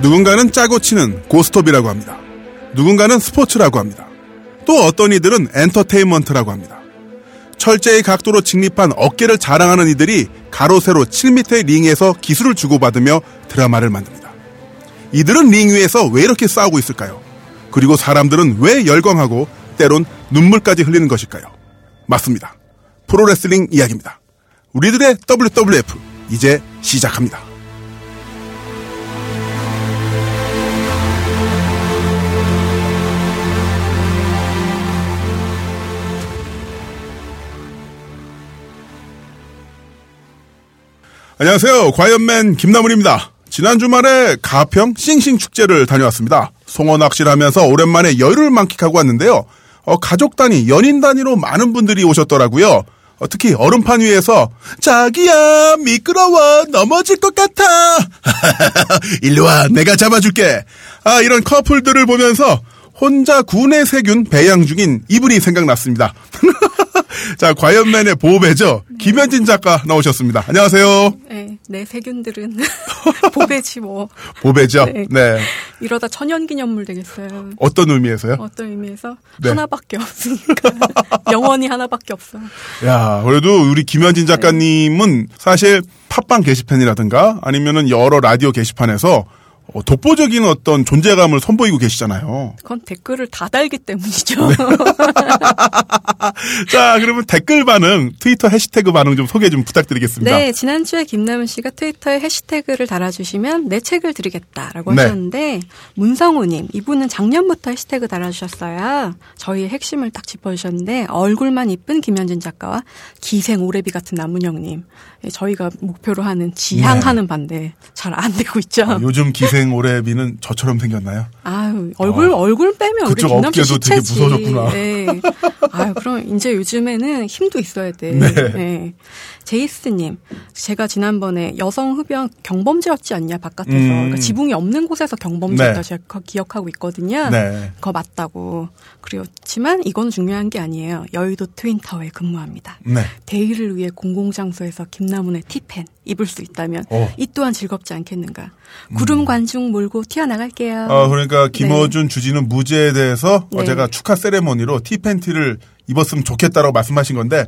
누군가는 짜고 치는 고스톱이라고 합니다. 누군가는 스포츠라고 합니다. 또 어떤 이들은 엔터테인먼트라고 합니다. 철제의 각도로 직립한 어깨를 자랑하는 이들이 가로세로 7m의 링에서 기술을 주고받으며 드라마를 만듭니다. 이들은 링 위에서 왜 이렇게 싸우고 있을까요? 그리고 사람들은 왜 열광하고 때론 눈물까지 흘리는 것일까요? 맞습니다. 프로레슬링 이야기입니다. 우리들의 WWF 이제 시작합니다. 안녕하세요. 과연맨 김나문입니다. 지난 주말에 가평 싱싱 축제를 다녀왔습니다. 송어 낚시를 하면서 오랜만에 여유를 만끽하고 왔는데요. 어, 가족 단위, 연인 단위로 많은 분들이 오셨더라고요. 어, 특히 얼음판 위에서 자기야 미끄러워 넘어질 것 같아 일로 와 내가 잡아줄게 아 이런 커플들을 보면서 혼자 군의 세균 배양 중인 이분이 생각났습니다 자 과연맨의 보호배죠 김현진 작가 나오셨습니다 안녕하세요 네, 내 세균들은 보배지 뭐 보배죠 네. 네. 이러다 천연기념물 되겠어요. 어떤 의미에서요? 어떤 의미에서 네. 하나밖에 없으니까 영원히 하나밖에 없어. 야, 그래도 우리 김현진 네. 작가님은 사실 팟빵 게시판이라든가 아니면은 여러 라디오 게시판에서 어, 독보적인 어떤 존재감을 선보이고 계시잖아요. 그건 댓글을 다 달기 때문이죠. 자, 그러면 댓글 반응, 트위터 해시태그 반응 좀 소개 좀 부탁드리겠습니다. 네, 지난주에 김남은 씨가 트위터에 해시태그를 달아주시면 내 책을 드리겠다라고 네. 하셨는데 문성우님 이분은 작년부터 해시태그 달아주셨어요. 저희의 핵심을 딱 짚어주셨는데 얼굴만 이쁜 김현진 작가와 기생 오래비 같은 남은영님 예, 저희가 목표로 하는 네. 지향하는 반대 잘 안 되고 있죠. 어, 요즘 기생 오래비는 저처럼 생겼나요? 아유 얼굴 어. 얼굴 빼면 우리 그쪽 김남주 어깨도 되게 시체지. 무서워졌구나. 네. 아유 그럼 이제 요즘에는 힘도 있어야 돼. 네. 제이스님, 제가 지난번에 여성 흡연 경범죄였지 않냐 바깥에서 음. 그러니까 지붕이 없는 곳에서 경범죄였다 네. 제가 기억하고 있거든요. 네. 그거 맞다고. 그렇지만 이건 중요한 게 아니에요. 여의도 트윈타워에 근무합니다. 네. 대의를 위해 공공장소에서 김나문의 티팬 입을 수 있다면 어. 이 또한 즐겁지 않겠는가. 구름 관중 몰고 튀어나갈게요. 어, 그러니까 김어준 주지는 무죄에 대해서 아, 네. 어제가 축하 세레모니로 티팬티를 입었으면 좋겠다라고 말씀하신 건데,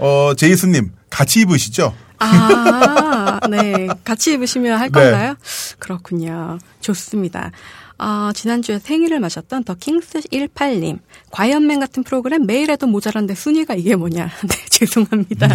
어, 제이스님, 같이 입으시죠? 아, 네. 같이 입으시면 할 네. 건가요? 그렇군요. 좋습니다. 아, 지난주에 생일을 마셨던 더 킹스18님. 과연맨 같은 프로그램 매일해도 모자란데 순위가 이게 뭐냐. 네, 죄송합니다.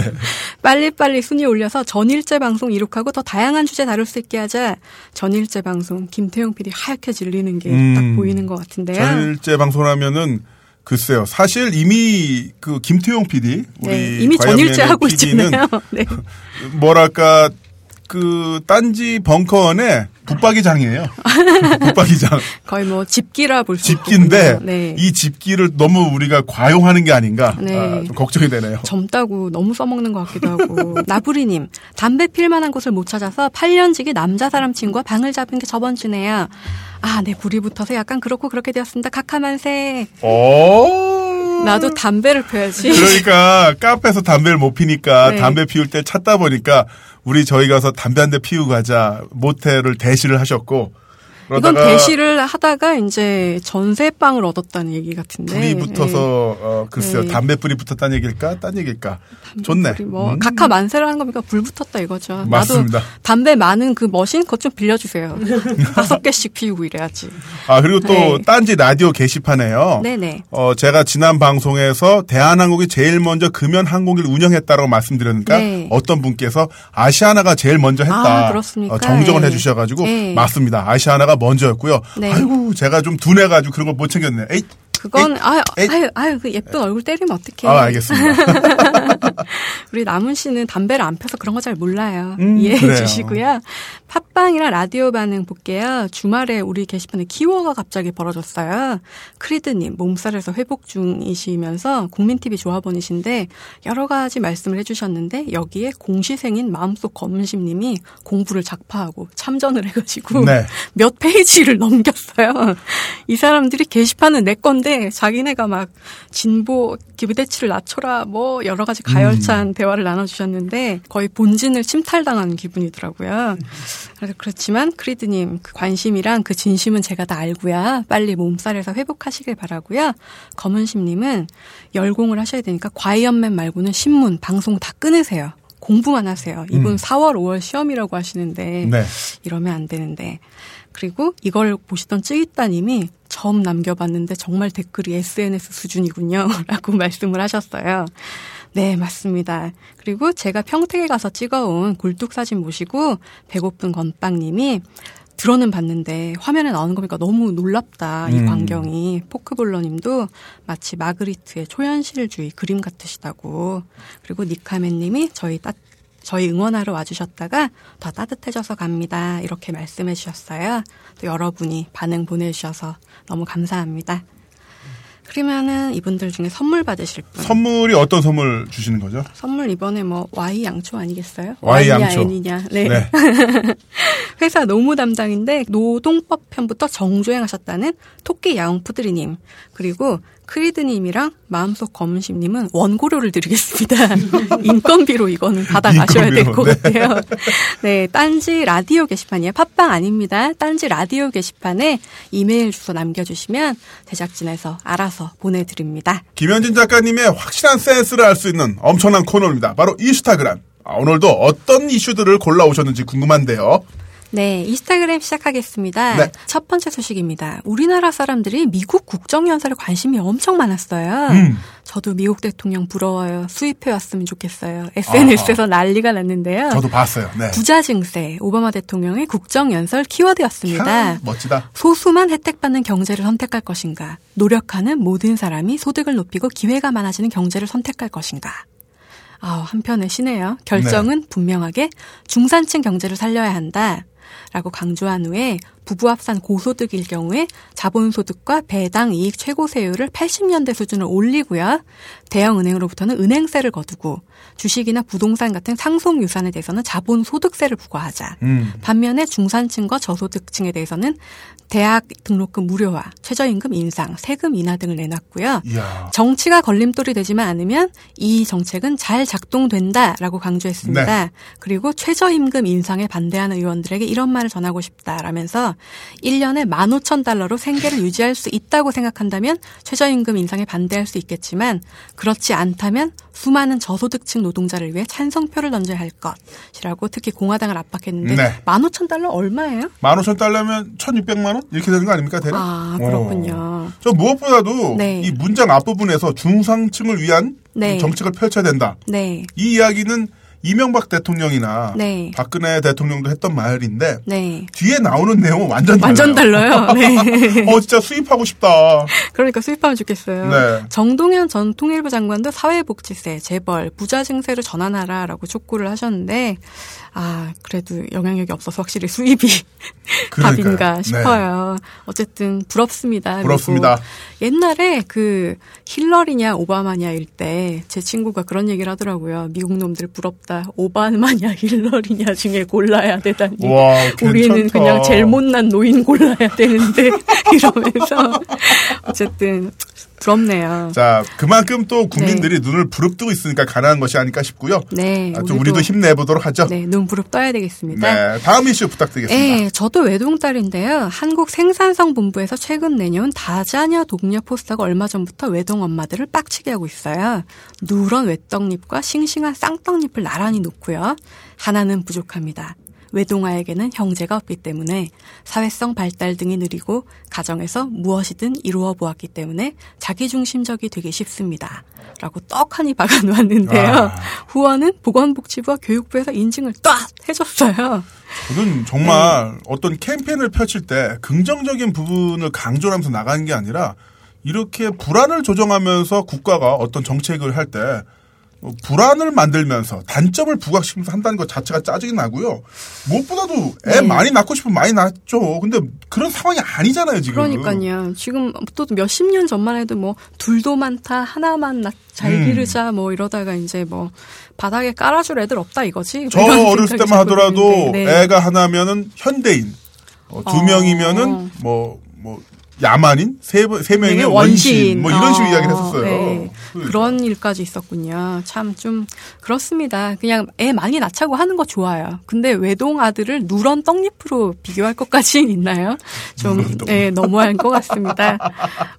빨리빨리 순위 올려서 전일제 방송 이룩하고 더 다양한 주제 다룰 수 있게 하자. 전일제 방송, 김태용 PD 하얗게 질리는 게 음. 딱 보이는 것 같은데요. 전일제 방송하면은 글쎄요. 사실 이미 그 김태용 PD 우리 네, 이미 과연맨의 전일제 하고 PD 는 있잖아요. 네. 뭐랄까 그 딴지 벙커 원에 붙박이장이에요. 붙박이장 거의 뭐 집기라 볼 수 네. 있겠 집기인데 이 집기를 너무 우리가 과용하는 게 아닌가 네. 아, 좀 걱정이 되네요. 젊다고 너무 써먹는 것 같기도 하고. 나부리님, 담배 필 만한 곳을 못 찾아서 8년지기 남자 사람 친구와 방을 잡은 게 저번 주네요. 아, 내 불이 붙어서 약간 그렇고 그렇게 되었습니다. 카카만세. 어. 나도 담배를 펴야지. 그러니까 카페에서 담배를 못 피니까 네. 담배 피울 때 찾다 보니까 우리 저희 가서 담배 한 대 피우고 가자 모텔을 대시를 하셨고 이건 그러다가 대시를 하다가 이제 전세방을 얻었다는 얘기 같은데. 불이 붙어서 어, 글쎄요 네. 담배 불이 붙었다는 얘길까 딴 얘길까 좋네 우리 뭐 음. 각하 만세를 하는 겁니까? 불 붙었다 이거죠. 맞습니다. 나도 담배 많은 그 머신 그것 좀 빌려주세요. 다섯 개씩 피우고 이래야지. 아 그리고 또 네. 딴지 라디오 게시판에요 네네. 어 제가 지난 방송에서 대한항공이 제일 먼저 금연 항공기를 운영했다라고 말씀드렸는가 네. 어떤 분께서 아시아나가 제일 먼저 했다 아, 그렇습니까? 어, 정정을 네. 해주셔가지고 네. 맞습니다 아시아나가 먼저였고요 네. 아이고 제가 좀 둔해가지고 그런 걸 못 챙겼네 에이 그건 아유 에이. 아유 아유 그 예쁜 얼굴 때리면 어떡해. 아 알겠습니다 우리 남은 씨는 담배를 안 펴서 그런 거 잘 몰라요. 음, 이해해 그래요. 주시고요. 팟빵이랑 라디오 반응 볼게요. 주말에 우리 게시판에 키워가 갑자기 벌어졌어요. 크리드님 몸살에서 회복 중이시면서 국민TV 조합원이신데 여러 가지 말씀을 해주셨는데 여기에 공시생인 마음속 검심님이 공부를 작파하고 참전을 해가지고 네. 몇 페이지를 넘겼어요. 이 사람들이 게시판은 내 건데 자기네가 막 진보 기대치를 낮춰라 뭐 여러 가지 가열찬 대화를 나눠주셨는데 거의 본진을 침탈당하는 기분이더라고요. 그래서 그렇지만 크리드님 그 관심이랑 그 진심은 제가 다 알고야 빨리 몸살에서 회복하시길 바라고요. 검은심님은 열공을 하셔야 되니까 과이언맨 말고는 신문, 방송 다 끊으세요. 공부만 하세요. 이분 4월, 5월 시험이라고 하시는데 네. 이러면 안 되는데. 그리고 이걸 보시던 쯔위따님이 점 남겨봤는데 정말 댓글이 SNS 수준이군요. 라고 말씀을 하셨어요. 네, 맞습니다. 그리고 제가 평택에 가서 찍어온 굴뚝 사진 보시고 배고픈 건빵님이 들어는 봤는데 화면에 나오는 거니까 너무 놀랍다. 이 음. 광경이. 포크볼러님도 마치 마그리트의 초현실주의 그림 같으시다고. 그리고 니카멘님이 저희 따 저희 응원하러 와주셨다가 더 따뜻해져서 갑니다. 이렇게 말씀해 주셨어요. 또 여러분이 반응 보내주셔서 너무 감사합니다. 그러면은 이분들 중에 선물 받으실 분. 선물이 어떤 선물 주시는 거죠? 선물 이번에 뭐 Y 양초 아니겠어요? Y Y야, 양초. N이냐. 네. 회사 노무 담당인데 노동법 편부터 정주행하셨다는 토끼 야옹 푸드리님 그리고 크리드님이랑 마음속 검은심님은 원고료를 드리겠습니다. 인건비로 이거는 받아가셔야 될 것 인건비로, 같아요. 네, 딴지 라디오 게시판이에요. 팟빵 아닙니다. 딴지 라디오 게시판에 이메일 주소 남겨주시면 제작진에서 알아서 보내드립니다. 김현진 작가님의 확실한 센스를 알 수 있는 엄청난 코너입니다. 바로 이슈타그램. 아, 오늘도 어떤 이슈들을 골라오셨는지 궁금한데요. 네, 인스타그램 시작하겠습니다. 네. 첫 번째 소식입니다. 우리나라 사람들이 미국 국정연설에 관심이 엄청 많았어요. 음. 저도 미국 대통령 부러워요. 수입해 왔으면 좋겠어요. SNS에서 난리가 났는데요. 아. 저도 봤어요. 네. 부자 증세, 오바마 대통령의 국정연설 키워드였습니다. 캬, 그러니까. 멋지다. 소수만 혜택받는 경제를 선택할 것인가? 노력하는 모든 사람이 소득을 높이고 기회가 많아지는 경제를 선택할 것인가? 아, 한편의 시네요. 결정은 분명하게 중산층 경제를 살려야 한다. 라고 강조한 후에 부부합산 고소득일 경우에 자본소득과 배당 이익 최고세율을 80년대 수준을 올리고요. 대형은행으로부터는 은행세를 거두고 주식이나 부동산 같은 상속유산에 대해서는 자본소득세를 부과하자. 음. 반면에 중산층과 저소득층에 대해서는 대학 등록금 무료화, 최저임금 인상, 세금 인하 등을 내놨고요. 이야. 정치가 걸림돌이 되지만 않으면 이 정책은 잘 작동된다라고 강조했습니다. 네. 그리고 최저임금 인상에 반대하는 의원들에게 이런 말을 전하고 싶다라면서 1년에 15,000달러로 생계를 유지할 수 있다고 생각한다면 최저임금 인상에 반대할 수 있겠지만 그렇지 않다면 수많은 저소득층 노동자를 위해 찬성표를 던져야 할 것이라고 특히 공화당을 압박했는데 네. 15,000달러 얼마예요? 15,000 달러면 1,600만원? 이렇게 되는 거 아닙니까, 대략? 아, 어. 그렇군요. 저 무엇보다도 네. 이 문장 앞부분에서 중상층을 위한 네. 이 정책을 펼쳐야 된다. 네. 이 이야기는 이명박 대통령이나 네. 박근혜 대통령도 했던 말인데 네. 뒤에 나오는 내용은 완전 달라요. 완전 달라요. 네. 어 진짜 수입하고 싶다. 그러니까 수입하면 좋겠어요. 네. 정동현 전 통일부 장관도 사회복지세, 재벌, 부자 증세로 전환하라라고 촉구를 하셨는데 아 그래도 영향력이 없어서 확실히 수입이 그러니까요. 네. 답인가 싶어요. 어쨌든 부럽습니다. 미국. 부럽습니다. 옛날에 그 힐러리냐 오바마냐 일 때 제 친구가 그런 얘기를 하더라고요. 미국 놈들 부럽다. 오바마냐 힐러리냐 중에 골라야 되다니. 와, 예. 우리는 괜찮다. 그냥 제일 못난 노인 골라야 되는데 이러면서 어쨌든 부럽네요. 자 그만큼 또 국민들이 눈을 부릅뜨고 있으니까 가능한 것이 아닐까 싶고요. 네, 아, 좀 우리도 힘내보도록 하죠. 네, 눈부릅 떠야 되겠습니다. 네, 다음 이슈 부탁드리겠습니다. 예, 저도 외동딸인데요. 한국 생산성 본부에서 최근 내놓은 다자녀 독녀 포스터가 얼마 전부터 외동 엄마들을 빡치게 하고 있어요. 누런 외떡잎과 싱싱한 쌍떡잎을 나란히 놓고요. 하나는 부족합니다. 외동아에게는 형제가 없기 때문에 사회성 발달 등이 느리고 가정에서 무엇이든 이루어 보았기 때문에 자기중심적이 되기 쉽습니다. 라고 떡하니 박아놓았는데요. 아. 후원은 보건복지부와 교육부에서 인증을 딱 해줬어요. 저는 정말 어떤 캠페인을 펼칠 때 긍정적인 부분을 강조하면서 나가는 게 아니라 이렇게 불안을 조정하면서 국가가 어떤 정책을 할 때 불안을 만들면서 단점을 부각시키면서 한다는 것 자체가 짜증이 나고요. 무엇보다도 애 네. 많이 낳고 싶으면 많이 낳죠. 근데 그런 상황이 아니잖아요, 지금. 그러니까요. 지금 또 몇십 년 전만 해도 뭐 둘도 많다, 하나만 낳- 잘 음. 기르자 뭐 이러다가 이제 뭐 바닥에 깔아줄 애들 없다 이거지. 뭐 저 이런 어렸을 생각이 때만 자꾸 하더라도 예, 드는데. 네. 애가 하나면은 현대인, 어, 두 어. 명이면은 뭐, 뭐, 야만인 세, 번- 세 명의 원신. 뭐 이런 식으로 네, 어, 이야기를 했었어요. 네. 그런 일까지 있었군요. 참 좀 그렇습니다. 그냥 애 많이 낳자고 하는 거 좋아요. 근데 외동 아들을 누런 떡잎으로 비교할 것까지는 있나요? 좀 네, 너무한 것 같습니다.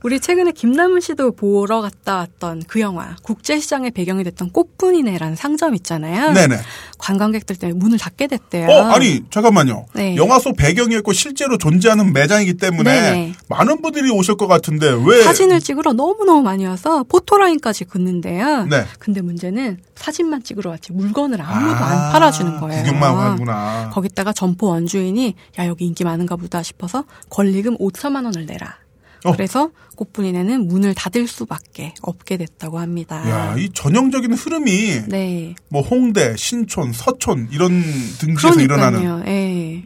우리 최근에 김남은 씨도 보러 갔다 왔던 그 영화 국제시장의 배경이 됐던 꽃분이네라는 상점 있잖아요. 네네. 관광객들 때문에 문을 닫게 됐대요. 어, 아니, 잠깐만요. 네. 영화 속 배경이었고 실제로 존재하는 매장이기 때문에 네네. 많은 분들이 오실 것 같은데 왜. 사진을 찍으러 너무너무 많이 와서 포토라인까지 긋는데요. 네. 근데 문제는 사진만 찍으러 왔지 물건을 아무도 아, 안 팔아주는 거예요. 구경만 하는구나. 거기다가 점포 원주인이 야 여기 인기 많은가 보다 싶어서 권리금 5천만 원을 내라. 어. 그래서 꽃분이네는 문을 닫을 수밖에 없게 됐다고 합니다. 야, 이 전형적인 흐름이 네, 뭐 홍대, 신촌, 서촌 이런 등지에서 일어나는 그러니까요. 예.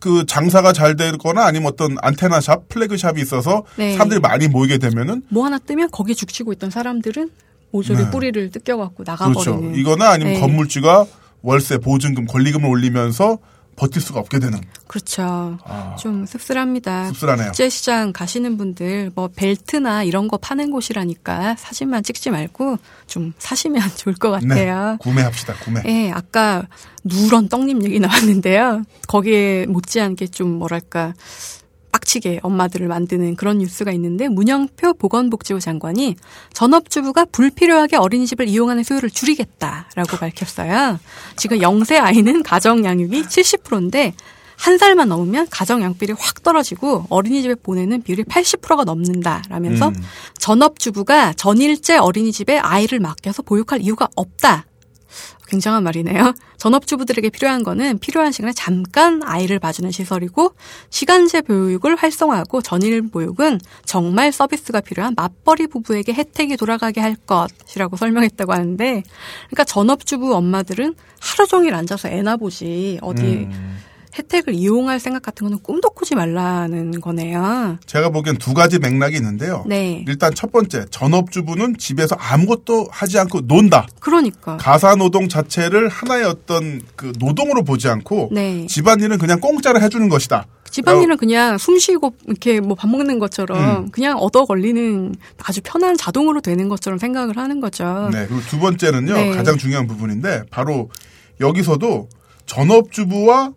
그 장사가 잘 되거나 아니면 어떤 안테나 샵, 플래그 샵이 있어서 네. 사람들이 많이 모이게 되면은 뭐 하나 뜨면 거기 죽치고 있던 사람들은 모조리 네. 뿌리를 뜯겨갖고 그렇죠. 나가버리는. 이거나 아니면 네. 건물주가 월세, 보증금, 권리금을 올리면서 버틸 수가 없게 되는 그렇죠. 아, 좀 씁쓸합니다. 씁쓸하네요. 국제시장 가시는 분들 뭐 벨트나 이런 거 파는 곳이라니까 사진만 찍지 말고 좀 사시면 좋을 것 네. 같아요. 구매합시다. 구매. 예, 아까 누런 떡잎 얘기 나왔는데요. 거기에 못지않게 좀 뭐랄까 빡치게 엄마들을 만드는 그런 뉴스가 있는데 문영표 보건복지부 장관이 전업주부가 불필요하게 어린이집을 이용하는 수요를 줄이겠다라고 밝혔어요. 지금 영세 아이는 가정 양육이 70%인데 한 살만 넘으면 가정 양육비를 확 떨어지고 어린이집에 보내는 비율이 80%가 넘는다라면서 음. 전업주부가 전일제 어린이집에 아이를 맡겨서 보육할 이유가 없다. 굉장한 말이네요. 전업주부들에게 필요한 거는 필요한 시간에 잠깐 아이를 봐주는 시설이고 시간제 보육을 활성화하고 전일 보육은 정말 서비스가 필요한 맞벌이 부부에게 혜택이 돌아가게 할 것이라고 설명했다고 하는데 그러니까 전업주부 엄마들은 하루 종일 앉아서 애나 보지 어디 음. 혜택을 이용할 생각 같은 거는 꿈도 꾸지 말라는 거네요. 제가 보기엔 두 가지 맥락이 있는데요. 네. 일단 첫 번째, 전업주부는 집에서 아무것도 하지 않고 논다. 그러니까. 가사노동 자체를 하나의 어떤 그 노동으로 보지 않고 네. 집안일은 그냥 공짜로 해주는 것이다. 어. 지방일은 그냥 숨 쉬고 이렇게 뭐 밥 먹는 음. 것처럼 그냥 얻어 걸리는 아주 편한 자동으로 되는 것처럼 생각을 하는 거죠. 네. 그리고 두 번째는요. 어. 네. 가장 중요한 부분인데 바로 여기서도 전업주부와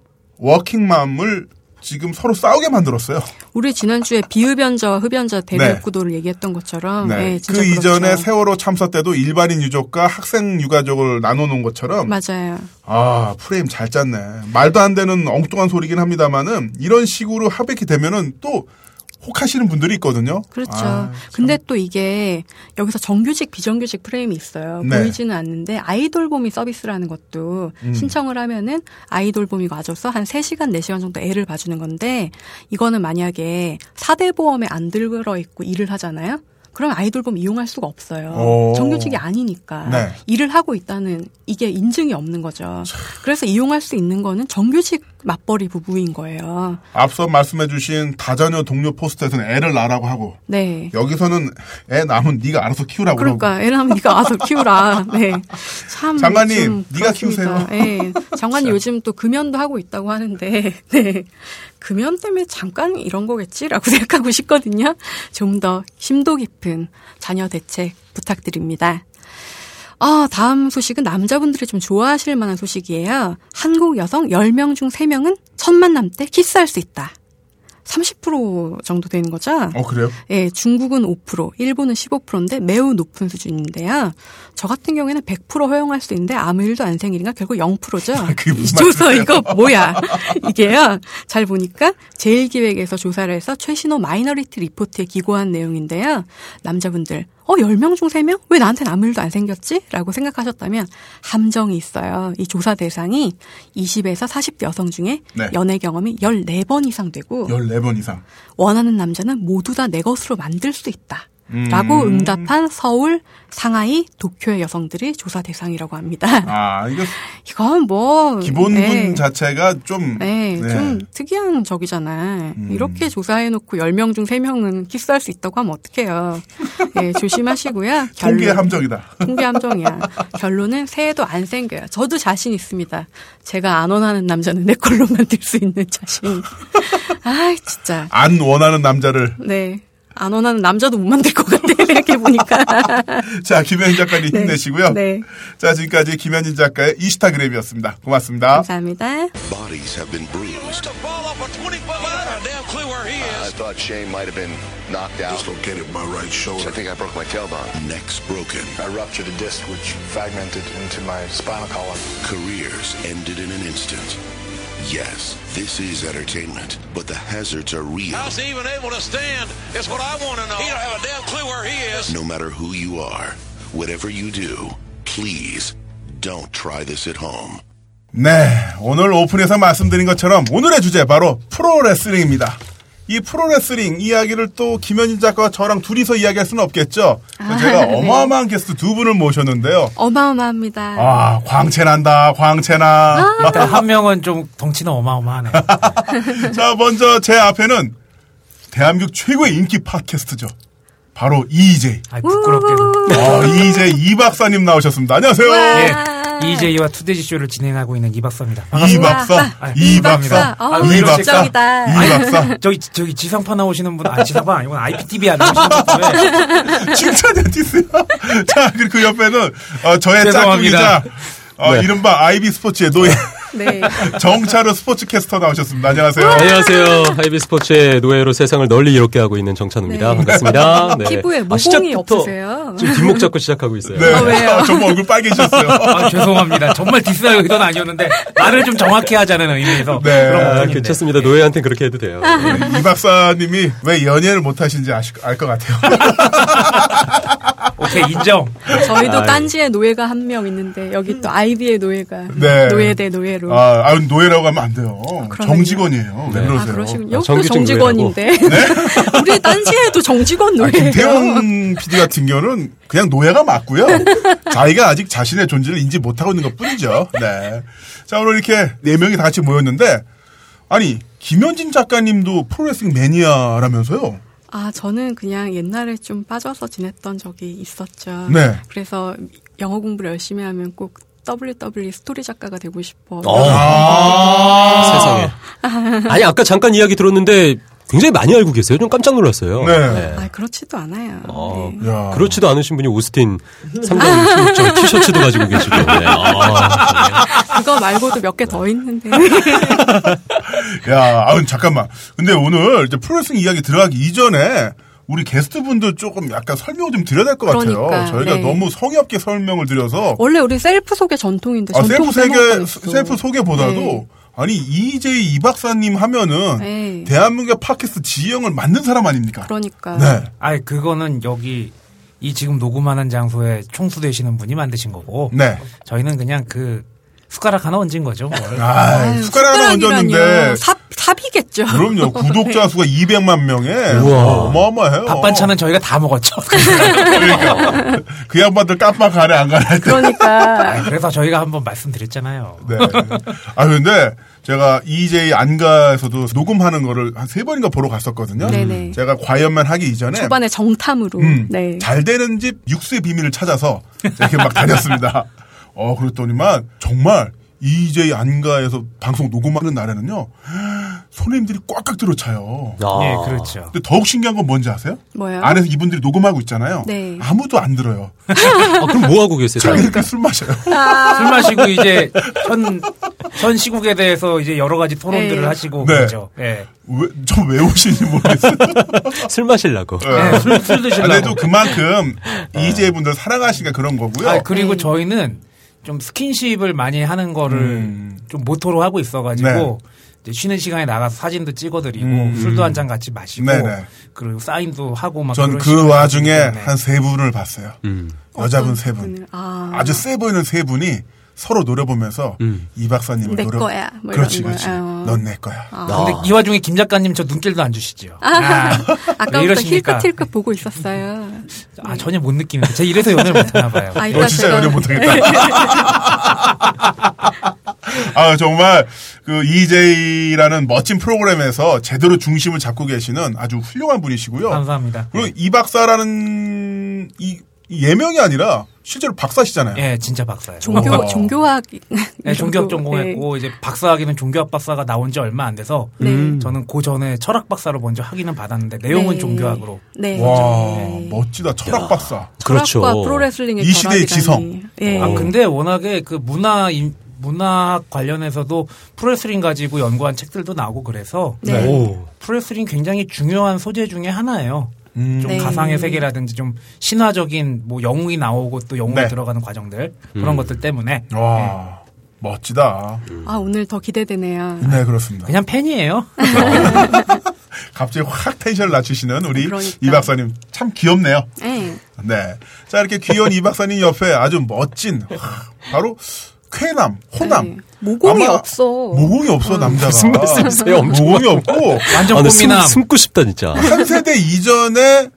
워킹맘을 지금 서로 싸우게 만들었어요. 우리 지난주에 비흡연자와 흡연자 네. 대립구도를 얘기했던 것처럼 네. 진짜 그 이전에 그렇죠. 세월호 참사 때도 일반인 유족과 학생 유가족을 나눠놓은 것처럼 맞아요. 아 프레임 잘 짰네. 말도 안 되는 엉뚱한 소리긴 합니다만은 이런 식으로 합의이 되면은 또 혹하시는 분들이 있거든요. 그렇죠. 아, 근데 또 이게 여기서 정규직 비정규직 프레임이 있어요. 네. 보이지는 않는데 아이돌보미 서비스라는 것도 음. 신청을 하면은 아이돌보미가 와줘서 한 3시간, 4시간 정도 애를 봐주는 건데 이거는 만약에 4대 보험에 안 들어 있고 일을 하잖아요. 그럼 아이돌보험 이용할 수가 없어요. 오. 정규직이 아니니까 네. 일을 하고 있다는 이게 인증이 없는 거죠. 그래서 이용할 수 있는 거는 정규직 맞벌이 부부인 거예요. 앞서 말씀해주신 다자녀 동료 포스트에서는 애를 낳으라고 하고 네. 여기서는 애 남은 네가 알아서 키우라고 그러고 그러니까 애라면 네가 와서 키우라. 네. 참 장관님, 좀 네가 그렇습니다. 예. 장관님 요즘 또 금연도 하고 있다고 하는데 네. 금연 때문에 잠깐 이런 거겠지라고 생각하고 싶거든요. 좀 더 심도 깊은 자녀 대책 부탁드립니다. 아, 다음 소식은 남자분들이 좀 좋아하실 만한 소식이에요. 한국 여성 10명 중 3명은 첫 만남 때 키스할 수 있다. 30% 정도 되는 거죠? 어 그래요? 예, 중국은 5%, 일본은 15%인데 매우 높은 수준인데요. 저 같은 경우에는 100% 허용할 수 있는데 아무 일도 안 생기니까 결국 0%죠. 아, 그게 무슨 이 조사 이거 뭐야? 이게요. 잘 보니까 제일기획에서 조사를 해서 최신호 마이너리티 리포트에 기고한 내용인데요. 남자분들 어, 10명 중 3명? 왜 나한테는 아무 일도 안 생겼지? 라고 생각하셨다면 함정이 있어요. 이 조사 대상이 20에서 40대 여성 중에 네. 연애 경험이 14번 이상 되고 14번 이상. 원하는 남자는 모두 다 내 것으로 만들 수 있다. 라고 음. 응답한 서울, 상하이, 도쿄의 여성들이 조사 대상이라고 합니다. 아, 이거 이건 뭐. 기본군 네. 자체가 좀. 네, 좀 특이한 적이잖아요. 음. 이렇게 조사해놓고 10명 중 3명은 키스할 수 있다고 하면 어떡해요. 예, 조심하시고요. 통계 결론- 함정이다. 통계함정이야. 결론은 새해도 안 생겨요. 저도 자신 있습니다. 제가 안 원하는 남자는 내 걸로 만들 수 있는 자신. 아, 진짜. 안 원하는 남자를. 네. 안 원하는 남자도 못 만들 것 같아. 이렇게 보니까. 자, 김현진 작가님 힘내시고요. 네. 자, 지금까지 김현진 작가의 이스타그램이었습니다. 고맙습니다. 감사합니다. Bodies have been bruised. the ball off a 25 I don't have a damn clue where he I is. thought Shane might have been knocked out. Dislocated my I right shoulder. think I broke my tailbone. Necks broken. I ruptured a disc which fragmented into my spinal column. Careers ended in an instant. Yes, this is entertainment, but the hazards are real. How's he even able to stand? Is what I want to know. He don't have a damn clue where he is. No matter who you are, whatever you do, please don't try this at home. 네, 오늘 오픈에서 말씀드린 것처럼 오늘의 주제 바로 프로레슬링입니다. 이 프로레슬링 이야기를 또 김현진 작가와 저랑 둘이서 이야기할 수는 없겠죠. 그래서 제가 네. 어마어마한 게스트 두 분을 모셨는데요. 어마어마합니다. 아, 광채난다, 아, 광채나. 일단 한 명은 좀 덩치는 어마어마하네. 자, 먼저 제 앞에는 대한민국 최고의 인기 팟캐스트죠. 바로 이이제이. 아이, 부끄럽게도. 아, 이이제이 이 박사님 나오셨습니다. 안녕하세요. 예. 이재희와 투데이 쇼를 진행하고 있는 이 박사입니다. 이 반갑습니다. 박사, 아, 이 박사, 감사합니다. 아, 이 오늘 박사, 이 진정이다. 박사. 저기 저기 지상파 나오시는 분, 아 지상파 아니구나. IPTV 안 나오시는 분. 칭찬해 주세요. 자, 그리고 그 옆에는 어, 저의 죄송합니다. 짝꿍이자 네. 어, 이른바 아이비 스포츠의 노예 네. 정차르 스포츠캐스터 나오셨습니다. 안녕하세요. 안녕하세요. 하이비 스포츠의 노예로 세상을 널리 이롭게 하고 있는 정찬우입니다. 네. 반갑습니다. 아, 아, 피부에 모공이 시작부터 없으세요? 지금 뒷목 잡고 시작하고 있어요. 네, 아, 왜요? 정말 얼굴 빨개지셨어요. 아, 죄송합니다. 정말 디스할 의도는 아니었는데 말을 좀 정확히 하자는 의미에서 네. 그런 아, 부분인데. 괜찮습니다. 노예한테 그렇게 해도 돼요. 아. 이 박사님이 왜 연애를 못하신지 알 것 같아요. 오케이 인정. 저희도 아유. 딴지의 노예가 한 명 있는데, 여기 또 아이비의 노예가. 네. 노예 대 노예로. 아, 아, 아, 노예라고 하면 안 돼요. 그러네요. 정직원이에요. 왜 그러세요? 그러시군요. 아, 여기도 정규직 정직원인데. 우리 딴지에도 정직원 아, 노예예요. 네. 김태훈 PD 같은 경우는 그냥 노예가 맞고요. 자기가 아직 자신의 존재를 인지 못하고 있는 것 뿐이죠. 네. 자, 오늘 이렇게 네 명이 다 같이 모였는데, 아니, 김현진 작가님도 프로레슬링 매니아라면서요? 아, 저는 그냥 옛날에 좀 빠져서 지냈던 적이 있었죠. 네. 그래서 영어 공부를 열심히 하면 꼭 WW 스토리 작가가 되고 싶어. 네, 세상에. 아니, 아까 잠깐 이야기 들었는데 굉장히 많이 알고 계세요. 좀 깜짝 놀랐어요. 네. 아, 그렇지도 않아요. 어, 네. 야. 그렇지도 않으신 분이 오스틴 3단 저 티셔츠도 가지고 계시고. 네. 아, 그거 말고도 몇 네. 개 더 있는데. 야, 아유, 잠깐만. 근데 오늘 이제 프로레슬링 이야기 들어가기 이전에 우리 게스트분들 조금 약간 설명 좀 드려야 될 것 같아요. 그러니까, 저희가 네. 너무 성의 없게 설명을 드려서 원래 우리 셀프 소개 전통인데 아, 전통 셀프 소개, 빼먹고 셀프 소개보다도 네. 아니 이재희 이 박사님 하면은 네. 대한민국의 팟캐스트 지형을 만든 사람 아닙니까? 그러니까. 네. 아 그거는 여기 이 지금 녹음하는 장소에 총수 되시는 분이 만드신 거고. 네. 저희는 그냥 그 숟가락 하나 얹은 거죠. 뭐. 뭘. 아, 아유, 숟가락 하나 얹었는데 네, 숟가락이라뇨. 삽, 삽이겠죠. 네. 그럼요. 구독자 수가 200만 명에 우와. 어마어마해요. 밥반찬은 저희가 다 먹었죠. 그러니까 그 양반들 깜빡 안에 안 가네. 그러니까. 아, 그래서 저희가 한번 말씀드렸잖아요. 네. 아 근데 제가 EJ 안가에서도 녹음하는 거를 한 세 번인가 보러 갔었거든요. 네네. 제가 과연만 하기 이전에 초반에 정탐으로. 음, 네. 잘 되는 집 육수의 비밀을 찾아서 이렇게 막 다녔습니다. 어, 그랬더니만 정말 EJ 안가에서 방송 녹음하는 날에는요, 손님들이 꽉꽉 들어차요. 예, 아. 그렇죠. 근데 더욱 신기한 건 뭔지 아세요? 뭐요? 안에서 이분들이 녹음하고 있잖아요. 네. 아무도 안 들어요. 아, 그럼 뭐 하고 계세요? 저희들술 마셔요. 술 마시고 이제 현, 현 시국에 대해서 이제 여러 가지 토론들을 네. 하시고 네. 그렇죠. 예. 왜, 저 왜 오시는지 모르겠어요. 술 마시려고. 네. 예, 술, 아, 술 드시려고. 근데 또 그만큼 EJ 분들 사랑하시니까 그런 거고요. 네. 아, 그리고 네. 저희는 좀 스킨십을 많이 하는 거를 음. 좀 모토로 하고 있어가지고 네. 이제 쉬는 시간에 나가서 사진도 찍어드리고 음. 술도 한 잔 같이 마시고 네네. 그리고 사인도 하고 네, 막 전 그런 그 시간이 와중에 있기 때문에. 음. 한 세 분을 봤어요. 여자분 세 분. 아. 아주 세 보이는 세 분이 서로 노려보면서 음. 이 박사님을 내 노려. 거야, 뭐 이런 그렇지, 거야. 그렇지. 어. 넌 내 거야. 아, 근데 이 와중에 김 작가님 저 눈길도 안 주시죠. 아, 왜 아까부터 이러십니까? 힐끗힐끗 보고 있었어요. 네. 아, 전혀 못 느끼는데. 제가 이래서 연애를 못하나 봐요. 아, 너 이따 진짜 제가- 연애 못하겠다. 아 정말 그 EJ라는 멋진 프로그램에서 제대로 중심을 잡고 계시는 아주 훌륭한 분이시고요. 감사합니다. 그리고 이 박사라는 이, 이 예명이 아니라 실제로 박사시잖아요. 예, 진짜 박사예요. 종교 어. 종교학 네, 종교학 정도, 전공했고 이제 박사학위는 종교학 박사가 나온 지 얼마 안 돼서 네. 저는 그 전에 철학 박사로 먼저 학위는 받았는데 내용은 네. 종교학으로 네. 와 네. 멋지다 철학 박사. 그렇죠. 철학과 프로레슬링의 이 결합이라니. 시대의 지성. 예. 아 근데 워낙에 그 문화 인- 문화학 관련해서도 프로레슬링 가지고 연구한 책들도 나오고 그래서 네. 오. 프로레슬링 굉장히 중요한 소재 중에 하나예요. 음. 좀 네. 가상의 세계라든지 좀 신화적인 뭐 영웅이 나오고 또 영웅이 네. 들어가는 과정들 음. 그런 것들 때문에 와 네. 멋지다. 아 오늘 더 기대되네요. 네 그렇습니다. 그냥 팬이에요. 갑자기 확 텐션을 낮추시는 우리 그러니까. 이 박사님 참 귀엽네요. 예. 네. 자, 이렇게 귀여운 이 박사님 옆에 아주 멋진, 하, 바로, 쾌남, 호남. 네. 모공이 아마 없어. 모공이 없어, 남자가. 무슨 말씀이세요? 엄청 모공이 없고, 완전 아, 근데 숨, 꽃미남. 숨고 싶다 진짜. 한 세대 이전에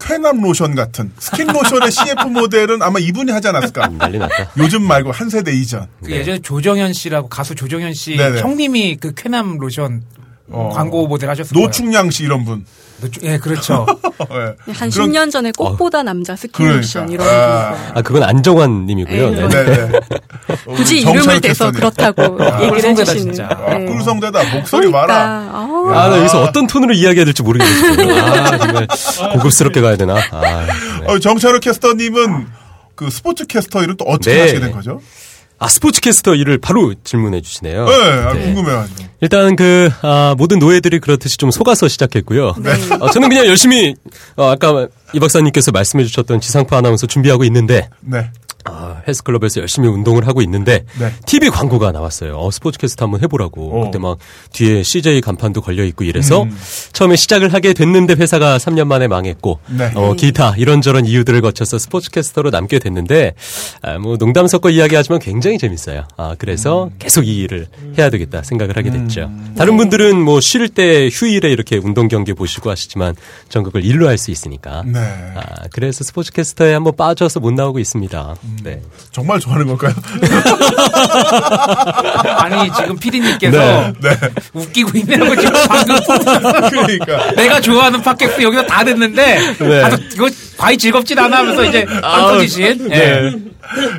쾌남 로션 같은 스킨 로션의 CF 모델은 아마 이분이 하지 않았을까. 음, 난리 났다. 요즘 말고 한 세대 이전. 그 예전에 조정현 씨라고 가수 조정현 씨 네. 네네. 형님이 그 쾌남 로션 어. 광고 모델 하셨어요. 노충양 씨 이런 분. 노충 예 그렇죠. 예. 한 그런- 10년 전에 꽃보다 남자 그러니까. 스킨옵션 이런 아. 거. 아 그건 안정환 님이고요. 에이, 네. 네, 네. 굳이 정찰 이름을 대서 캐스터님. 그렇다고 얘기를 꿀성대다, 해주시는. 진짜. 아, 예. 꿀성대다. 목소리 그러니까. 마라. 어, 아, 나 여기서 어떤 톤으로 이야기해야 될지 모르겠어요. 아, 정말 고급스럽게 가야 되나? 아, 네. 어, 정철우 캐스터님은 그 스포츠 캐스터 일은 또 어떻게 네. 하시게 된 거죠? 아, 스포츠캐스터 일을 바로 질문해 어, 주시네요. 네, 아, 궁금해가지고. 일단 그 아, 모든 노예들이 그렇듯이 좀 속아서 시작했고요. 어, 저는 그냥 열심히 어, 아까 이 박사님께서 말씀해 주셨던 지상파 아나운서 준비하고 있는데 네. 아, 헬스클럽에서 열심히 운동을 하고 있는데 네. TV 광고가 나왔어요. 어, 스포츠캐스트 한번 해보라고. 어. 그때 막 뒤에 CJ 간판도 걸려 있고 이래서 처음에 시작을 하게 됐는데 회사가 3년 만에 망했고 네. 어, 기타 이런저런 이유들을 거쳐서 스포츠캐스터로 남게 됐는데 아, 뭐 농담 섞어 이야기하지만 굉장히 재밌어요. 아, 음. 그래서 계속 이 일을 해야 되겠다 생각을 하게 됐죠. 네. 다른 분들은 뭐 쉴 때 휴일에 이렇게 운동 경기 보시고 하시지만 전 그걸 일로 할 수 있으니까. 네. 아, 그래서 스포츠캐스터에 한번 빠져서 못 나오고 있습니다. 음. 네. 정말 좋아하는 걸까요? 아니 지금 피디님께서 네. 웃기고 있냐고 지금 방금 그러니까. 내가 좋아하는 팟캐스트 여기서 다 됐는데 네. 아, 이거 과히 즐겁진 않아 하면서 이제 안 터지신. 네. 예.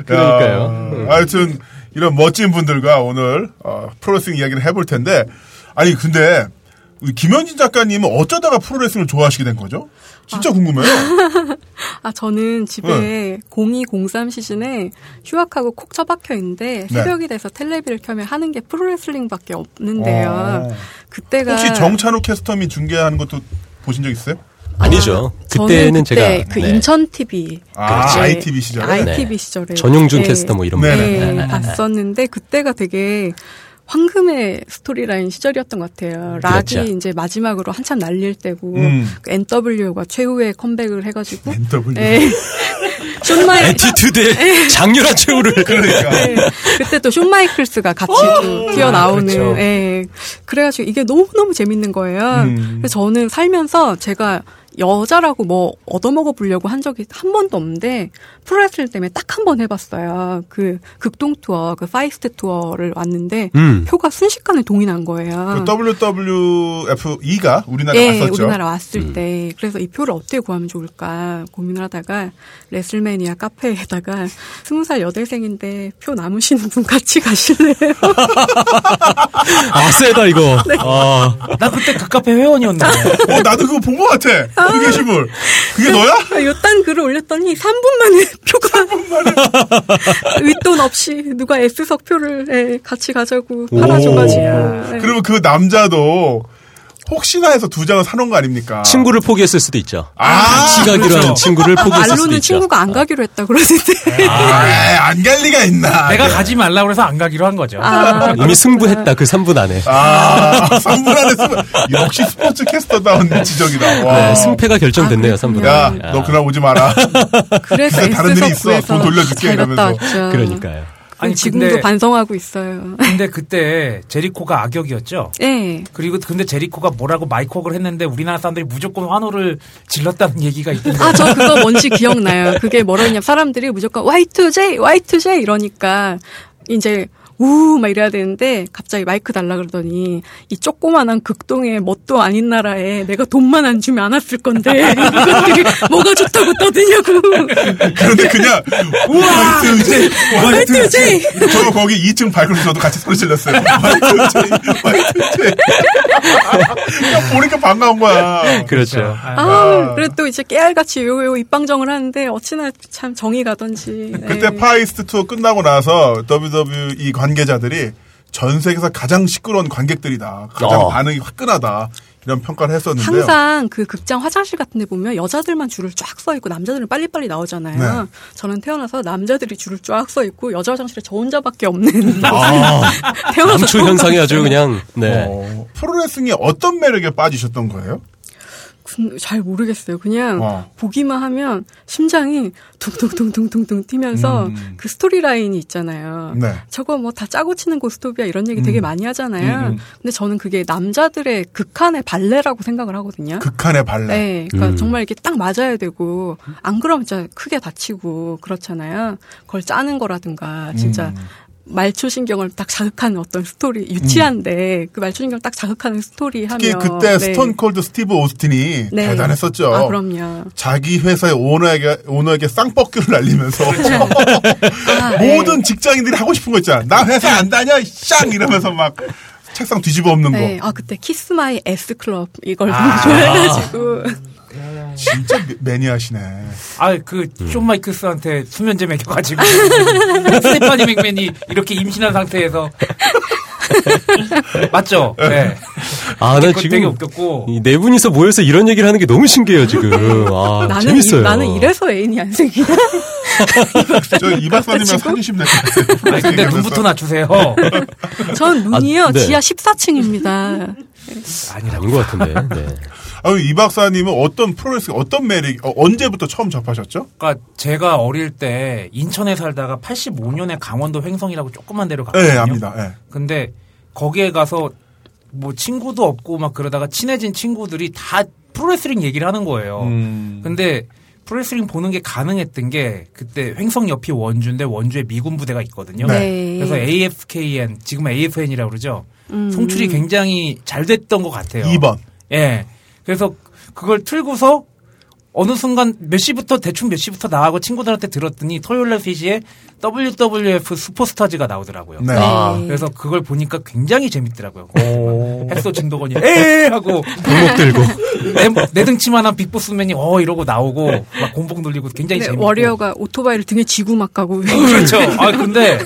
그러니까요. 야, 아, 하여튼 이런 멋진 분들과 오늘 어, 프로레슬링 이야기를 해볼 텐데 아니 근데 우리 김현진 작가님은 어쩌다가 프로레슬링을 좋아하시게 된 거죠? 진짜 궁금해요. 아, 저는 네. 집에 0203 시즌에 휴학하고 콕 처박혀 네. 있는데 새벽이 돼서 텔레비를 켜면 하는 게 프로레슬링밖에 없는데요. 어. 그때가 혹시 정찬우 캐스터미 중계하는 것도 보신 적 있어요? 아니죠. 저는 그때는 그때 제가 그 네. 인천 TV 아, 그때 ITV 시절에? ITV 네. 시절에 전용준 네. 캐스터 뭐 이런 네. 분. 네. 네, 봤었는데 그때가 되게 황금의 스토리라인 시절이었던 것 같아요. 락이 그렇죠. 이제 마지막으로 한참 날릴 때고 음. 그 NWO가 최후의 컴백을 해가지고 NW. 네. 쇼마이 에티튜드의 장렬한 최후를 그러니까. 네. 그때 또 쇼마이클스가 같이 또 튀어나오는. 아, 그렇죠. 예. 그래가지고 이게 너무너무 재밌는 거예요. 음. 그래서 저는 살면서 제가 여자라고 뭐 얻어먹어 보려고 한 적이 한 번도 없는데 프로레슬링 때문에 딱 한 번 해봤어요. 그 극동 투어, 그 파이스트 투어를 왔는데 음. 표가 순식간에 동이 난 거예요. 그 WWF2가 우리나라에 예, 왔었죠. 음. 우리나라 왔을 때 그래서 이 표를 어떻게 구하면 좋을까 고민을 하다가 레슬매니아 카페에다가 스무 살 여대생인데 표 남으시는 분 같이 가실래요? 아 세다 이거. 네. 아, 나 그때 그 카페 회원이었는데. 어, 나도 그거 본 것 같아. 그 게시물. 그게 네. 너야? 아, 요딴 글을 올렸더니 3분 만에 표가 윗돈 없이 누가 S석 표를 예, 같이 가자고 팔아줘가지고 예. 그러면 그 남자도 혹시나 해서 두 장을 사놓은 거 아닙니까? 친구를 포기했을 수도 있죠. 아, 같이 가기로 그렇죠. 하는 친구를 포기했을 수도 말로는 있죠. 친구가 안 가기로 했다 그러는데 아, 안갈 리가 있나. 내가 가지 말라 그래서 안 가기로 한 거죠. 아, 이미 승부했다 그 3분 안에. 아, 3분 안에 승부. 역시 스포츠 캐스터다운 지적이다. 아. 와. 네, 승패가 결정됐네요 3분 야, 안에. 아, 너 그날 오지 마라. 그래서 다른 일이 S석 있어. 구에서 돈 돌려줄게, 잘 갔다 이러면서. 왔죠. 아, 그러니까요. 아니, 지금도 근데- 반성하고 있어요. 근데 그때 제리코가 악역이었죠. 네. 그리고 근데 제리코가 뭐라고 마이크업을 했는데 우리나라 사람들이 무조건 환호를 질렀다는 얘기가 있던데. 아, 저 그거 뭔지 기억나요. 그게 뭐라냐면 사람들이 무조건 Y2J, Y2J 이러니까 이제 우, 막 이래야 되는데 갑자기 마이크 달라 그러더니 이 조그만한 극동의 뭣도 아닌 나라에 내가 돈만 안 주면 안 왔을 건데 이것들이 뭐가 좋다고 떠드냐고. 그런데 그냥 우와 이제 화이트 제이! 저 거기 2층 발걸음 저도 같이 소리 질렀어요. 화이트 제이, 화이트 제이. 그냥 보니까 반가운 거야. 그렇죠. 아, 그래도 또 이제 깨알같이 요, 요 입방정을 하는데 어찌나 참 정이 가던지. 네. 그때 파이스트 투어 끝나고 나서 WWE 관계자들이 전 세계에서 가장 시끄러운 관객들이다. 가장 어. 반응이 화끈하다. 이런 평가를 했었는데요. 항상 그 극장 화장실 같은 데 보면 여자들만 줄을 쫙 서 있고 남자들은 빨리빨리 나오잖아요. 네. 저는 태어나서 남자들이 줄을 쫙 서 있고 여자 화장실에 저 혼자밖에 없는 아, 태어나서 감추 처음 현상이 아주 그냥 네. 어, 프로레슬링이 어떤 매력에 빠지셨던 거예요? 군- 잘 모르겠어요. 그냥 어. 보기만 하면 심장이 둥둥둥둥둥둥 뛰면서 그 스토리 라인이 있잖아요. 음. 네. 음. 저거 뭐 다 짜고 치는 고스톱이야 이런 얘기 되게 많이 하잖아요. 근데 저는 그게 남자들의 극한의 발레라고 생각을 하거든요. 극한의 발레. 네, 그러니까 음. 정말 이게 딱 맞아야 되고 안 그러면 진짜 크게 다치고 그렇잖아요. 그걸 짜는 거라든가 진짜 음. 말초 신경을 딱 자극하는 어떤 스토리 유치한데 그 말초 신경 을딱 자극하는 스토리 하면 음. 특히 네. 그때 스톤 콜드 스티브 오스틴이 네. 대단했었죠. 아 그럼요. 자기 회사의 오너에게 오너에게 쌍뻑규를 날리면서 아, 그렇죠. 네. 모든 직장인들이 하고 싶은 거 있잖아. 나 회사 안 다녀. 쌍 이러면서 막 책상 뒤집어 엎는 거. 네, 아 그때 키스 마이 S 클럽 이걸 아. 좋아해가지고 진짜 매- 매니아시네. 아, 그, 음. 존 마이크스한테 수면제 먹여가지고. 스테파니 맥맨이 이렇게 임신한 상태에서. 맞죠? 네. 아, 나 그거 되게 지금 웃겼고. 이 네 분이서 모여서 이런 얘기를 하는 게 너무 신기해요, 지금. 아, 나는 재밌어요. 이, 나는 이래서 애인이 안 생기다. 저 이 박사님이랑 사귀시면 될 것 같아요. 네, 아니, 근데 눈부터 낮추세요. 그러니까 전 눈이요 아, 네. 지하 14층입니다. 아닌 것 같은데. 네. 아유, 이 박사님은 어떤 프로레스, 어떤 매력, 어, 언제부터 처음 접하셨죠? 그러니까 제가 어릴 때 인천에 살다가 85년에 강원도 횡성이라고 조그만 데로 예, 갔거든요. 압니다. 예. 근데 거기에 가서 뭐 친구도 없고 막 그러다가 친해진 친구들이 다 프로레슬링 얘기를 하는 거예요. 근데 프로레슬링 보는 게 가능했던 게 그때 횡성 옆이 원주인데 원주에 미군 부대가 있거든요. 네. 그래서 AFKN 지금 AFN이라고 그러죠. 송출이 굉장히 잘 됐던 것 같아요. 2번. 예. 그래서 그걸 틀고서 어느 순간 몇 시부터 대충 몇 시부터 나하고 친구들한테 들었더니 토요일 날 3시에 WWF 슈퍼스타즈가 나오더라고요. 네. 아, 네. 그래서 그걸 보니까 굉장히 재밌더라고요. 햇소 진도건이 에 하고 골목 들고. 내, 내 등치만한 빅보스맨이 어 이러고 나오고 막 공복 놀리고 굉장히 근데 재밌고 네, 워리어가 오토바이를 등에 쥐고 막 가고 그렇죠. 아 근데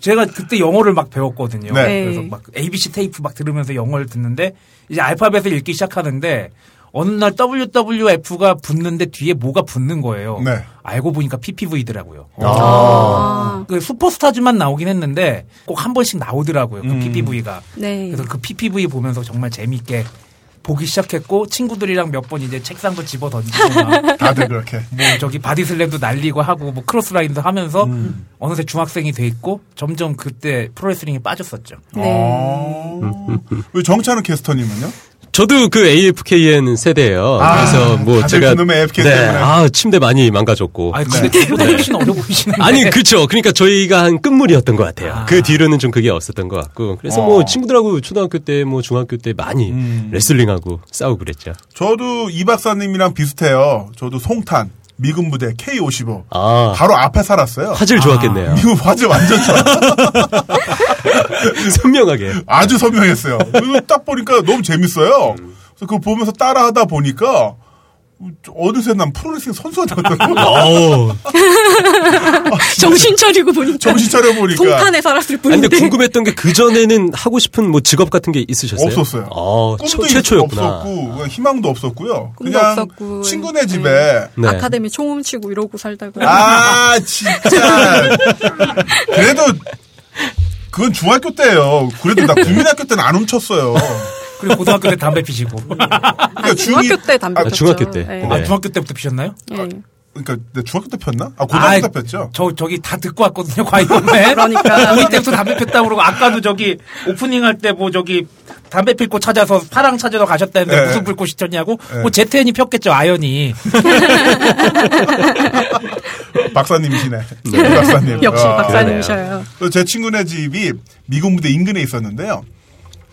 제가 그때 영어를 막 배웠거든요. 네. 그래서 막 ABC 테이프 막 들으면서 영어를 듣는데 이제 알파벳을 읽기 시작하는데 어느 날 WWF가 붙는데 뒤에 뭐가 붙는 거예요. 네. 알고 보니까 PPV더라고요. 아. 그 슈퍼스타즈만 나오긴 했는데 꼭 한 번씩 나오더라고요. 음. 그 PPV가. 네. 그래서 그 PPV 보면서 정말 재밌게 보기 시작했고 친구들이랑 몇 번 이제 책상도 집어 던지고 막 다들 그렇게. 뭐 저기 바디슬램도 날리고 하고 뭐 크로스라인도 하면서 음. 어느새 중학생이 돼 있고 점점 그때 프로레슬링에 빠졌었죠. 네. 우리 어. 정찬우 캐스터님은요? 저도 그 AFKN 세대예요. 아, 그래서 뭐 다들 제가 그놈의 AFKN 네, 때문에. 아 침대 많이 망가졌고. 아 네. 근데 그보다 훨씬 어려 보이시는데. 아니 그쵸. 그러니까 저희가 한 끝물이었던 것 같아요. 그 뒤로는 좀 그게 없었던 것 같고. 그래서 어. 음. 뭐 친구들하고 초등학교 때 뭐 중학교 때 많이 레슬링하고 싸우고 그랬죠. 저도 이 박사님이랑 비슷해요. 저도 송탄, 미군 부대 K55. 아. 바로 앞에 살았어요. 화질 좋았겠네요. 이거 화질 완전 좋아. 선명하게. 아주 선명했어요. 이거 딱 보니까 너무 재밌어요. 그래서 그거 보면서 따라하다 보니까 어느새 난 프로레슬링 선수가 아, 되었더라고요. 어우. 정신 차리고 보니까 정신 차려보니까. 동탄에 살았을 아니, 뿐인데 근데 궁금했던 게 그전에는 하고 싶은 뭐 직업 같은 게 있으셨어요? 없었어요. 어, 꿈도 최, 최초였구나. 없었고 그냥 희망도 없었고요. 꿈도 그냥 없었고. 음. 친구네 집에 네. 아카데미 총음 치고 이러고 살다가 아 진짜 그래도 그건 중학교 때예요. 그래도 나 국민학교 때는 안 훔쳤어요. 그리고 고등학교 때 담배 피시고. 그러니까 중학교 때 담배 아, 폈죠. 중학교 때. 네. 네. 아 중학교 때부터 피셨나요? 네. 그러니까 내 중학교 때 폈나? 아 고등학교 아이, 때 폈죠. 저 저기 다 듣고 왔거든요. 과이원맨. 그러니까. 우리 때부터 담배 폈다 그러고 아까도 저기 오프닝 할 때 뭐 저기 담배 필고 찾아서 파랑 찾으러 가셨다는데 예. 무슨 불꽃이 쳤냐고. 예. 뭐 제트엔이 폈겠죠 아연이. 박사님이시네. 박사님. 역시 아. 박사님이셔요. 그래서 제 친구네 집이 미군 부대 인근에 있었는데요.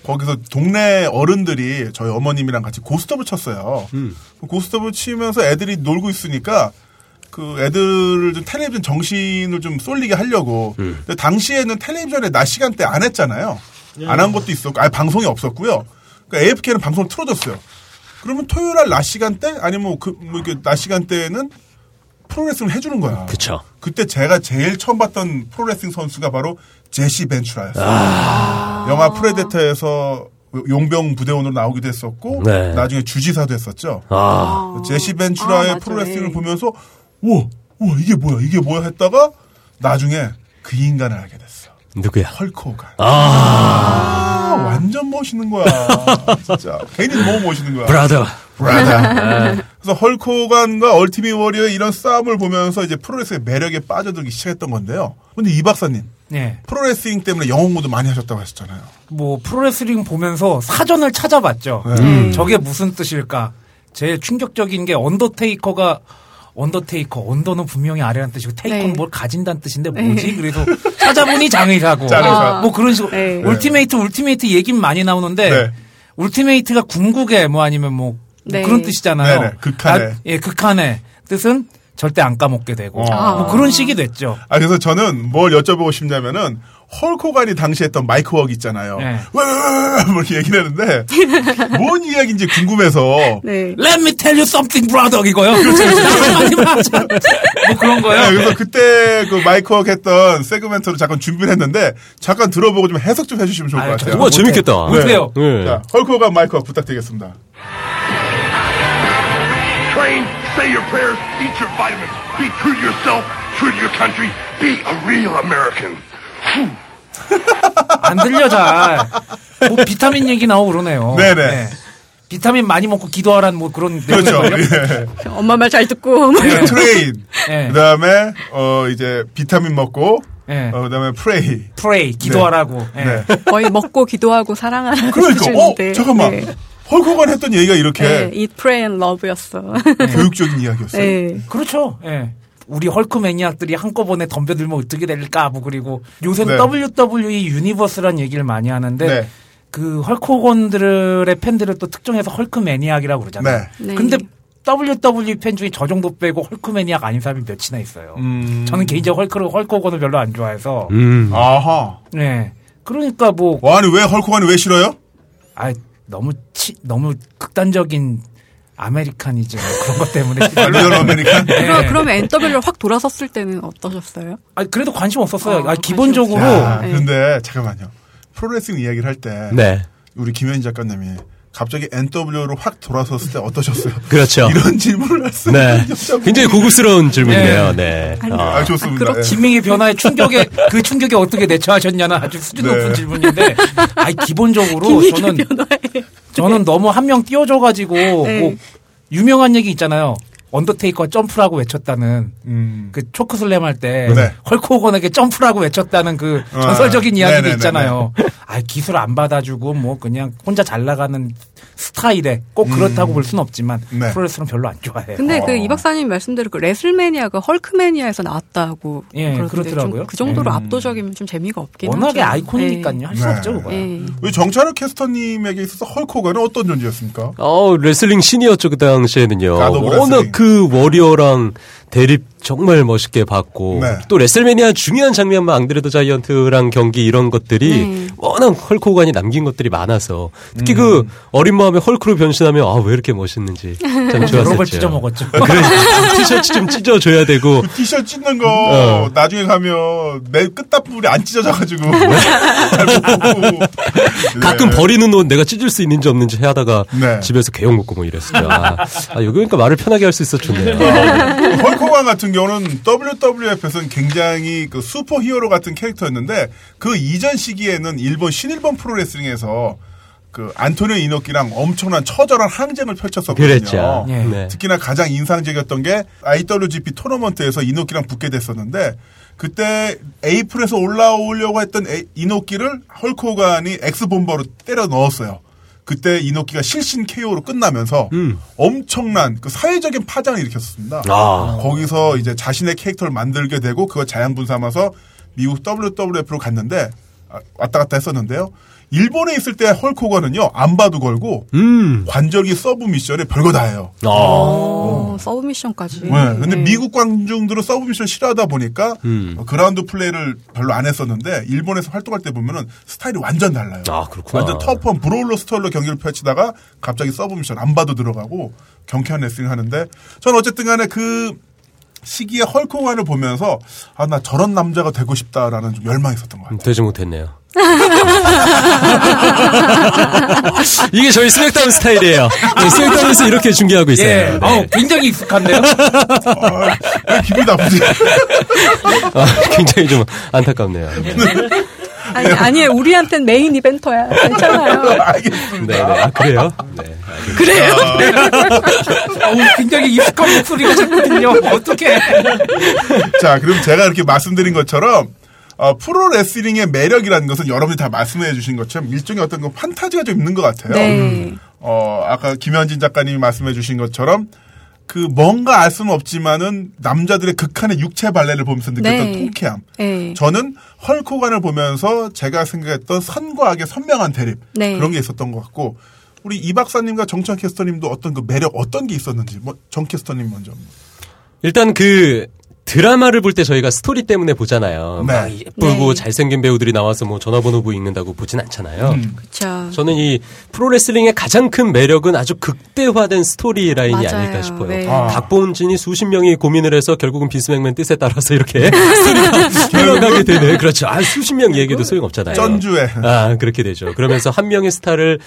거기서 동네 어른들이 저희 어머님이랑 같이 고스톱을 쳤어요. 음. 그 고스톱을 치면서 애들이 놀고 있으니까 그 애들을 좀 텔레비전 정신을 좀 쏠리게 하려고. 음. 근데 당시에는 텔레비전에 낮 시간대 안 했잖아요. 안 한 것도 있었고, 아예 방송이 없었고요. 그러니까 AFK는 방송을 틀어줬어요. 그러면 토요일 날 낮 시간대 아니면 그, 뭐 이렇게 낮 시간대에는 프로레슬링을 해주는 거야. 그쵸. 그때 제가 제일 처음 봤던 프로레슬링 선수가 바로 제시 벤츄라였어요. 아. 영화 프레데터에서 용병 부대원으로 나오기도 했었고 네. 나중에 주지사도 했었죠. 아, 제시 벤츄라의 아, 맞아요. 프로레슬링을 보면서 우와 우와 이게 뭐야 이게 뭐야 했다가 나중에 그 인간을 알게 됐어. 누구야? 헐크 호간. 아, 완전 멋있는 거야. 진짜 괜히 너무 멋있는 거야. 브라더. 브라더. 네. 그래서 헐코간과 얼티밋 워리어의 이런 싸움을 보면서 이제 프로레슬의 매력에 빠져들기 시작했던 건데요. 근데 이 박사님 예. 프로레슬링 때문에 영어 공부도 많이 하셨다고 하셨잖아요. 뭐 프로레슬링 보면서 사전을 찾아봤죠. 네. 음. 저게 무슨 뜻일까? 제일 충격적인 게 언더테이커가 언더테이커 언더는 분명히 아래라는 뜻이고 테이커는 네. 뭘 가진다는 뜻인데 뭐지? 그래서 찾아보니 장의사고 장의사. 뭐 그런 식으로 네. 울티메이트 울티메이트 얘긴 많이 나오는데 네. 울티메이트가 궁극에 뭐 아니면 뭐 네. 그런 뜻이잖아요. 네네, 극한의. 나- 예 극한의 뜻은 절대 안 까먹게 되고 어. 뭐 그런 식이 됐죠. 아, 그래서 저는 뭘 여쭤보고 싶냐면은 헐코간이 당시 했던 마이크 워크 있잖아요. 네. 왜왜왜왜 뭐 이렇게 얘기를 했는데 뭔 이야기인지 궁금해서 네. Let me tell you something, brother 이거요. 그렇죠, 아, 뭐 그런 거요. 네, 그래서 그때 그 마이크 워크 했던 세그멘트로 잠깐 준비를 했는데 잠깐 들어보고 좀 해석 좀 해주시면 좋을 것 아유, 같아요. 우와, 재밌겠다. 네. 못해요. 네. 자, 헐코간 마이크 워크 부탁드리겠습니다. Train, say your prayers, eat your vitamins, be true to yourself, true to your country, be a real American. 안 들려 잘. 뭐 비타민 얘기 나오고 그러네요. 네네. 비타민 많이 먹고 기도하라는 뭐 그런 그렇죠. 네. 내용이에요. 예. 엄마 말 잘 듣고 네. 뭐 이런. 트레인. 네. 예. 그다음에 어 이제 비타민 먹고 예. 네. 어, 그다음에 프레이. 프레이 기도하라고. 예. 네. 거의 먹고 기도하고 사랑하는 그러니까 어 수준인데. 잠깐만 그렇죠. 네. 헐크호간 했던 얘기가 이렇게 네, Eat, Pray and Love였어. 교육적인 이야기였어요. 네. 그렇죠. 예. 우리 헐크 매니악들이 한꺼번에 덤벼들면 어떻게 될까 뭐 그리고 요새 네. 는 WWE 유니버스란 얘기를 많이 하는데 네. 그 헐크호건들의 팬들을 또 특정해서 헐크 매니악이라고 그러잖아요. 네. 네. 근데 WWE 팬 중에 저 정도 빼고 헐크 매니악 아닌 사람이 몇이나 있어요. 저는 개인적으로 헐크를 헐크호건을 별로 안 좋아해서 음. 아하. 네. 그러니까 뭐 와, 아니 왜 헐크호간이 왜 싫어요? 아 너무 치, 너무 극단적인 아메리칸이즘 그런 것 때문에 네. 리얼 아메리칸. 그럼, 그럼 NW를 확 돌아섰을 때는 어떠셨어요? 아 그래도 관심 없었어요. 어, 아, 기본적으로 야, 네. 근데 잠깐만요. 프로레슬링 이야기를 할 때 네. 우리 김현희 작가님이 갑자기 NW로 확 돌아섰을 때 어떠셨어요? 그렇죠. 이런 질문을 했어요. 네. 굉장히 고급스러운 질문이네요. 네. 아, 아, 좋습니다. 아, 그렇지. 진명의 변화의 충격에 그 충격에 어떻게 대처하셨냐는 아주 수준 높은 네. 질문인데 아 기본적으로 김희기 네. 저는 변호해. 저는 너무 한 명 띄워줘 가지고 네. 뭐 유명한 얘기 있잖아요. 언더테이커 점프라고 외쳤다는 그 초크슬램 할 때 음. 네. 헐크호건에게 점프라고 외쳤다는 그 아, 전설적인 이야기도 네네네네. 있잖아요. 아 기술 안 받아주고 뭐 그냥 혼자 잘 나가는 스타일에 꼭 그렇다고 볼 순 없지만 음. 네. 프로레슬은 별로 안 좋아해요. 근데 그 이 박사님 말씀대로 그 레슬매니아가 헐크매니아에서 나왔다고 예, 그러던데 좀 그렇더라고요. 그 정도로 음. 압도적이면 좀 재미가 없긴 워낙에 하죠. 아이콘이니까요. 음. 할 수 네. 없죠 그거. 예. 는 예. 우리 정찬호 캐스터님에게 있어서 헐크호간은 어떤 존재였습니까? 어, 레슬링 신이었죠, 그 당시에는요. 가드 오브 레슬링. 워낙 그 워리어랑 대립 정말 멋있게 봤고, 네. 또 레슬매니아 중요한 장면만 앙드레드 자이언트랑 경기 이런 것들이 워낙 헐크호간이 남긴 것들이 많아서, 특히 그 어린 마음에 헐크로 변신하면, 아, 왜 이렇게 멋있는지 참 아, 여러번 좋았었죠. 찢어 먹었죠. 아, 그래, 티셔츠 좀 찢어줘야 되고, 그 티셔츠 찢는 네. 거 나중에 가면 내 끝단부분이 안 찢어져가지고 잘못 보고 네. 가끔 네. 버리는 옷 내가 찢을 수 있는지 없는지 하다가 네. 집에서 개욕 먹고 뭐 이랬어요. 아, 아, 여기 오니까 말을 편하게 할 수 있어 좋네요. 헐크호간 같은 경우는 WWF에서는 굉장히 그 슈퍼 히어로 같은 캐릭터였는데 그 이전 시기에는 일본 신일본 프로레슬링에서 그 안토니오 이노키랑 엄청난 처절한 항쟁을 펼쳤었거든요. 그랬죠. 예. 네. 특히나 가장 인상적이었던 게 IWGP 토너먼트에서 이노키랑 붙게 됐었는데 그때 에이프에서 올라오려고 했던 에- 이노키를 헐크 호간이 엑스본버로 때려 넣었어요. 그때 이노키가 실신 KO로 끝나면서 엄청난 그 사회적인 파장을 일으켰습니다. 음. 아. 거기서 이제 자신의 캐릭터를 만들게 되고 그걸 자양분 삼아서 미국 WWF로 갔는데 아, 왔다 갔다 했었는데요. 일본에 있을 때 헐크 호건은요 안 봐도 걸고 음. 관절기 서브 미션에 별거 다 해요. 아. 어, 서브미션까지. 네. 근데 미국 관중들은 서브 미션 싫어하다 보니까 음. 어, 그라운드 플레이를 별로 안 했었는데 일본에서 활동할 때 보면은 스타일이 완전 달라요. 아, 그렇구나. 완전 터프한 브롤러 스타일로 경기를 펼치다가 갑자기 서브 미션 안 봐도 들어가고 경쾌한 레슬링 하는데 전 어쨌든 간에 그 시기에 헐크 호간을 보면서 아 나 저런 남자가 되고 싶다라는 좀 열망이 있었던 것 같아요. 음, 되지 못했네요. 이게 저희 스맥다운 스타일이에요. 네, 스맥다운에서 이렇게 중계하고 있어요. 예. 네. 어, 굉장히 익숙한데요? 아, 왜 기분이 나쁘지? 아, 굉장히 좀 안타깝네요. 네, 아니, 아니에요. 우리한텐 메인 이벤터야. 괜찮아요. 네, 네. 아, 그래요? 네. 그래요? 어우, 굉장히 익숙한 목소리가 자꾸 들려. 어떡해. 자, 그럼 제가 이렇게 말씀드린 것처럼 어, 프로 레슬링의 매력이라는 것은 여러분이 다 말씀해 주신 것처럼 일종의 어떤 그 판타지가 좀 있는 것 같아요. 네. 어, 아까 김현진 작가님이 말씀해 주신 것처럼 그 뭔가 알 수는 없지만은 남자들의 극한의 육체 발레를 보면서 느꼈던 네. 통쾌함. 네. 저는 헐크호간을 보면서 제가 생각했던 선과 악의 선명한 대립 네. 그런 게 있었던 것 같고 우리 이 박사님과 정찬 캐스터님도 어떤 그 매력 어떤 게 있었는지 뭐 정 캐스터님 먼저 일단 그 드라마를 볼 때 저희가 스토리 때문에 보잖아요. 네. 막 예쁘고 네. 잘생긴 배우들이 나와서 뭐 전화번호부 읽는다고 보진 않잖아요. 그쵸. 저는 이 프로레슬링의 가장 큰 매력은 아주 극대화된 스토리 라인이 맞아요. 아닐까 싶어요. 네. 아. 각본진이 수십 명이 고민을 해서 결국은 빈스맥맨 뜻에 따라서 이렇게 스토리가 흘러가게 되는 그렇죠. 아, 수십 명 얘기도 소용없잖아요. 전주에. 아, 그렇게 되죠. 그러면서 한 명의 스타를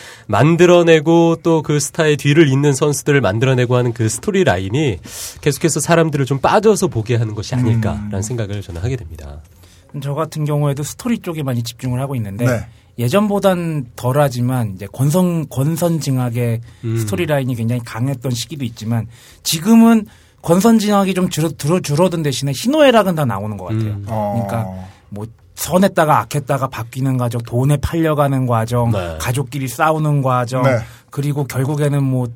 만들어내고 또 그 스타의 뒤를 잇는 선수들을 만들어내고 하는 그 스토리 라인이 계속해서 사람들을 좀 빠져서 보게 하는 것이 음. 아닐까라는 생각을 저는 하게 됩니다. 저 같은 경우에도 스토리 쪽에 많이 집중을 하고 있는데 네. 예전보단 덜하지만 이제 건선 건선징악의 음. 스토리 라인이 굉장히 강했던 시기도 있지만 지금은 건선징악이 좀 줄어 들어 줄어든 대신에 희노애락은 다 나오는 것 음. 같아요. 어. 그러니까 뭐 선했다가 악했다가 바뀌는 과정, 돈에 팔려가는 과정, 네. 가족끼리 싸우는 과정, 네. 그리고 결국에는 뭐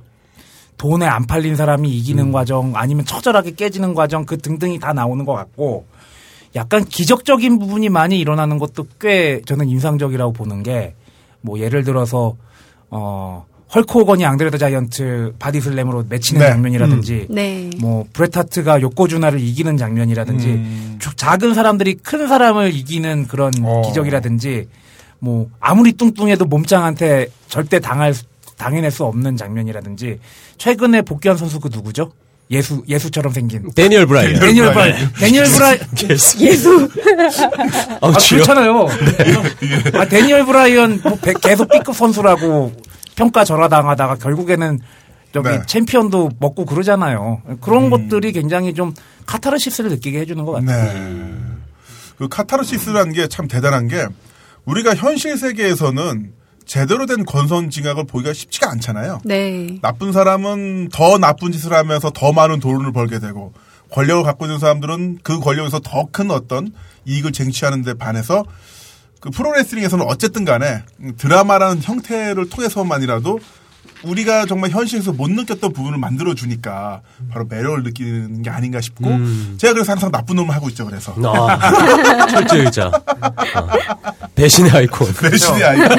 돈에 안 팔린 사람이 이기는 음. 과정 아니면 처절하게 깨지는 과정 그 등등이 다 나오는 것 같고 약간 기적적인 부분이 많이 일어나는 것도 꽤 저는 인상적이라고 보는 게 뭐 예를 들어서 어 헐크 호건이 앙드레드 자이언트 바디슬램으로 맺히는 네. 장면이라든지 네. 뭐 브레타트가 요코주나를 이기는 장면이라든지 조- 작은 사람들이 큰 사람을 이기는 그런 어. 기적이라든지 뭐 아무리 뚱뚱해도 몸짱한테 절대 당할 수- 당해낼 수 없는 장면이라든지 최근에 복귀한 선수 그 누구죠? 예수 예수처럼 생긴 데니얼 브라이언. 데니얼 브라이 데니얼 브라이 예수. 아, 아, 지요. 그렇잖아요. 아, 데니얼 브라이언 뭐 배- 계속 B급 선수라고 평가 절하당하다가 결국에는 저기 네. 챔피언도 먹고 그러잖아요. 그런 것들이 굉장히 좀 카타르시스를 느끼게 해주는 것 같아요. 네. 그 카타르시스라는 게 참 대단한 게 우리가 현실 세계에서는 제대로 된 건선징악을 보기가 쉽지가 않잖아요. 네. 나쁜 사람은 더 나쁜 짓을 하면서 더 많은 돈을 벌게 되고 권력을 갖고 있는 사람들은 그 권력에서 더 큰 어떤 이익을 쟁취하는 데 반해서 그 프로레슬링에서는 어쨌든 간에 드라마라는 형태를 통해서만이라도 우리가 정말 현실에서 못 느꼈던 부분을 만들어 주니까 바로 매력을 느끼는 게 아닌가 싶고 제가 그래서 항상 나쁜 놈을 하고 있죠 그래서 아, 철제 의자. 아, 배신의 아이콘. 배신이 아니고.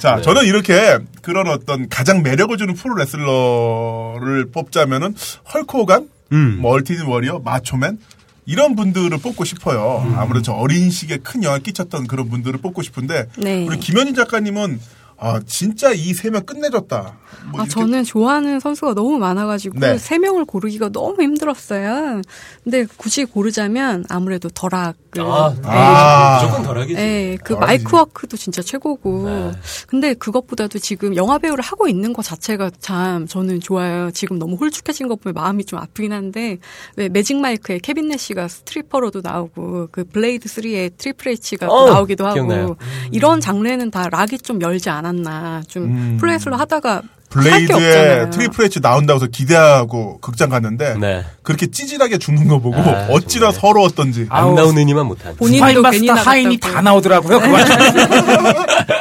자, 네. 저는 이렇게 그런 어떤 가장 매력을 주는 프로 레슬러를 뽑자면은 헐크호간, 음. 뭐 얼티드 워리어, 마초맨 이런 분들을 뽑고 싶어요. 음. 아무래도 저 어린 시기에 큰 영향을 끼쳤던 그런 분들을 뽑고 싶은데 네. 우리 김현진 작가님은 아 진짜 이 세 명 끝내줬다. 뭐 아, 이렇게- 저는 좋아하는 선수가 너무 많아가지고 네. 세 명을 고르기가 너무 힘들었어요. 근데 굳이 고르자면 아무래도 덜악을. 아. 네. 무조건 덜하기지. 예, 그 덜하지. 마이크 워크도 진짜 최고고. 네. 근데 그것보다도 지금 영화 배우를 하고 있는 것 자체가 참 저는 좋아요. 지금 너무 홀쭉해진 것 보면 마음이 좀 아프긴 한데 왜 매직 마이크에 케빈 내시가 스트리퍼로도 나오고 그 블레이드 3에 트리플 H가 또 어, 나오기도 하고 기억나요. 음. 이런 장르는 다 락이 좀 열지 않았나. 좀 프로레슬러 하다가 할 게 음. 블레이드에 없잖아요. 트리플 H 나온다고 해서 기대하고 극장 갔는데 네. 그렇게 찌질하게 죽는 거 보고 아, 어찌나 정말. 서러웠던지. 안 나오는 이만 못한. 본인도 괜히 스파인바스타 나갔다고. 네. 하인이 다 나오더라고요. 그 와중에.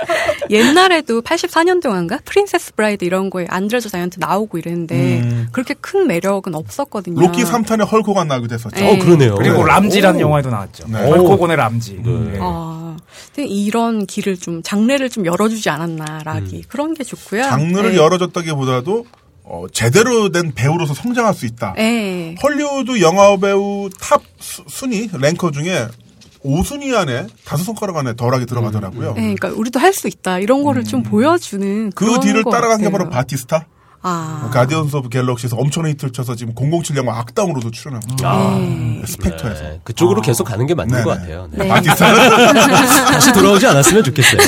옛날에도 84년도인가 프린세스 브라이드 이런 거에 안드레즈 자이언트 나오고 이랬는데 그렇게 큰 매력은 없었거든요. 음. 로키 3탄에 헐코가 나오게 됐었죠. 아. 네. 어 그러네요. 그리고 오. 람지라는 영화에도 나왔죠. 네. 헐코곤의 람지. 네. 아, 근데 이런 길을 좀 장르를 좀 열어주지 않았나 락이 그런 게 좋고요. 음. 장르를 네. 열어줬다기보다도 어, 제대로 된 배우로서 성장할 수 있다. 네. 헐리우드 영화 배우 탑 수- 순위 랭커 중에 5순위 안에 다섯 손가락 안에 덜하게 들어가더라고요. 네, 그러니까 우리도 할 수 있다 이런 거를 좀 보여주는 음. 그 그런 뒤를 것 따라간 게 같아요. 바로 바티스타. 아, 가디언스 오브 갤럭시에서 엄청난 히트를 쳐서 지금 007 영화 악당으로도 출연하고 있죠. 네. 스펙터에서. 아. 네, 그쪽으로 계속 가는 게 맞는 네네. 것 같아요. 네. 네. 바티스타는 다시 돌아오지 않았으면 좋겠어요.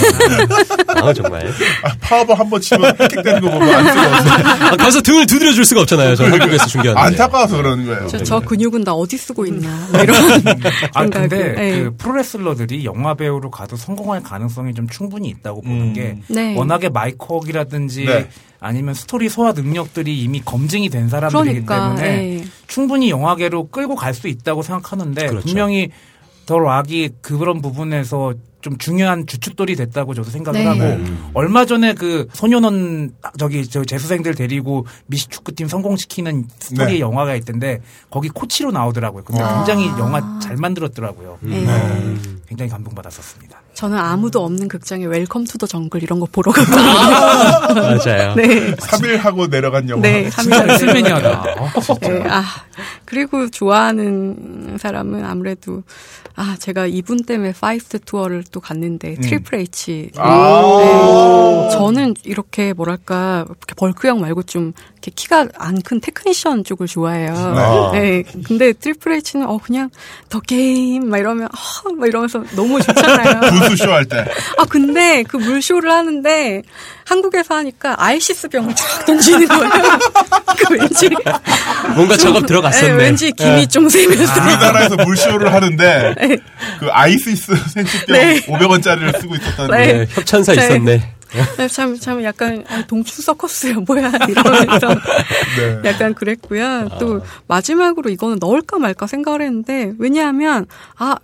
아 정말. 파워버 한 번 치면 획득되는 거 보면 안쓰러워서 아, 가서 등을 두드려 줄 수가 없잖아요. 저 한국에서 네. 중계하는. 안타까워서 그러는 거예요. 저, 저 근육은 나 어디 쓰고 있나 음. 뭐 이런 아 생각을. 근데 네. 그 프로레슬러들이 영화 배우로 가도 성공할 가능성이 좀 충분히 있다고 보는 게 네. 워낙에 마이크웍이라든지 네. 아니면 스토리 소화 능력들이 이미 검증이 된 사람들이기 그러니까, 때문에 네. 충분히 영화계로 끌고 갈 수 있다고 생각하는데 그렇죠. 분명히 더 락이 그런 부분에서 좀 중요한 주춧돌이 됐다고 저도 생각을 네. 하고 네. 얼마 전에 그 소년원 저기 저 재수생들 데리고 미식축구팀 성공시키는 스토리의 네. 영화가 있던데 거기 코치로 나오더라고요. 근데 굉장히 영화 잘 만들었더라고요. 네. 굉장히 감동받았었습니다. 저는 아무도 없는 극장에 웰컴 투 더 정글 이런 거 보러 아. 갔거든요. 맞아요. 네. 3일하고 내려간 영화. 네, 진짜 삼겹살. 슬맨이었나? 네, 아, 그리고 좋아하는 사람은 아무래도, 아, 제가 이분 때문에 파이스트 투어를 또 갔는데, 트리플 H. 네, 저는 이렇게 뭐랄까, 이렇게 벌크형 말고 좀, 이렇게 키가 안 큰 테크니션 쪽을 좋아해요. 네. 근데 트리플 H는, 어, 그냥, 더 게임, 막 이러면, 아, 막 이러면서 너무 좋잖아요. 분수쇼 할 때. 아 근데 그 물쇼를 하는데 한국에서 하니까 알시스 병을 쫙 던지는 거예요. 그 왠지 뭔가 작업 아, 들어갔었네. 예, 왠지 김이 좀 세면서 우리나라에서 물쇼를 하는데 그 아이시스 생수병 네. 500원짜리를 쓰고 있었다는 네. 네, 협찬사 네. 있었네. 참 참 약간 아, 동추 서커스야 뭐야 이러면서 약간 그랬고요. 또 아. 마지막으로 이거는 넣을까 말까 생각을 했는데 왜냐하면 아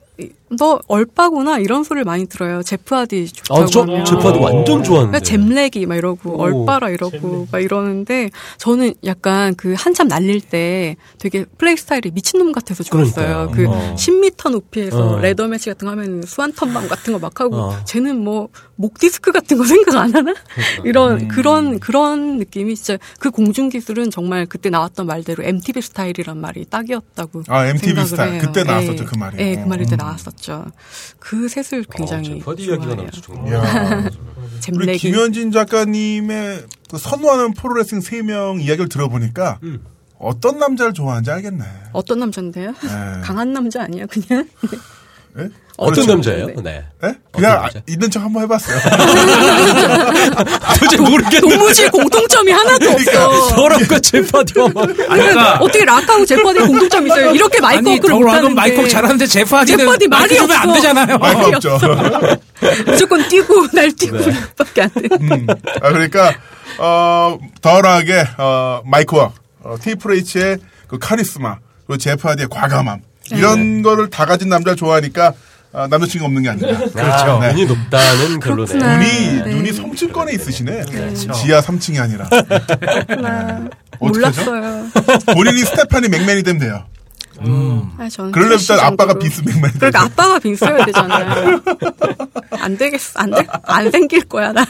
너 얼빠구나 이런 소리를 많이 들어요. 제프 하디 좋다고 아, 저 하면. 제파도 완전 그러니까 좋았는데. 잼렉이 막 이러고 오, 얼빠라 이러고 막 이러는데 저는 약간 그 한참 날릴 때 되게 플레이 스타일이 미친놈 같아서 좋았어요. 그러니까요. 그 어. 10m 높이에서 어. 레더 매치 같은 거 하면 수완턴방 같은 거 막 하고 어. 쟤는 뭐 목 디스크 같은 거 생각 안 하나? 그러니까. 이런 음. 그런 그런 느낌이 진짜 그 공중 기술은 정말 그때 나왔던 말대로 MTV 스타일이란 말이 딱이었다고 아, MTV 생각을 스타일. 해요. 그때 나왔었죠, 그 말이. 예, 그 말이 음. 그때 나왔었죠. 그 셋을 굉장히 어, 제파디 이야기가 좋아해요. 나와서 야. 정말. 우리 잼렉이 김현진 작가님의 그 선호하는 프로레슬링 3명 이야기를 들어보니까 음. 어떤 남자를 좋아하는지 알겠네. 어떤 남자인데요? 네. 강한 남자 아니야 그냥? 예? 어떤 그렇죠. 남자예요? 네. 예? 그냥 아, 남자? 있는 척 한번 해봤어요. 아, 도저히 모르겠는데. 동무실 공통점이 하나도 그러니까 없어. 더럽고 제파디와 막. 그러니까 어떻게 락하고 제퍼디 공통점이 있어요? 이렇게 아니 마이크워크를 더블락은 못하는데 마이크 잘하는데 제파디는 제파디 말이 마이크 주면 안 없어. 되잖아요. 말이 없죠. 무조건 뛰고 네. 날뛰고 밖에 안 돼. 아, 그러니까, 어, 덜하게, 어, 마이크와, 어, 테이프레이치의 그 카리스마, 그리고 제프하디의 과감함. 이런 거를 다 가진 남자를 좋아하니까, 아, 남자친구 없는 게 아니라. 그렇죠. 네. 눈이 높다는 그렇구나. 결론에. 눈이, 네. 그렇죠. 눈이 섬층권에 있으시네. 지하 3층이 아니라. 어떡하죠? 몰랐어요. 본인이 스테파니 맥맨이 되면 돼요. 아, 저는 그러려면 트래쉬 일단 아빠가 정도로. 빈스 맥맨이 돼요. 그러니까 아빠가 빈스여야 되잖아요. 안 되겠어. 안 돼. 안 생길 거야, 난.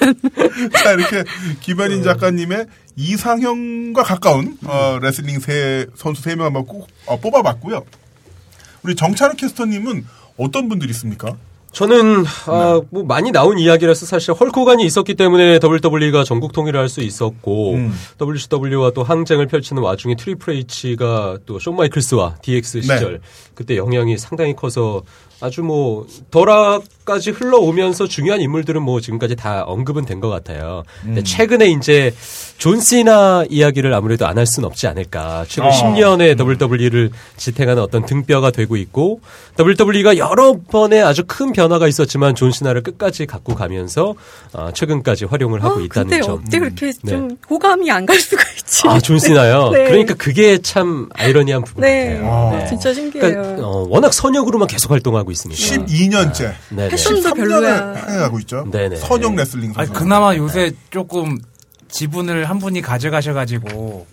자, 이렇게 김현인 작가님의 이상형과 가까운 어, 레슬링 세 선수 세 명 네. 한번 꼭, 어, 뽑아봤고요. 우리 정찬우 캐스터님은 어떤 분들이 있습니까? 저는 아, 뭐 많이 나온 이야기라서 사실 헐코간이 있었기 때문에 WWE가 전국 통일을 할 수 있었고 WCW와 또 항쟁을 펼치는 와중에 트리플 H가 또쇼 마이클스와 DX 시절 그때 영향이 상당히 커서 아주 뭐 덜화까지 흘러오면서 중요한 인물들은 뭐 지금까지 다 언급은 된 것 같아요. 근데 최근에 이제 존 시나 이야기를 아무래도 안 할 수는 없지 않을까. 최근 어. 10년의 WWE를 지탱하는 어떤 등뼈가 되고 있고 WWE가 여러 번의 아주 큰 변화가 있었지만 존 시나를 끝까지 갖고 가면서 아, 최근까지 활용을 하고 아, 있다는 근데 점. 어떻게 그렇게 네. 좀 호감이 안 갈 수가 있지? 아, 존 시나요. 네. 그러니까 그게 참 아이러니한 부분 네. 같아요. 아, 진짜 신기해요. 그러니까 어, 워낙 선역으로만 계속 활동하고 있으니까. 12년째. 네네. 패션- 도 13년을 별로야. 행해가고 있죠. 네네. 선영 레슬링 아니, 선수. 그나마 요새 조금 지분을 한 분이 가져가셔가지고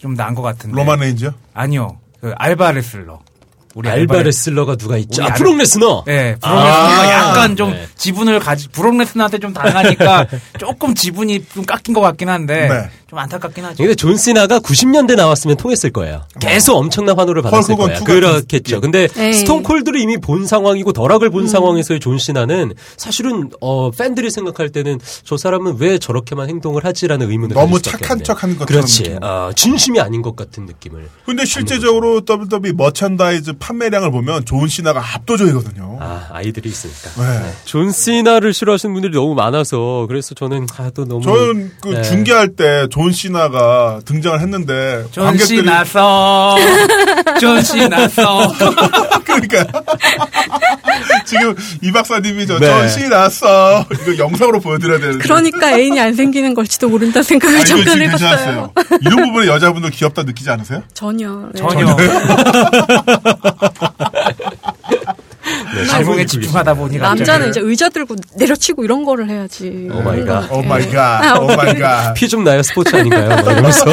좀 나은 것 같은데. 로만 레인지요? 아니요. 그 알바 레슬러. 우리 네. 알바 레슬러가 누가 있죠? 우리 아, 알- 프록 레스너. 예, 브록레스가 아. 약간 좀 네. 지분을 가지, 브록레스한테 좀 당하니까 조금 지분이 좀 깎인 것 같긴 한데 네. 좀 안타깝긴 하죠. 예, 근데 존 시나가 90년대 나왔으면 통했을 거예요. 계속 엄청난 환호를 받았을 헐크건 거예요. 어. 투 같은 그렇겠죠. 근데 에이. 스톤 콜드를 이미 본 상황이고 덜악을 본 상황에서의 존 시나는 사실은 어, 팬들이 생각할 때는 저 사람은 왜 저렇게만 행동을 하지라는 의문을 너무 가질 수밖에 착한 없네요. 척하는 것처럼 그렇지. 느낌. 아, 진심이 아닌 것 같은 느낌을. 근데 실제적으로 WWE 머천다이즈 판매량을 보면 존 시나가 압도적이거든요. 아, 아이들이 있으니까. 네. 존 시나를 싫어하시는 분들이 너무 많아서 그래서 저는 아, 또 너무 저는 음. 그 네. 중계할 때 존 시나가 등장을 했는데 존씨 나서. 존씨 나서. 그러니까 지금 이 박사님이 저 네. 존 시나서 이거 영상으로 보여드려야 되는데 그러니까 애인이 안 생기는 걸지도 모른다 생각을 아, 이거 잠깐 지금 해봤어요. 괜찮았어요. 이런 부분에 여자분들 귀엽다 느끼지 않으세요? 전혀. 네. 전혀. 네, 방송에 방송에 집중하다 보니 남자는 이제 갑자기. 의자 들고 내려치고 이런 거를 해야지. 예. 오 마이 갓. 오 마이 아, 갓, 오 마이 갓. 피 좀 나요 스포츠 아닌가요? 막 이러면서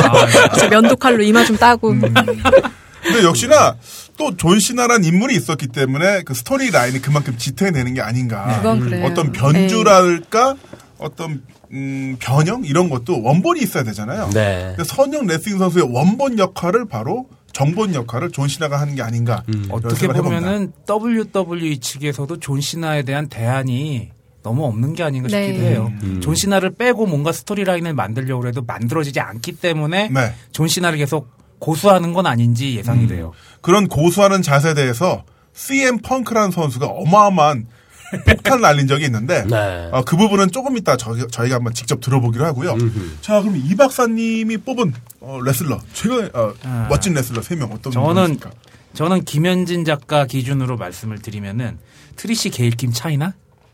그래서 면도칼로 이마 좀 따고. 음. 근데 역시나 또 존 시나란 인물이 있었기 때문에 그 스토리 라인이 그만큼 지탱되는 게 네. 아닌가. 음. 그건 그래요. 어떤 변주랄까, 어떤 음, 변형 이런 것도 원본이 있어야 되잖아요. 네. 근데 선영 레슬링 선수의 원본 역할을 바로 정본 역할을 존 시나가 하는 게 아닌가. 이런 어떻게 생각을 해봅니다. 보면은 WWE 측에서도 존 시나에 대한 대안이 너무 없는 게 아닌가 네. 싶기도 해요. 음. 존 시나를 빼고 뭔가 스토리라인을 만들려고 해도 만들어지지 않기 때문에 네. 음. 존 시나를 계속 고수하는 건 아닌지 예상이 돼요. 그런 고수하는 자세에 대해서 CM 펑크라는 선수가 어마어마한 폭탄을 날린 적이 있는데 네. 어, 그 부분은 조금 이따 저희, 저희가 한번 직접 들어보기로 하고요. 자 그럼 이 박사님이 뽑은 어, 레슬러 최근 어, 아. 멋진 레슬러 세 명 어떤 저는 분이십니까? 저는 김현진 작가 기준으로 말씀을 드리면은 트리시 게일킴 차이나?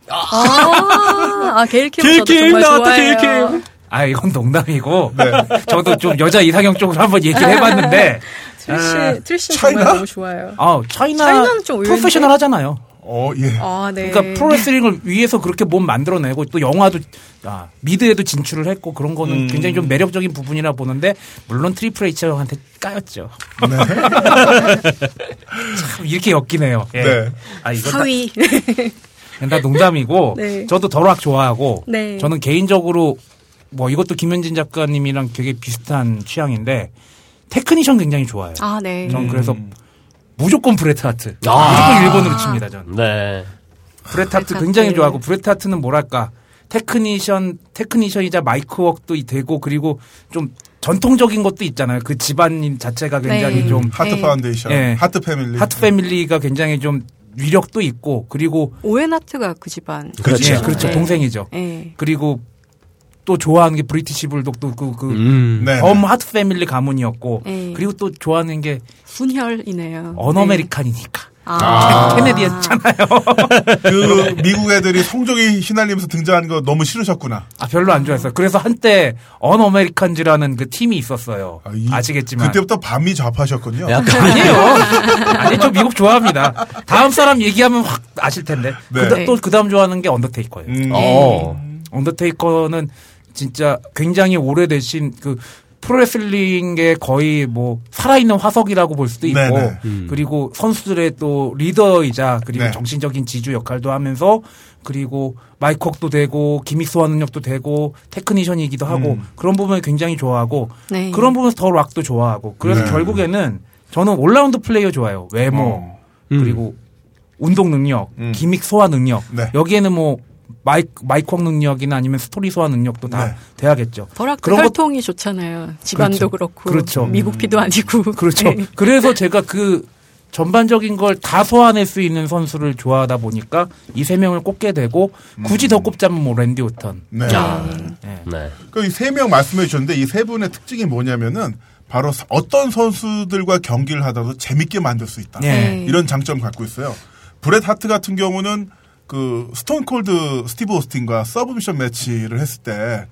아, 아 게일킴 저도 게일킴 정말 나왔다, 좋아해요. 게일킴. 아 이건 농담이고 네. 저도 좀 여자 이상형 쪽으로 한번 얘기를 해봤는데 트리시 트리시 아, 차이나? 정말 너무 좋아요. 아 차이나 차이나는 좀 의외인데? 프로페셔널 하잖아요. 어 예. 아 네. 그러니까 프로레슬링을 위해서 그렇게 몸 만들어내고 또 영화도 아, 미드에도 진출을 했고 그런 거는 굉장히 좀 매력적인 부분이라 보는데 물론 트리플 H한테 까였죠. 네. 참 이렇게 엮이네요. 예. 네. 아 이거 다, 사위. 그냥 다 농담이고 네. 저도 더락 좋아하고 네. 저는 개인적으로 뭐 이것도 김현진 작가님이랑 되게 비슷한 취향인데 테크니션 굉장히 좋아해요. 아 네. 음. 저는 그래서 무조건 브레트하트, 아. 무조건 일본으로 칩니다. 저는. 네. 브레타트 브레타트. 굉장히 좋아하고 브레타트는 뭐랄까 테크니션 테크니션이자 마이크웍도 이- 되고 그리고 좀 전통적인 것도 있잖아요. 그 집안님 자체가 굉장히 네. 좀 하트 네. 파운데이션, 예. 하트 패밀리. 하트 패밀리가 굉장히 좀 위력도 있고 그리고 오웬하트가 그 집안. 그렇죠. 예, 그렇죠 네. 동생이죠. 네. 그리고 또 좋아하는 게 브리티시 불독도 그 그 음. 네. 범 하트 패밀리 가문이었고 네. 그리고 또 좋아하는 게 훈혈이네요. 네. 언어메리칸이니까 아. 케네디였잖아요. 그 미국 애들이 성적이 휘날리면서 등장하는 거 너무 싫으셨구나. 아, 별로 안 좋아했어요. 그래서 한때 언어메리칸즈라는 그 팀이 있었어요. 아, 이- 아, 시겠지만 그때부터 밤이 좌파셨군요. 약간 아니에요. 아니 저 미국 좋아합니다. 다음 사람 얘기하면 확 아실 텐데. 네. 그다, 또 그다음 좋아하는 게 언더테이커예요. 음. 어. 언더테이커는 진짜 굉장히 오래되신 그 프로레슬링의 거의 뭐 살아있는 화석이라고 볼 수도 있고 네네. 그리고 선수들의 또 리더이자 그리고 네. 정신적인 지주 역할도 하면서 그리고 마이콕도 되고 기믹소화 능력도 되고 테크니션이기도 하고 음. 그런 부분을 굉장히 좋아하고 네. 그런 부분에서 더 네. 락도 어. 좋아하고 그래서 결국에는 저는 올라운드 플레이어 좋아요 외모 그리고 운동 능력, 기믹 소화 능력 음. 네. 여기에는 뭐 마이크 마이콩 능력이나 아니면 스토리 소화 능력도 다 네. 돼야겠죠. 버락도 그런 것- 혈통이 좋잖아요. 집안도 그렇고 음. 그렇죠. 미국 피도 아니고. 그렇죠. 네. 그래서 제가 그 전반적인 걸 다 소화낼 수 있는 선수를 좋아하다 보니까 이 세 명을 꼽게 되고 음. 굳이 더 꼽자면 뭐 랜디 오턴. 네. 예. 네. 그 세 명 말씀해 주셨는데 이 세 분의 특징이 뭐냐면은 바로 사- 어떤 선수들과 경기를 하더라도 재밌게 만들 수 있다. 예. 이런 장점 갖고 있어요. 브렛 하트 같은 경우는 그 스톤 콜드 스티브 오스틴과 서브미션 매치를 했을 때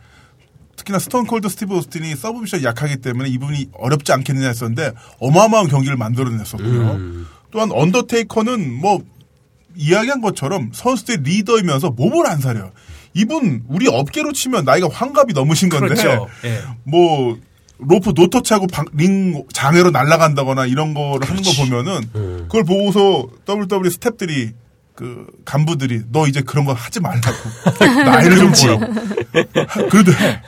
특히나 스톤 콜드 스티브 오스틴이 서브미션 약하기 때문에 이분이 어렵지 않겠느냐 했었는데 어마어마한 경기를 만들어냈었고요. 음. 또한 언더테이커는 뭐 이야기한 것처럼 선수들의 리더이면서 몸을 안 사려요. 이분 우리 업계로 치면 나이가 환갑이 넘으신 건데 그렇죠. 예. 뭐 로프 노터 차고 방- 링 장애로 날아간다거나 이런 거를 하는 거 보면은 예. 그걸 보고서 WWE 스탭들이 그 간부들이 너 이제 그런 거 하지 말라고 나이를 좀 보라고 그래도 해.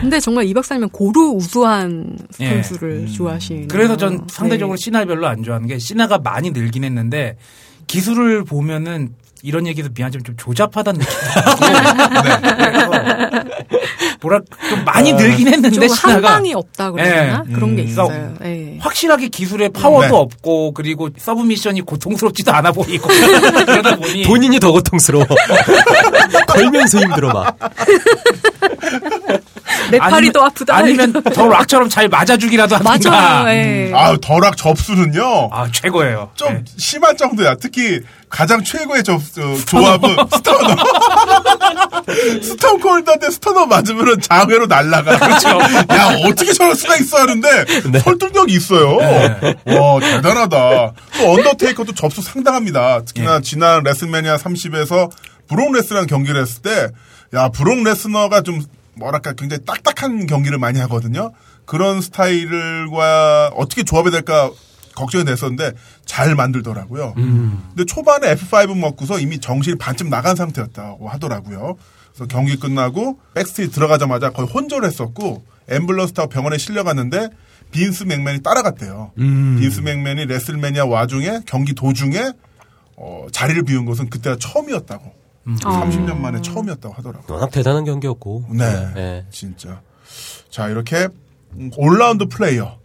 근데 정말 이박사님은 고루 우수한 예. 선수를 음. 좋아하시는. 네. 그래서 음, 전 상대적으로 시나 별로 안 좋아하는 게 시나가 많이 늘긴 했는데 기술을 보면은 이런 얘기도 미안하지만 좀 조잡하다는 느낌이 들어요. 그래서 뭐라 좀 많이 늘긴 했는데 아, 좀한 시나가 방이 없다 그러나 예. 그런 게 음. 그러니까 있어요. 예. 확실하게 기술에 파워도 네. 없고 그리고 서브미션이 고통스럽지도 않아 보이고 그러다 보니 본인이 더 고통스러워. 걸면서 힘들어 막. 내 팔이 더 아프다. 아니면 더 락처럼 잘 맞아주기라도 하든가. 맞아요. 예. 아 더락 접수는요. 아 최고예요. 좀 네. 심한 정도야. 특히 가장 최고의 저, 저 조합은 스터너. 스톤 콜드한테 스터너 맞으면 장외로 날라가. 그렇죠. 네. 야 어떻게 저럴 수가 있어 하는데 설득력이 있어요. 와 대단하다. 또 언더테이커도 접수 상당합니다. 특히나 지난 레슬매니아 30에서 브록 레스랑 경기를 했을 때 야 브록 레스너가 좀 뭐랄까 굉장히 딱딱한 경기를 많이 하거든요. 그런 스타일과 어떻게 조합이 될까 걱정이 됐었는데 잘 만들더라고요. 근데 초반에 F5 먹고서 이미 정신이 반쯤 나간 상태였다고 하더라고요. 그래서 경기 끝나고 백스트리 들어가자마자 거의 혼절했었고 앰뷸런스타고 병원에 실려갔는데 빈스 맥맨이 따라갔대요. 빈스 맥맨이 레슬매니아 와중에 경기 도중에 어, 자리를 비운 것은 그때가 처음이었다고. 30년 만에 처음이었다고 하더라고요. 워낙 대단한 경기였고. 네. 네. 진짜. 자, 이렇게 올라운드 플레이어.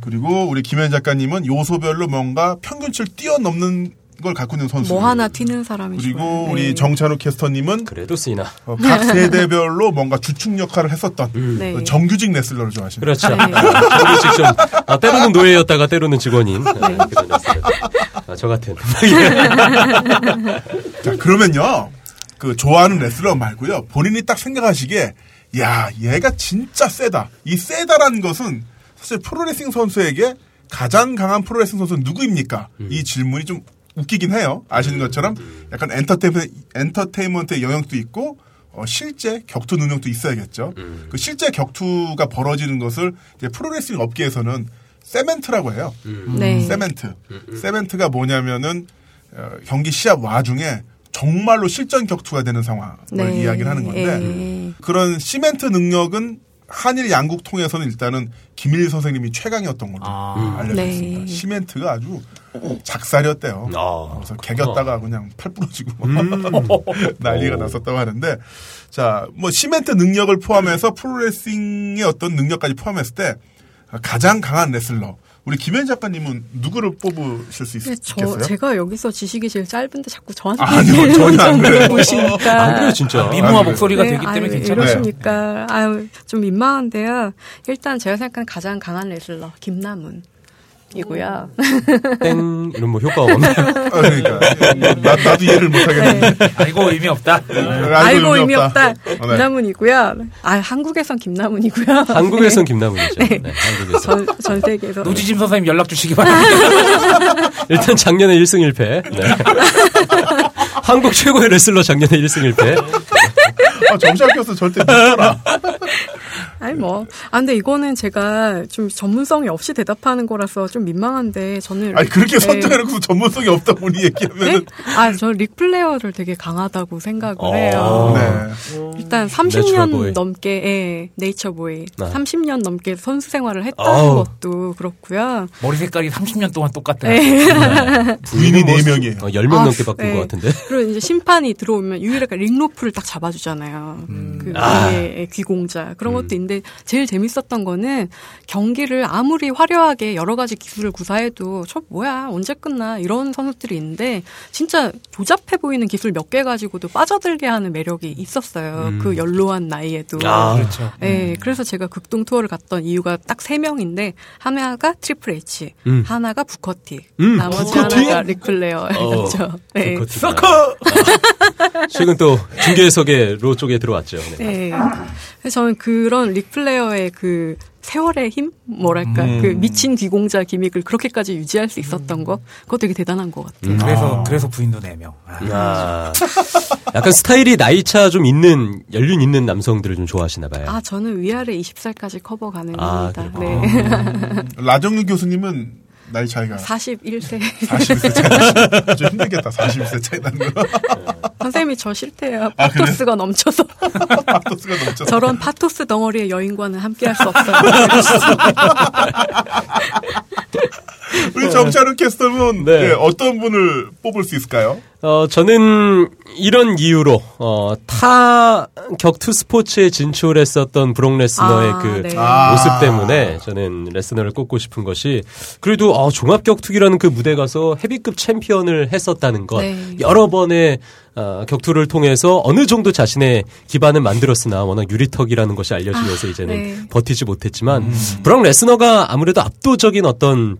그리고 우리 김현 작가님은 요소별로 뭔가 평균치를 뛰어넘는 걸 갖고 있는 선수. 뭐 하나 튀는 사람이 그리고 좋아요. 우리 네. 정찬우 캐스터님은 그래도 쓰이나. 어, 각 세대별로 뭔가 주축 역할을 했었던 네. 정규직 레슬러를 좋아하시는. 그렇죠. 네. 저도 직접 아, 때로는 노예였다가 때로는 직원인 아, 그런 역사를. 아, 저 같은. 자, 그러면요. 그 좋아하는 레슬러 말고요. 본인이 딱 생각하시기에 야, 얘가 진짜 세다. 이 세다라는 것은 사실 프로레슬링 선수에게 가장 강한 프로레슬링 선수는 누구입니까? 이 질문이 좀 웃기긴 해요. 아시는 것처럼 약간 엔터테인먼트, 엔터테인먼트의 영향도 있고 어, 실제 격투 능력도 있어야겠죠. 그 실제 격투가 벌어지는 것을 이제 프로레슬링 업계에서는 세멘트라고 해요. 네. 세멘트. 세멘트가 뭐냐면은 어, 경기 시합 와중에 정말로 실전 격투가 되는 상황을 네. 이야기를 하는 건데 예. 그런 시멘트 능력은 한일 양국 통해서는 일단은 김일 선생님이 최강이었던 걸로 알려졌습니다. 네. 시멘트가 아주 작살이었대요. 아, 그래서 개겼다가 그냥 팔 부러지고 난리가 났었다고 하는데 자 뭐 시멘트 능력을 포함해서 프로레싱의 어떤 능력까지 포함했을 때 가장 강한 레슬러 우리 김현 작가님은 누구를 뽑으실 수 있, 근데 겠어요 네, 저 제가 여기서 지식이 제일 짧은데 자꾸 저한테 아니요, 전혀 안 그래요. 안 그래요, 보시니까 진짜. 미모와 아, 그래요? 목소리가 네, 되기 때문에 아유, 괜찮아요. 이러시니까 아유 좀 민망한데요. 일단 제가 생각하는 가장 강한 레슬러 김남훈이고요. 땡 이런 뭐 효과가 없나요? 아, 그러니까 나, 나도 이해를 못하겠는데 네. 아, 이거 의미 없다. 네. 알고 의미 없다. 어, 네. 김남훈이고요. 아 한국에선 김남훈이고요. 한국에선 김남훈이죠. 네. 한국에서. 전, 전 세계에서 노지짐 선생님 연락 주시기 바랍니다. 일단 작년에 1승 1패. 네. 한국 최고의 레슬러 작년에 1승 1패. 아, 정시학교에서 절대 못 살아. 아, 아니 뭐. 아 근데 이거는 제가 좀 전문성이 없이 대답하는 거라서 좀 민망한데 저는 아니 그렇게 네. 선정해놓고 전문성이 없다 보니 네? 얘기하면은 아, 저 릭플레어를 되게 강하다고 생각을 어. 해요. 네. 일단 네이처보이. 30년 넘게 예, 네이처보이 음. 네. 30년 넘게 선수 생활을 했다는 어우. 것도 그렇고요. 머리 색깔이 30년 동안 똑같아요. 네. 음. 부인이 네 명이에요. 어, 10명 아, 넘게 바꾼 네. 것 같은데. 그리고 이제 심판이 들어오면 유일하게 링로프를 딱 잡아주잖아요. 음. 그 위에 귀공자 그런 것도 있는데 제일 재밌었던 거는 경기를 아무리 화려하게 여러 가지 기술을 구사해도 저 뭐야 언제 끝나 이런 선수들이 있는데 진짜 조잡해 보이는 기술 몇 개 가지고도 빠져들게 하는 매력이 있었어요. 그 연로한 나이에도. 음. 아, 그렇죠. 예, 그래서 제가 극동 투어를 갔던 이유가 딱 세 명인데 하나가 트리플 H, 음. 하나가 부커티, 음, 나머지 부커티? 하나가 리클레어. 그렇죠. 네. 서커! 아. 최근 또 중계석에 로 쪽에 들어왔죠. 네. 네. 그래서 저는 그런 릭플레어의 그 세월의 힘 뭐랄까 그 미친 귀공자 기믹을 그렇게까지 유지할 수 있었던 거 그거 되게 대단한 것 같아요. 그래서 그래서 부인도 4명. 아, 약간 스타일이 나이차 좀 있는, 연륜 있는 남성들을 좀 좋아하시나 봐요. 아 저는 위아래 20살까지 커버 아, 가능합니다. 그렇구나. 네. 라정윤 교수님은 나이 차이가 41세 41세 차이. 좀 힘들겠다. 41세 차이 나는 거. 선생님이 저 싫대요. 파토스가 넘쳐서 박도스가 넘쳐. 저런 파토스 덩어리의 여인과는 함께할 수 없어요. 우리 정찬우 캐스터는 네. 네, 어떤 분을 뽑을 수 있을까요? 어, 저는 이런 이유로, 어, 타 격투 스포츠에 진출했었던 브록 레스너의 아, 그 네. 아. 모습 때문에 저는 레스너를 꼽고 싶은 것이 그래도 어, 종합 격투기라는 그 무대 가서 헤비급 챔피언을 했었다는 것 네. 여러 번의 어, 격투를 통해서 어느 정도 자신의 기반은 만들었으나 워낙 유리턱이라는 것이 알려지면서 아, 이제는 네. 버티지 못했지만 브록 레스너가 아무래도 압도적인 어떤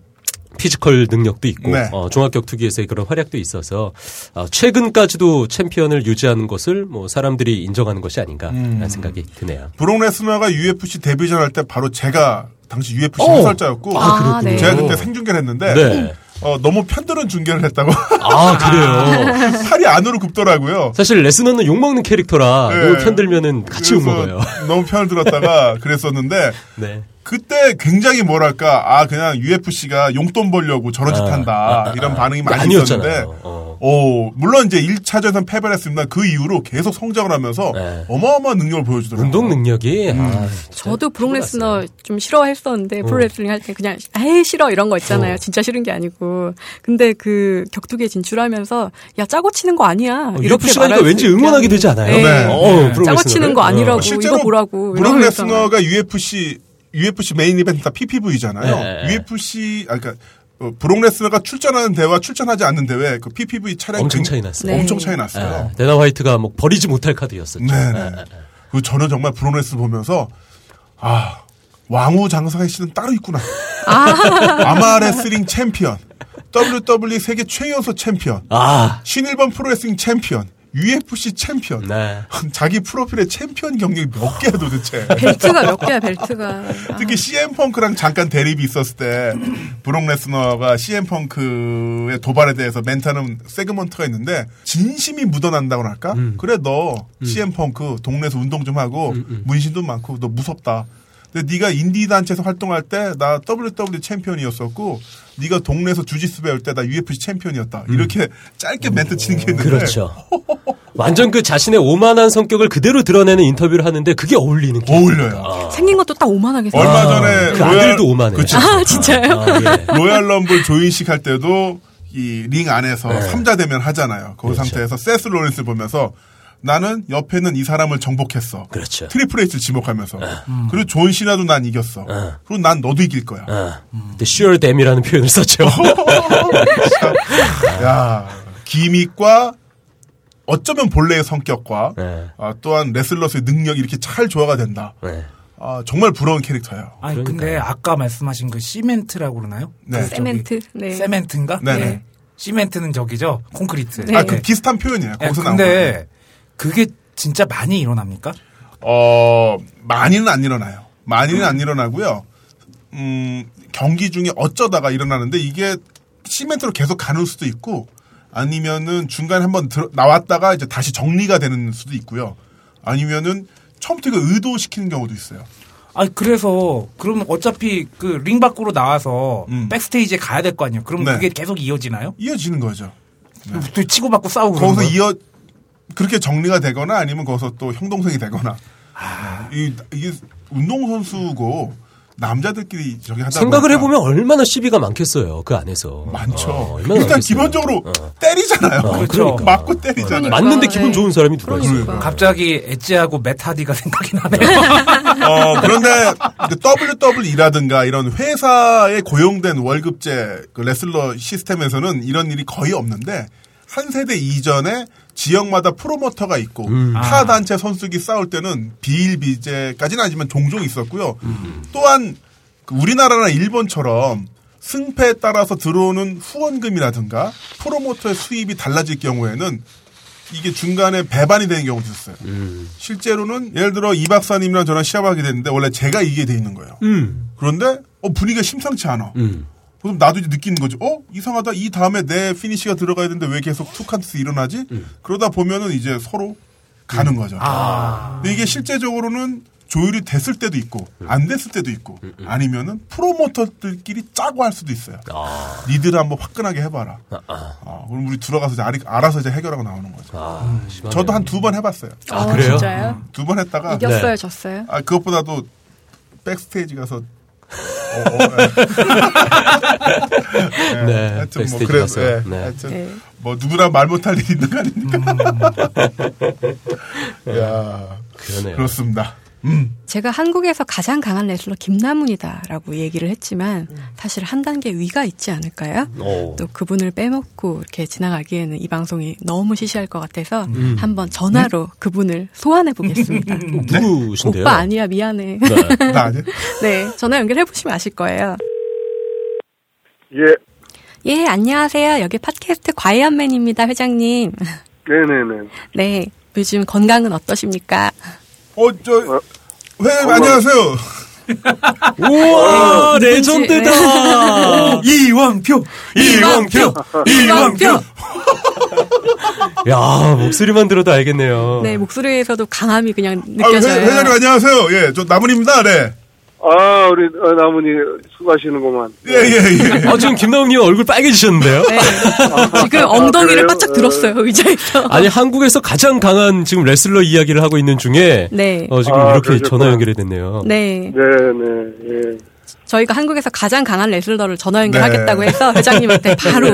피지컬 능력도 있고 네. 어, 종합 격투기에서의 그런 활약도 있어서 어, 최근까지도 챔피언을 유지하는 것을 뭐 사람들이 인정하는 것이 아닌가라는 생각이 드네요. 브록 레스너가 UFC 데뷔전 할 때 바로 제가 당시 UFC 어. 해설자였고 아, 그렇군요. 네. 제가 그때 생중계를 했는데 네. 어, 너무 편드는 중계를 했다고 아 그래요. 살이 안으로 굽더라고요. 사실 레스너는 욕먹는 캐릭터라 네. 너무 편들면은 같이 그래서 욕먹어요. 너무 편을 들었다가 그랬었는데 네. 그때 굉장히 뭐랄까 아 그냥 UFC가 용돈 벌려고 저런 아, 짓 한다 이런 반응이 많이 아니었잖아요. 있었는데 어. 오, 물론 이제 1차전에서 패배를 했습니다. 그 이후로 계속 성장을 하면서 네. 어마어마한 능력을 보여주더라고요. 운동 능력이 아, 진짜 저도 탁월하세요. 브록레스너 좀 싫어했었는데 프로레슬링 할 때 그냥 에이 싫어 이런 거 있잖아요. 진짜 싫은 게 아니고. 근데 그 격투기에 진출하면서 야 짜고 치는 거 아니야. 어, 이렇게 UFC 가니까 말할 수 왠지 있게 응원하게 하는. 되지 않아요? 네. 네. 어, 짜고 브록 레슬러를? 치는 거 아니라고 어. 뭐 실제로 이거 보라고 브록 이러면서. 레스너가 UFC UFC 메인 이벤트가 PPV잖아요. 네, 네. UFC 아 그러니까 어, 브록 레스너가 출전하는 대회와 출전하지 않는 대회 그 PPV 차량 굉- 엄청 차이 났어요. 네. 엄청 차이 아, 났어요. 데나 화이트가 뭐 버리지 못할 카드였었죠. 네. 네. 그 저는 정말 브록 레스 보면서 아 왕후 장사의 씨는 따로 있구나. 아마 레슬링 챔피언, WWE 세계 최연소 챔피언, 아, 신일반 프로레슬링 챔피언, UFC 챔피언. 네. 자기 프로필에 챔피언 경력이 몇 개야 도대체. 벨트가 몇 개야 벨트가. 특히 CM 펑크랑 잠깐 대립이 있었을 때 브록 레스너가 CM 펑크의 도발에 대해서 멘트하는 세그먼트가 있는데 진심이 묻어난다고나 할까? 음. 그래 너 CM 펑크 그 동네에서 운동 좀 하고 음. 문신도 많고 너 무섭다. 근데 네가 인디 단체에서 활동할 때 나 WWE 챔피언이었었고 네가 동네에서 주짓수 배울 때 나 UFC 챔피언이었다. 이렇게 짧게 멘트 치는 게 있는데 음. 그렇죠. 완전 그 자신의 오만한 성격을 그대로 드러내는 인터뷰를 하는데 그게 어울리는 게. 어울려요. 생긴 것도 딱 오만하게 생겼 얼마 아, 전에 그 아들도 오만해. 그치. 아 진짜요? 아, 예. 로얄 럼블 조인식 할 때도 이 링 안에서 네. 삼자 대면 하잖아요. 그 그렇죠. 상태에서 세스 로렌스를 보면서 나는 옆에 있는 이 사람을 정복했어. 그렇죠. 네. 트리플 H를 지목하면서. 음. 그리고 존 시나도 난 이겼어. 그리고 난 너도 이길 거야. 아, 근데 sure damn이라는 표현을 썼죠. 어? 야, 기믹과 어쩌면 본래의 성격과 네. 아, 또한 레슬러스의 능력이 이렇게 잘 조화가 된다. 네. 아, 정말 부러운 캐릭터예요. 아니 근데 아까 말씀하신 그 시멘트라고 그러나요? 네. 그 저기- 세멘트. 네. 세멘트인가? 네네. 시멘트는 저기죠. 콘크리트. 네. 아, 그 비슷한 표현이에요. 예, 거기서 나온 거. 근데 그게 진짜 많이 일어납니까? 어, 많이는 안 일어나요. 많이는 안 일어나고요. 음, 경기 중에 어쩌다가 일어나는데 이게 시멘트로 계속 가는 수도 있고 아니면은 중간에 한번 들어- 나왔다가 이제 다시 정리가 되는 수도 있고요. 아니면은 처음부터 이거 의도시키는 경우도 있어요. 아 그래서 그러면 어차피 그 링 밖으로 나와서 음. 백스테이지에 가야 될 거 아니에요. 그럼 네. 그게 계속 이어지나요? 이어지는 거죠. 또 치고받고 싸우고 그런 거기서 거예요? 이어 그렇게 정리가 되거나 아니면 거기서 또 형동생이 되거나 아. 이, 이게 운동선수고 남자들끼리 저기 하다 생각을 보니까 해보면 얼마나 시비가 많겠어요 그 안에서 많죠. 어, 얼마나 일단 많겠어요. 기본적으로 어. 때리잖아요. 어, 그렇죠. 맞고 때리잖아요. 맞는데 기분 네. 좋은 사람이 누가 있어요? 그러니까. 갑자기 엣지하고 메타디가 생각이 나네요. 어, 그런데 이제 WWE라든가 이런 회사에 고용된 월급제 그 레슬러 시스템에서는 이런 일이 거의 없는데 한 세대 이전에 지역마다 프로모터가 있고 음. 아. 타 단체 선수기 싸울 때는 비일비재까지는 아니지만 종종 있었고요. 음. 또한 그 우리나라나 일본처럼 승패에 따라서 들어오는 후원금이라든가 프로모터의 수입이 달라질 경우에는 이게 중간에 배반이 되는 경우도 있었어요. 실제로는 예를 들어 이 박사님이랑 저랑 시합하게 됐는데 원래 제가 이기게 돼 있는 거예요. 그런데 어, 분위기가 심상치 않아. 그럼 나도 이제 느끼는 거지. 어 이상하다. 이 다음에 내 피니시가 들어가야 되는데 왜 계속 투칸스 일어나지? 그러다 보면은 이제 서로 가는 거죠. 근데 이게 실제적으로는 조율이 됐을 때도 있고 안 됐을 때도 있고 아니면은 프로모터들끼리 짜고 할 수도 있어요. 니들 한번 화끈하게 해봐라. 아, 그럼 우리 들어가서 이제 아리- 알아서 이제 해결하고 나오는 거죠. 아, 심하네. 음. 저도 한 두 번 해봤어요. 아, 그래요? 진짜요? 두 번 했다가 이겼어요, 네. 졌어요? 아 그것보다도 백스테이지 가서 어, 어, 예. 예, 네, 하여튼 뭐 백스테이지 그래 가서. 예, 네. 하여튼 네. 뭐 누구나 말 못할 일이 있는 거 아닙니까? 야 음. 그러네요. 그렇습니다. 제가 한국에서 가장 강한 레슬러 김남훈이다라고 얘기를 했지만 음. 사실 한 단계 위가 있지 않을까요? 오. 또 그분을 빼먹고 이렇게 지나가기에는 이 방송이 너무 시시할 것 같아서 한번 전화로 그분을 소환해 보겠습니다. 네? 누구신데요? 오빠 아니야 미안해. 나 아니 네 전화 연결해 보시면 아실 거예요. 예, 예 안녕하세요 여기 팟캐스트 과외한맨입니다 회장님. 네네네. 네 요즘 건강은 어떠십니까? 어저 회장님 안녕하세요. 아, 아, 우와 레전드다. 이왕표 이왕표 이왕표 야 목소리만 들어도 알겠네요 네 목소리에서도 강함이 그냥 아, 회, 느껴져요. 회장님 안녕하세요. 예, 저 나문입니다. 네. 아, 우리 어, 나무니 수고하시는구만. 예, 예, 예. 아, 지금 김나은님 얼굴 빨개지셨는데요 네. 지금 엉덩이를 그래요? 바짝 들었어요 의자에서. 아니 한국에서 가장 강한 지금 레슬러 이야기를 하고 있는 중에 네. 어, 지금 아, 이렇게 그러셨구나. 전화 연결이 됐네요 네. 네네, 예. 저희가 한국에서 가장 강한 레슬러를 전화 연결하겠다고 해서 회장님한테 바로 아,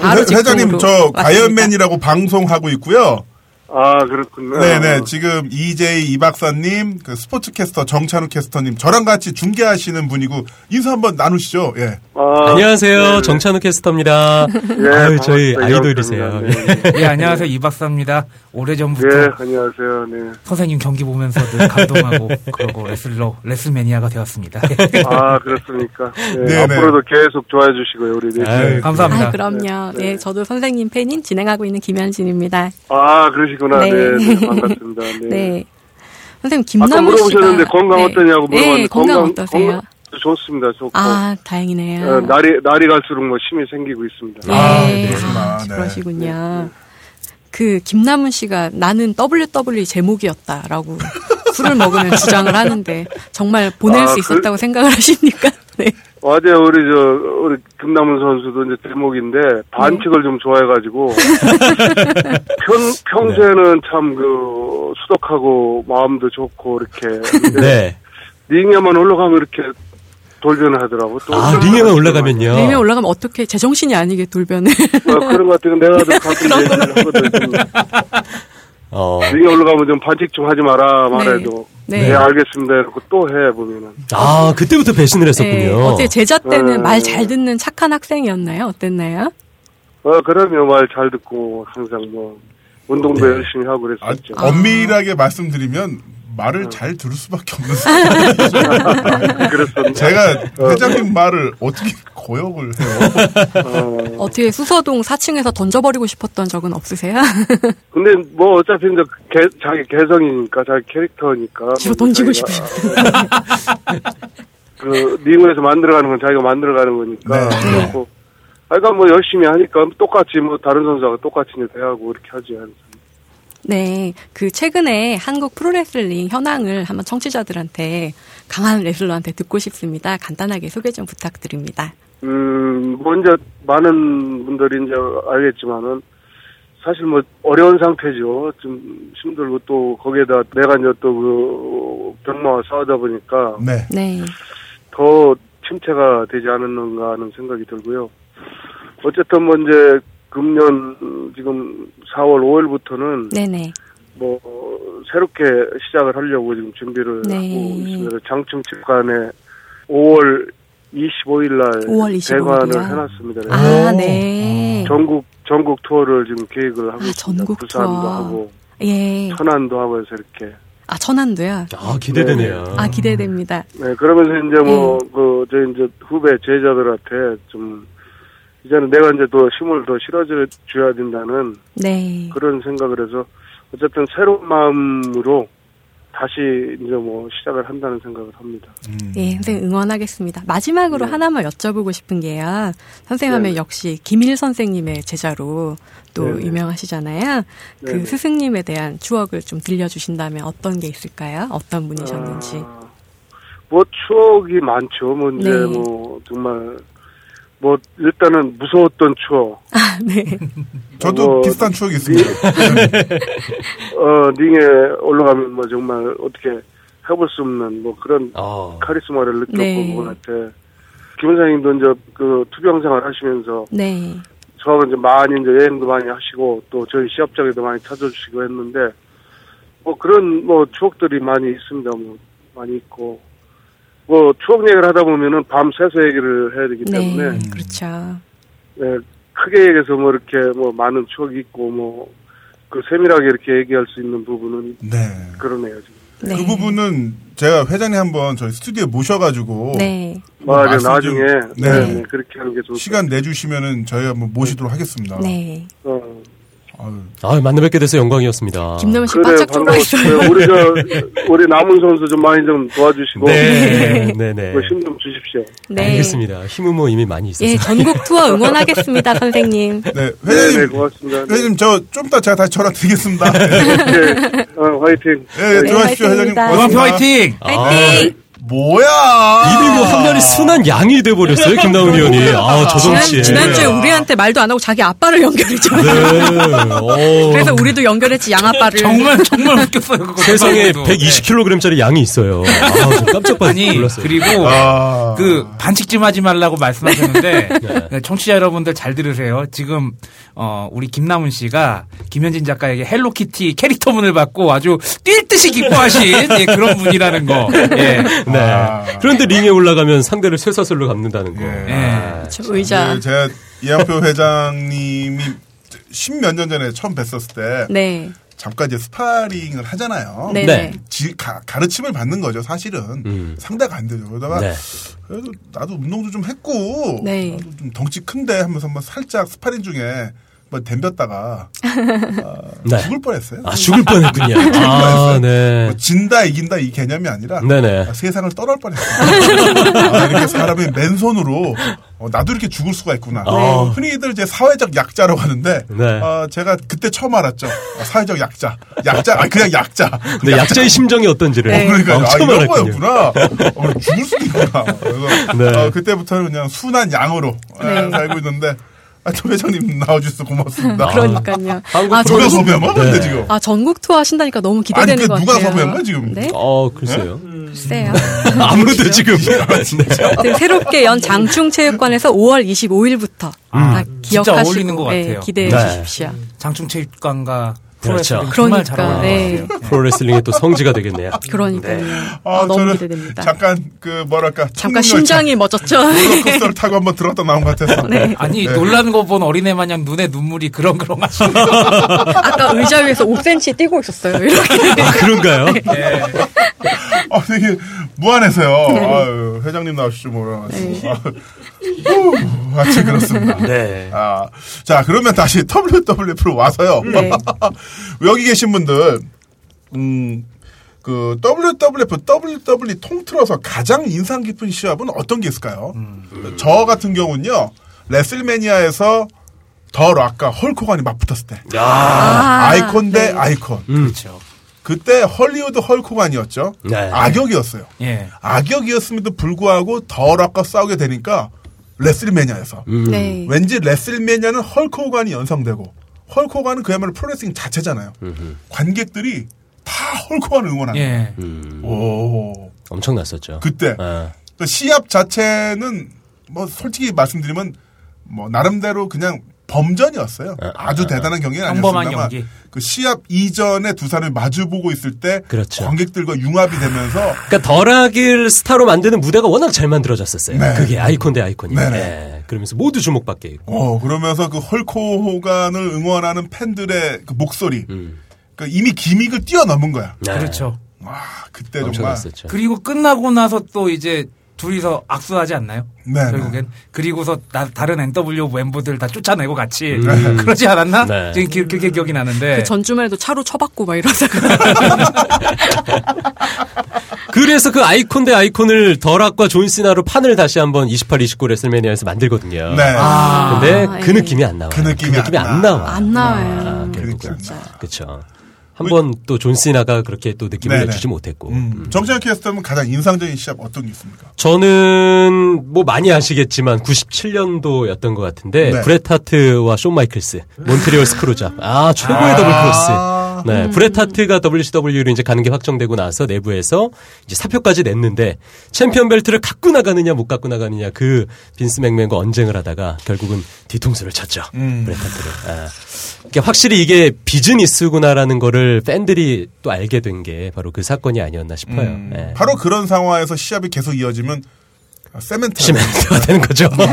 바로 네. 회, 회장님 직통으로 저 왔습니다. 과연맨이라고 방송하고 있고요. 아, 그렇군요. 네네 지금 EJ 이 박사님 그 스포츠캐스터 정찬우 캐스터님 저랑 같이 중계하시는 분이고 인사 한번 나누시죠 예 아, 안녕하세요 네네. 정찬우 캐스터입니다 예, 아유 저희 반갑습니다. 아이돌이세요 네, 네. 예, 안녕하세요. 이박사입니다. 오래전부터 예, 안녕하세요. 네. 선생님 경기 보면서 늘 감동하고 그러고 레슬러, 레슬매니아가 되었습니다. 네. 예, 아, 그렇습니까. 네, 네네. 앞으로도 계속 좋아해 주시고요, 우리. 네. 아유, 감사합니다. 아, 그럼요. 네. 예, 저도 선생님 팬인 진행하고 있는 김현진입니다. 아, 그러시구나. 네. 네. 네, 반갑습니다. 네. 네. 선생님 아까 김남우 씨가 물어보셨는데 건강 네. 어떠냐고 물어봤는데 네, 건강, 어떠세요? 건강 좋습니다. 좋고. 아, 예, 다행이네요. 날이 날이 갈수록 뭐 힘이 생기고 있습니다. 네. 아, 아, 그렇구나. 네. 그러시군요. 그 김남훈 씨가 나는 WWE 제목이었다라고 술을 먹으면 주장을 하는데 정말 보낼 아, 수 그- 있었다고 생각을 하십니까? 네. 어제 우리 저 우리 김남훈 선수도 이제 제목인데 반칙을 좀 좋아해가지고 평 네. 평소에는 참 그 수덕하고 마음도 좋고 이렇게 근데 네. 링에만 올라가면 이렇게 돌변을 하더라고. 또 아, 링에만 올라가면요. 림에 올라가면 어떻게 제정신이 아니게 돌변을 어, 네. 그런 것 같아요. 내가 좀 가끔 얘기를 하거든. 어. 링에 올라가면 좀 반칙 좀 하지 마라 말해도. 네. 네, 네. 알겠습니다. 이러고 또 해 보면은. 아, 그때부터 배신을 네, 했었군요. 어때 제자 때는 음. 말 잘 듣는 착한 학생이었나요? 어땠나요? 어 그러면 말 잘 듣고 항상 뭐 운동도 네. 열심히 하고 아, 그랬었죠. 어. 엄밀하게 말씀드리면 말을 잘 들을 수밖에 없는 사람 그랬었는데. 어. 제가 회장님 말을 어떻게 거역을 해요 어떻게 수서동 4층에서 던져버리고 싶었던 적은 없으세요? 근데 뭐 어차피 이제 개, 자기 개성이니까 자기 캐릭터니까 집어 던지고 자기가, 그 링에서 만들어가는 건 자기가 만들어가는 거니까 네. 그렇고 그러니까 뭐 열심히 하니까 똑같이 뭐 다른 선수하고 똑같이 이제 대하고 이렇게 하지 않습니까? 네, 그 최근에 한국 프로레슬링 현황을 한번 청취자들한테 강한 레슬러한테 듣고 싶습니다. 간단하게 소개 좀 부탁드립니다. 음, 뭐 이제 많은 분들이 이제 알겠지만은 사실 뭐 어려운 상태죠. 좀 힘들고 또 거기에다 내가 이제 또그 병마와 싸우다 보니까 네. 네, 더 침체가 되지 않았는가 하는 생각이 들고요. 어쨌든 뭐 이제 금년 지금 4월 5일부터는 네네. 뭐 새롭게 시작을 하려고 지금 준비를 네. 하고 있습니다. 장충 집관에 5월 25일 날 5월 25일 대관을 날. 해놨습니다. 네. 아, 네. 전국 전국 투어를 지금 계획을 하고 아, 있습니다. 전국 부산도 투어. 하고 예. 천안도 하고 해서 이렇게 아, 천안도요? 아, 기대되네요. 아, 기대됩니다. 네, 그러면서 이제 뭐, 그, 저희 이제 후배 제자들한테 좀, 이제는 내가 이제 더 힘을 더 실어줘야 된다는 네. 그런 생각을 해서, 어쨌든 새로운 마음으로 다시 이제 뭐 시작을 한다는 생각을 합니다. 예, 선생님 응원하겠습니다. 마지막으로 하나만 여쭤보고 싶은 게요. 선생님 하면 네. 역시 김일 선생님의 제자로 또 네, 네. 유명하시잖아요. 그 네, 네. 스승님에 대한 추억을 좀 들려주신다면 어떤 게 있을까요? 어떤 분이셨는지. 아, 뭐 추억이 많죠. 뭐 이제 네. 뭐 정말, 뭐 일단은 무서웠던 추억, 아, 네. 저도 어, 비슷한 추억이 있습니다. 어, 링에 올라가면 뭐 정말 어떻게 해볼 수 없는 뭐 그런 아. 어. 카리스마를 느꼈고 네. 그분한테 김원장님도 이제 그 투병 생활 하시면서 네. 저하고 이제 많이 이제 여행도 많이 하시고 또 저희 시합장에도 많이 찾아주시고 했는데 뭐 그런 뭐 추억들이 많이 있습니다 뭐 많이 있고 뭐 추억 얘기를 하다 보면은 밤새서 얘기를 해야 되기 네. 때문에 음. 그렇죠. 예, 크게 얘기해서 뭐 이렇게 뭐 많은 추억이 있고 뭐 그 세밀하게 이렇게 얘기할 수 있는 부분은 네. 그러네요 지금 네. 그 부분은 제가 회장님 한번 저희 스튜디오에 모셔가지고 네. 뭐 아, 네, 말씀 나중에 좀- 네. 네. 네, 그렇게 하는 게 좋을 것 시간 내주시면은 저희 한번 모시도록 하겠습니다. 네. 같아요. 어. 아유, 아, 만나 뵙게 돼서 영광이었습니다. 김남은 씨 아, 그래 바짝 쪼가 있어요. 반가웠어요. 우리 저 우리 남은 선수 좀 많이 좀 도와주시고 네, 네, 네. 힘 좀 주십시오. 네. 알겠습니다. 힘은 뭐 이미 많이 있어서. 예, 전국 투어 응원하겠습니다, 선생님. 네, 네, 회장님. 네 고맙습니다. 네, 회장님, 저 좀 이따 제가 다시 전화 드리겠습니다. 네, 네, 어, 화이팅. 네, 네, 들어가십시오, 회장님. 화이팅입니다. 노상표 고맙습니다. 화이팅! 아. 파이팅! 뭐야! 입이 뭐 한면에 순한 양이 돼버렸어요, 김남훈 의원이. 아, 저정치에. 지난, 지난주에 우리한테 말도 안 하고 자기 아빠를 연결했잖아요. 네. 그래서 우리도 연결했지 양아빠를. 정말, 정말 웃겼어요, 그거. 세상에 그래도. 120kg짜리 양이 있어요. 아, 저 깜짝 아니, 놀랐어요. 그리고 아. 그 반칙 좀 하지 말라고 말씀하셨는데 네, 청취자 여러분들 잘 들으세요. 지금 어, 우리 김남훈 씨가 김현진 작가에게 헬로키티 캐릭터문을 받고 아주 뛸 듯이 기뻐하신 예, 그런 분이라는 거. 예. 네. 그런데 링에 올라가면 상대를 쇠사슬로 감는다는 거. 예. 아. 예. 저 의자. 그 제가 이양표 회장님이 십몇 년 전에 처음 뵀었을 때 네. 잠깐 이제 스파링을 하잖아요. 네. 네. 네. 지, 가, 가르침을 받는 거죠, 사실은. 음. 상대가 안 되죠. 그러다가 네. 그래도 나도 운동도 좀 했고 네. 나도 좀 덩치 큰데 하면서 한번 살짝 스파링 중에 한번 덤볐다가 네. 죽을 뻔했어요. 아, 죽을 뻔했군요. 아, 네. 뭐 진다 이긴다 이 개념이 아니라 네네. 아, 세상을 떠날 뻔했어요. 아, 이렇게 사람이 맨손으로 어, 나도 이렇게 죽을 수가 있구나. 어. 흔히들 이제 사회적 약자라고 하는데 네. 어, 제가 그때 처음 알았죠. 아, 사회적 약자, 약자, 아니, 그냥 약자. 근데 약자의 심정이 어떤지를. 네. 그러니까 아, 네. 엄청 이런 알았군요. 거였구나. 어, 죽을 수도 있구나. 그래서 네. 어, 그때부터는 그냥 순한 양으로 아, 네. 살고 있는데 아, 조 회장님 나와주셔서 고맙습니다. 그러니까요. 한국 아, 누가 전국, 섭외한 거야 네. 데 지금? 아, 전국 투어 하신다니까 너무 기대되는 아니, 그 것 누가 같아요. 섭외한 거야, 지금? 네? 어, 글쎄요. 글쎄요. 아무도 지금. 네. 아무튼 새롭게 연 장충체육관에서 5월 25일부터 다 음. 진짜 기억하시고 어울리는 것 네, 같아요. 기대해 네. 주십시오. 장충체육관과 그렇죠. 프로레슬링 정말 그러니까, 잘하는 네. 것 같아요. 프로레슬링의 또 성지가 되겠네요. 그러니까요. 아, 아, 너무 저는 기대됩니다. 잠깐 그 뭐랄까 잠깐 청룡열차. 심장이 네. 멎었죠. 롤러코스터를 타고 한번 들었다 나온 것 같아서. 아니 네. 놀라는 거 본 어린애 마냥 눈에 눈물이 그렁그렁 하시는 아까 의자 위에서 5cm 뛰고 있었어요. 이렇게. 아, 그런가요? 아, 되게 무한해서요. 네. 아유, 회장님 나오시죠, 뭐라. 아, 참 그렇습니다. 네. 아, 자, 그러면 다시 WWF로 와서요. 네. 여기 계신 분들, 음, 그 WWF, WWE E 통틀어서 가장 인상 깊은 음. 시합은 어떤 게 있을까요? 저 같은 경우는요, 레슬매니아에서 더 락과 헐코간이 맞붙었을 때. 아, 아이콘 대 네. 아이콘. 그렇죠. 그때 헐리우드 헐코간이었죠. 네. 악역이었어요. 예. 악역이었음에도 불구하고 더 락과 싸우게 되니까 레슬매니아에서. 음. 네. 왠지 레슬매니아는 헐크 호간이 연상되고 헐크 호간은 그야말로 프로레슬링 자체잖아요. 관객들이 다 헐크 호간을 응원하는. 예. 음. 오. 엄청났었죠. 그때 아, 또 시합 자체는 뭐 솔직히 말씀드리면 뭐 나름대로 그냥 범전이었어요. 아, 아주 아, 대단한 경기는 평범한 아니었습니다만 경기. 그 시합 이전에 두 사람이 마주 보고 있을 때 그렇죠. 관객들과 융합이 되면서 그러니까 덜하길 스타로 만드는 무대가 워낙 잘 만들어졌었어요. 네. 그게 아이콘 대 아이콘이에요. 네네. 예. 그러면서 모두 주목받게 있고. 어, 그러면서 그 헐코 호간을 응원하는 팬들의 그 목소리. 그 이미 기믹을 뛰어넘은 거야. 음. 네. 그렇죠. 와, 그때 정말. 엄청났었죠. 그리고 끝나고 나서 또 이제 둘이서 악수하지 않나요? 네, 결국엔 그리고서 나- 다른 NW 멤버들 다 쫓아내고 같이 음. 그러지 않았나? 네. 지금 기- 그렇게 기억이 나는데 그 전주말에도 차로 쳐박고 막 이러다가 그래서 그 아이콘 대 아이콘을 더락과 존시나로 판을 다시 한번 28, 29 레슬매니아에서 만들거든요. 네. 근데 아, 그 예. 느낌이 안 나와요. 그 느낌이 안 나. 안 나와. 안 나와요. 그러니까. 그렇죠. 한 번 또 존시나가 그렇게 또 느낌을 네네. 내주지 못했고. 음. 정치학 캐스터는 가장 인상적인 시합 어떤 게 있습니까? 저는 뭐 많이 아시겠지만 97년도였던 것 같은데 네. 브레타트와 쇼 마이클스, 몬트리올 스크루잡. 아 최고의 더블 크로스. 네, 브레타트가 WCW로 이제 가는 게 확정되고 나서 내부에서 이제 사표까지 냈는데 챔피언 벨트를 갖고 나가느냐 못 갖고 나가느냐 그 빈스 맥맨과 언쟁을 하다가 결국은 뒤통수를 쳤죠. 브레타트를. 아. 그러니까 확실히 이게 비즈니스구나라는 거를 팬들이 또 알게 된 게 바로 그 사건이 아니었나 싶어요. 예. 바로 그런 상황에서 시합이 계속 이어지면 아, 세멘트. 시멘트가 되는 거죠. 네.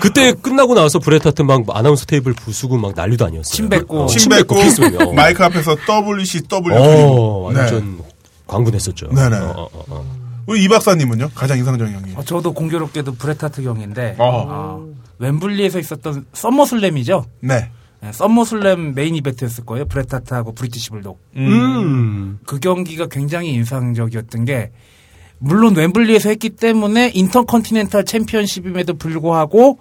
그때 끝나고 나서 브레타트 막 아나운서 테이블 부수고 막 난리도 아니었어요. 침 뱉고. 어, 침 뱉고 필수예요. 뱉고 마이크 앞에서 WCW. 어, 그리고. 네. 완전 광분했었죠. 네네. 어, 어, 어, 어. 우리 이 박사님은요? 가장 인상적인 경기. 어, 저도 공교롭게도 브레타트 경인데 어. 어, 웸블리에서 있었던 썸머슬램이죠. 네. 네, 썸머슬램 메인 이벤트였을 거예요. 브레타트하고 브리티시 불독. 음. 그 경기가 굉장히 인상적이었던 게 물론 웸블리에서 했기 때문에 인터컨티넨탈 챔피언십임에도 불구하고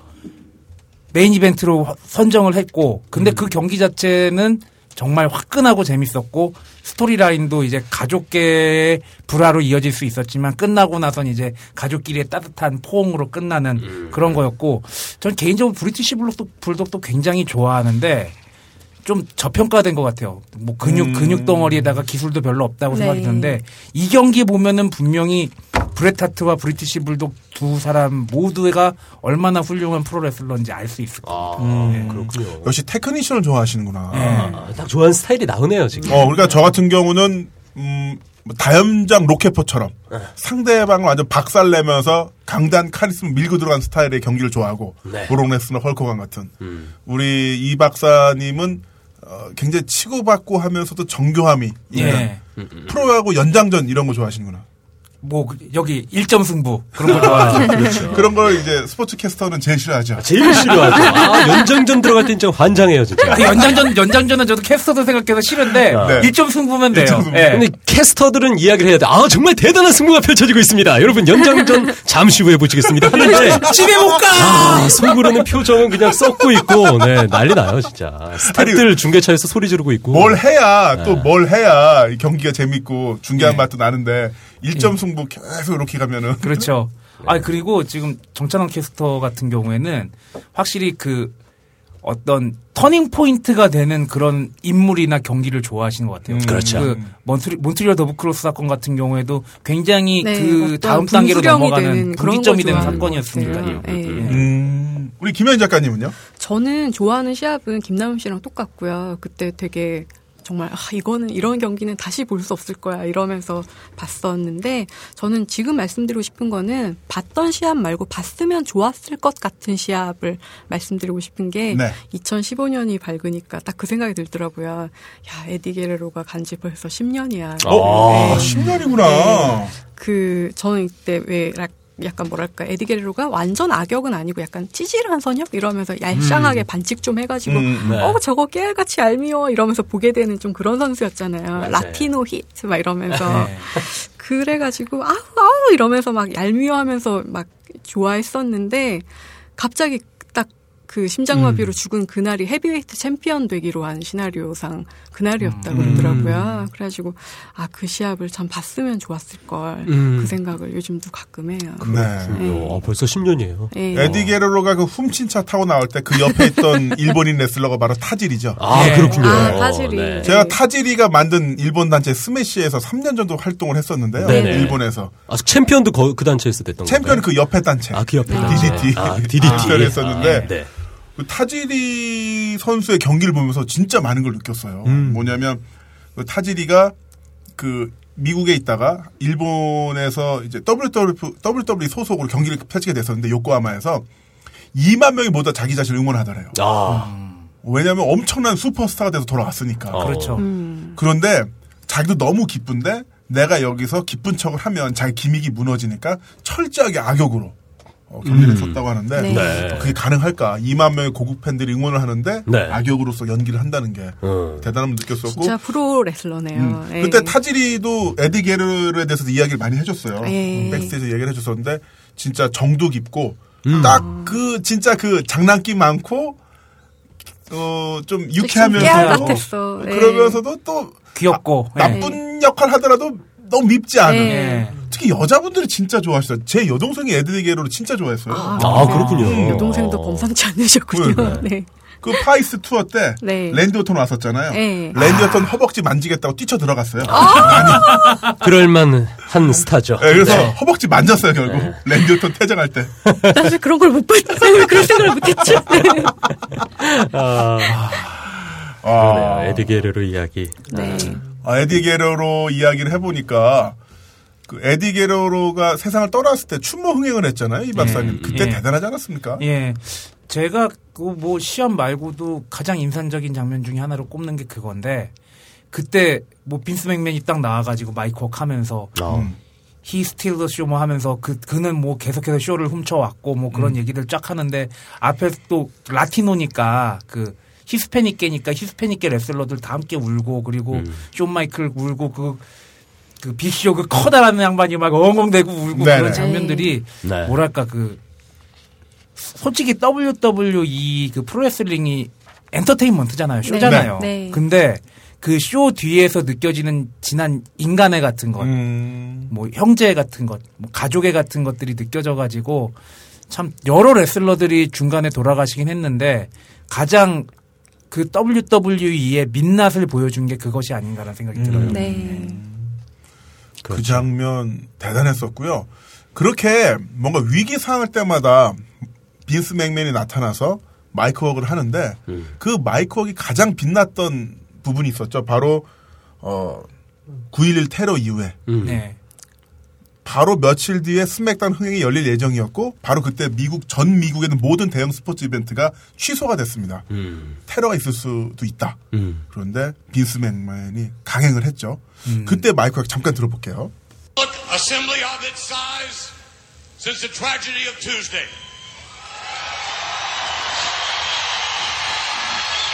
메인 이벤트로 선정을 했고 근데 그 경기 자체는 정말 화끈하고 재밌었고 스토리라인도 이제 가족계의 불화로 이어질 수 있었지만 끝나고 나선 이제 가족끼리의 따뜻한 포옹으로 끝나는 그런 거였고 전 개인적으로 브리티시 불독도, 불독도 굉장히 좋아하는데 좀 저평가된 것 같아요. 뭐 근육 음. 근육 덩어리에다가 기술도 별로 없다고 네. 생각이 드는데 이 경기 보면은 분명히 브레타트와 브리티시 불독 두 사람 모두가 얼마나 훌륭한 프로레슬러인지 알 수 있을 거예요. 아, 그렇군요. 역시 테크니션을 좋아하시는구나. 아, 딱 좋아하는 스타일이 나오네요, 지금. 어, 그러니까 저 같은 경우는 음, 뭐 다염장 로켓포처럼 상대방을 완전 박살내면서 강단 카리스마 밀고 들어간 스타일의 경기를 좋아하고 네. 브록 레스너 헐코강 같은 우리 이 박사님은 어, 굉장히 치고받고 하면서도 정교함이 있는 예. 프로야구 연장전 이런 거 좋아하시는구나. 뭐 그- 여기 1점 승부 그런 거 좋아하죠. 그런 걸 이제 스포츠 캐스터는 제일 싫어하죠. 제일 싫어하죠. 아, 연장전 들어갈 땐 진짜 환장해요, 진짜. 그 연장전 연장전은 저도 캐스터도 생각해서 싫은데 네. 1점 승부면 돼요. 일점 승부. 예. 음. 근데 캐스터들은 이야기를 해야 돼. 아, 정말 대단한 승부가 펼쳐지고 있습니다. 여러분, 연장전 잠시 후에 보시겠습니다. 하는데, 집에 못 가. 아, 속으로는 표정은 그냥 썩고 있고, 네, 난리 나요, 진짜. 스탭들 중계차에서 소리 지르고 있고. 뭘 해야 또 뭘 해야 이 경기가 재밌고 중계한 맛도 나는데 일점 승부 계속 이렇게 가면은 예. 그렇죠. 네. 아 그리고 지금 정찬원 캐스터 같은 경우에는 확실히 그 어떤 터닝 포인트가 되는 그런 인물이나 경기를 좋아하시는 것 같아요. 그렇죠. 그 몬트리, 몬트리올 더블크로스 사건 같은 경우에도 굉장히 네, 그 어떤 다음 단계로 분수령이 넘어가는 되는 그런 분기점이 걸 되는 좋아하는 사건이었으니까요. 것 같아요. 예. 음. 음, 우리 김현 작가님은요? 저는 좋아하는 시합은 김남훈 씨랑 똑같고요. 그때 되게 정말 아, 이거는 이런 경기는 다시 볼 수 없을 거야 이러면서 봤었는데 저는 지금 말씀드리고 싶은 거는 봤던 시합 말고 봤으면 좋았을 것 같은 시합을 말씀드리고 싶은 게 네. 2015년이 밝으니까 딱 그 생각이 들더라고요. 야 에디 게레로가 간지 벌써 10년이야. 네. 어, 10년이구나. 그 저는 이때 왜 락- 약간 뭐랄까 에디 게리로가 완전 악역은 아니고 약간 찌질한 선역 이러면서 얄쌍하게 반칙 좀 해가지고 음, 네. 어 저거 깨알같이 알미워 이러면서 보게 되는 좀 그런 선수였잖아요 라티노 히트 막 이러면서 그래가지고 아우 아우 이러면서 막 얄미워하면서 막 좋아했었는데 갑자기 딱 그 음. 심장마비로 죽은 그날이 헤비웨이트 챔피언 되기로 한 시나리오상 음. 그날이었다 그러더라고요. 그래가지고 아 그 시합을 참 봤으면 좋았을 걸 그 음. 생각을 요즘도 가끔 해요. 네. 어, 벌써 10년이에요. 예. 에디 게레로가 그 훔친 차 타고 나올 때 그 옆에 있던 일본인 레슬러가 바로 타지리죠. 아, 네. 그렇군요. 아, 타지리. 네. 제가 타지리가 만든 일본 단체 스매시에서 3년 정도 활동을 했었는데요. 네네. 일본에서. 아, 챔피언도 거- 그 단체에서 됐던 챔피언 건가요? 그 옆에 단체. 아, 그 옆에 DDT. 아, 챔피언 DDT. 했었는데 아, 네. 그 타지리 선수의 경기를 보면서 진짜 많은 걸 느꼈어요. 음. 뭐냐면 그 타지리가 그 미국에 있다가 일본에서 이제 WWF, WWE E 소속으로 경기를 펼치게 됐었는데 요코하마에서 2만 명이 모두 다 자기 자신을 응원하더래요. 음. 아, 왜냐하면 엄청난 슈퍼스타가 돼서 돌아왔으니까. 어. 그렇죠. 음. 그런데 자기도 너무 기쁜데 내가 여기서 기쁜 척을 하면 자기 기믹이 무너지니까 철저하게 악역으로 어, 경기를 쳤다고 하는데 네. 네. 어, 그게 가능할까? 2만 명의 고국 팬들이 응원을 하는데 네. 악역으로서 연기를 한다는 게 음. 대단함을 느꼈었고 진짜 프로 레슬러네요. 음. 예. 그때 타지리도 에디 게르에 대해서 이야기를 많이 해줬어요. 예. 음, 백스테이지 얘기를 해줬었는데 진짜 정도 깊고 음. 딱 그 진짜 그 장난기 많고 어 좀 유쾌하면서 깨알 어, 같았어. 예. 그러면서도 또 아, 귀엽고. 나- 나쁜 역할 하더라도 너무 밉지 않은 예. 예. 예. 특히 여자분들이 진짜 좋아하시죠. 제 여동생이 에디 게르를 진짜 좋아했어요. 아, 그렇군요. 여동생도 범상치 않으셨군요. 네. 그 파이스 투어 때 네. 랜디 오턴 왔었잖아요. 네. 랜디 오턴 허벅지 만지겠다고 뛰쳐 들어갔어요. 아. 그럴만한 스타죠. 네, 그래서 네. 허벅지 만졌어요 결국 랜디 오턴 퇴장할 때. 네. 사실 그런 걸 못 봤어요. 그런 생각을 못 했죠. 네. 아, 아, 네, 에디 게르로 이야기. 네. 아, 에디 게로로 이야기를 해보니까 그 에디 게로로가 세상을 떠났을 때 춘모 흥행을 했잖아요 이 박사님. 그때 예. 대단하지 않았습니까? 제가 그 뭐 시합 말고도 가장 인상적인 장면 중에 하나로 꼽는 게 그건데 그때 뭐 빈스 맥맨이 딱 나와가지고 마이크 워크 하면서 음. 히 스틸 더 쇼 뭐 하면서 그 그는 뭐 계속해서 쇼를 훔쳐왔고 뭐 음. 그런 얘기들 쫙 하는데 앞에서 또 라티노니까 그 히스패닉계니까 히스패닉계 레슬러들 다 함께 울고 그리고 음. 쇼 마이클 울고 그 그 빅쇼 그 커다란 양반이 막 엉엉대고 울고 네네. 그런 장면들이 네. 뭐랄까 그 솔직히 WWE 그 프로레슬링이 엔터테인먼트잖아요 쇼잖아요 네. 네. 근데 그 쇼 뒤에서 느껴지는 진한 인간애 같은 것 음. 뭐 형제 같은 것, 뭐 가족애 같은 것들이 느껴져 가지고 참 여러 레슬러들이 중간에 돌아가시긴 했는데 가장 그 WWE의 민낯을 보여준 게 그것이 아닌가라는 생각이 들어요. 네. 그 장면 대단했었고요. 그렇게 뭔가 위기 상할 때마다 빈스 맥맨이 나타나서 마이크 웍을 하는데 그 마이크 웍이 가장 빛났던 부분이 있었죠. 바로 어, 9.11 테러 이후에 네. 바로 며칠 뒤에 스맥단 흥행이 열릴 예정이었고 바로 그때 미국 전 미국에 는 모든 대형 스포츠 이벤트가 취소가 됐습니다. 테러가 있을 수도 있다. 음. 그런데 빈스 맥맨이 강행을 했죠. 그때 마이크 웍 잠깐 들어볼게요. Public assembly of its size since the tragedy of Tuesday.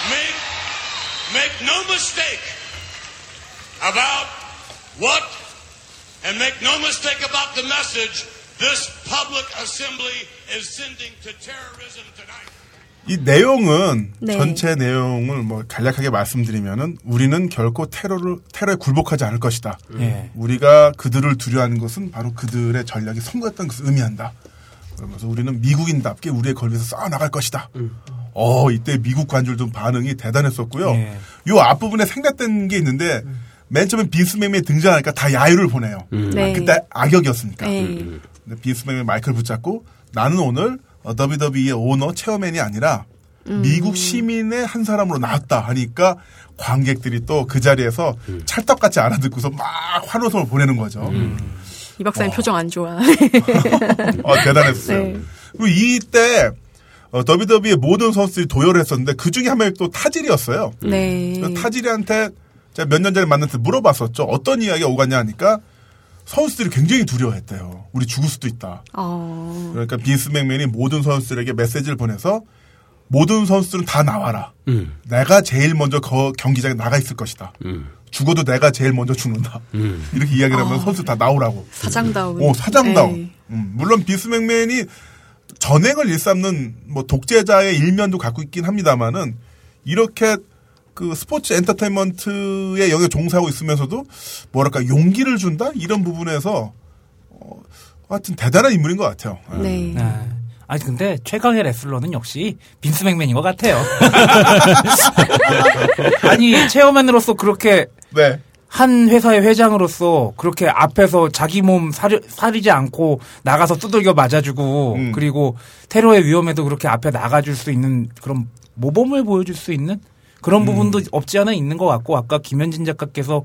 Make, make no mistake about what, and make no mistake about the message this public assembly is sending to terrorism tonight. 이 내용은 네. 전체 내용을 뭐 간략하게 말씀드리면은 우리는 결코 테러를 테러에 굴복하지 않을 것이다. 예. 우리가 그들을 두려워하는 것은 바로 그들의 전략이 성공했던 것을 의미한다. 그러면서 우리는 미국인답게 우리의 권리에서 싸워 나갈 것이다. 음. 어 이때 미국 관줄들 반응이 대단했었고요. 예. 요 앞부분에 생략된 게 있는데 맨 처음에 빈스 맥맨이 등장하니까 다 야유를 보내요. 음. 네. 아, 그때 악역이었으니까. 네. 근데 빈스맨이 마이크를 붙잡고 나는 오늘 어, WWE의 오너 체어맨이 아니라 음. 미국 시민의 한 사람으로 나왔다 하니까 관객들이 또 그 자리에서 찰떡같이 알아듣고서 막 환호성을 보내는 거죠. 이 박사님 표정 안 좋아. 어, 대단했어요. 네. 그리고 이때 어, WWE의 모든 선수들이 도열을 했었는데 그 중에 한 명이 또 타질이었어요. 네. 그래서 타지리한테 제가 몇 년 전에 만났을 때 물어봤었죠. 어떤 이야기가 오갔냐 하니까 선수들이 굉장히 두려워했대요. 우리 죽을 수도 있다. 어. 그러니까 빈스 맥맨이 모든 선수들에게 메시지를 보내서 모든 선수들은 다 나와라. 내가 제일 먼저 거- 경기장에 나가 있을 것이다. 죽어도 내가 제일 먼저 죽는다. 이렇게 이야기를 하면 선수 다 나오라고. 어, 사장다운. 오 사장다운. 네. 음, 물론 빈스 맥맨이 전행을 일삼는 뭐 독재자의 일면도 갖고 있긴 합니다만은 이렇게 그 스포츠 엔터테인먼트에 영역 종사하고 있으면서도 뭐랄까 용기를 준다 이런 부분에서 어, 하여튼 대단한 인물인 것 같아요. 예. 네. 아, 아니 근데 최강의 레슬러는 역시 빈스 맥맨인 것 같아요. 아니 체어맨으로서 그렇게 네. 한 회사의 회장으로서 그렇게 앞에서 자기 몸 사리, 사리지 않고 나가서 두들겨 맞아주고 음. 그리고 테러의 위험에도 그렇게 앞에 나가줄 수 있는 그런 모범을 보여줄 수 있는 음. 그런 부분도 없지 않아 있는 것 같고 아까 김현진 작가께서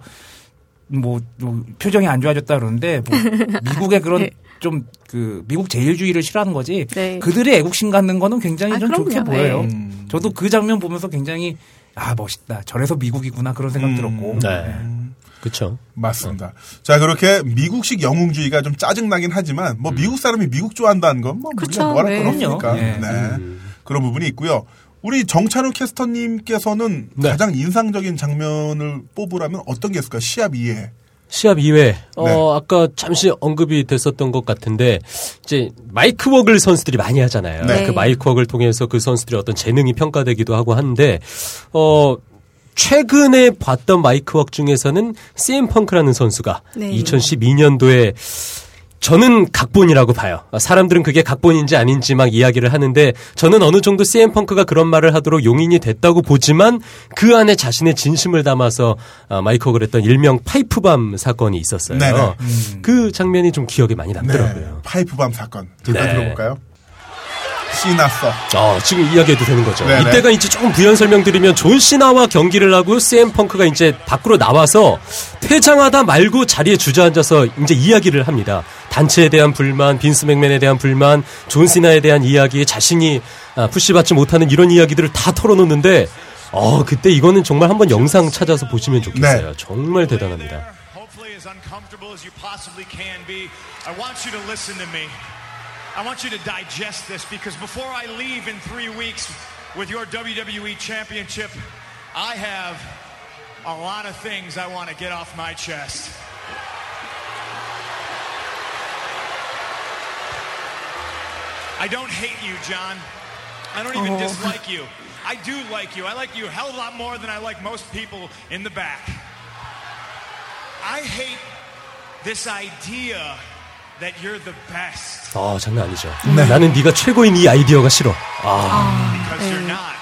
뭐, 뭐 표정이 안 좋아졌다 그러는데 뭐 미국의 그런 네. 좀 그 미국 제일주의를 싫어하는 거지 네. 그들이 애국심 갖는 거는 굉장히 아, 좀 좋게 그럼요. 보여요. 네. 저도 그 장면 보면서 굉장히 아 멋있다. 저래서 미국이구나 그런 생각 음. 들었고. 네. 그쵸. 맞습니다. 자 그렇게 미국식 영웅주의가 좀 짜증나긴 하지만 뭐 미국 사람이 미국 좋아한다는 건뭐 우리가 그쵸, 뭐랄 건 네. 없으니까 음. 그럼요. 예. 네. 그런 부분이 있고요. 우리 정찬우 캐스터님께서는 네. 가장 인상적인 장면을 뽑으라면 어떤 게 있을까요? 시합 네. 이에 시합 2회. 어, 아까 잠시 언급이 됐었던 것 같은데, 이제 마이크 웍을 선수들이 많이 하잖아요. 네. 그 마이크 웍을 통해서 그 선수들의 어떤 재능이 평가되기도 하고 하는데, 어, 최근에 봤던 마이크 웍 중에서는 CM 펑크라는 선수가 네. 2012년도에 저는 각본이라고 봐요. 사람들은 그게 각본인지 아닌지 막 이야기를 하는데 저는 어느 정도 CM 펑크가 그런 말을 하도록 용인이 됐다고 보지만 그 안에 자신의 진심을 담아서 아, 마이크 웍을 했던 일명 파이프밤 사건이 있었어요. 네네. 그 장면이 좀 기억에 많이 남더라고요. 네. 파이프밤 사건 잠깐 네. 들어볼까요? 신났어. 어, 지금 이야기해도 되는 거죠. 네네. 이때가 이제 조금 부연 설명드리면 존 시나와 경기를 하고 CM 펑크가 이제 밖으로 나와서 퇴장하다 말고 자리에 주저앉아서 이제 이야기를 합니다. 단체에 대한 불만, 빈스 맥맨에 대한 불만, 존 시나에 대한 이야기, 자신이 아, 푸시받지 못하는 이런 이야기들을 다 털어놓는데 어, 그때 이거는 정말 한번 영상 찾아서 보시면 좋겠어요. 네. 정말 대단합니다. Hopefully, as uncomfortable as you possibly can be, I want you to listen to me. I want you to digest this because before I leave in three weeks with your WWE Championship, I have a lot of things I want to get off my chest. I don't hate you, John. I don't even Oh. dislike you. I do like you. I like you a hell of a lot more than I like most people in the back. I hate this idea that you're the best 아, 장난 아니죠. 나는 네가 최고인 이 아이디어가 싫어. because you're not.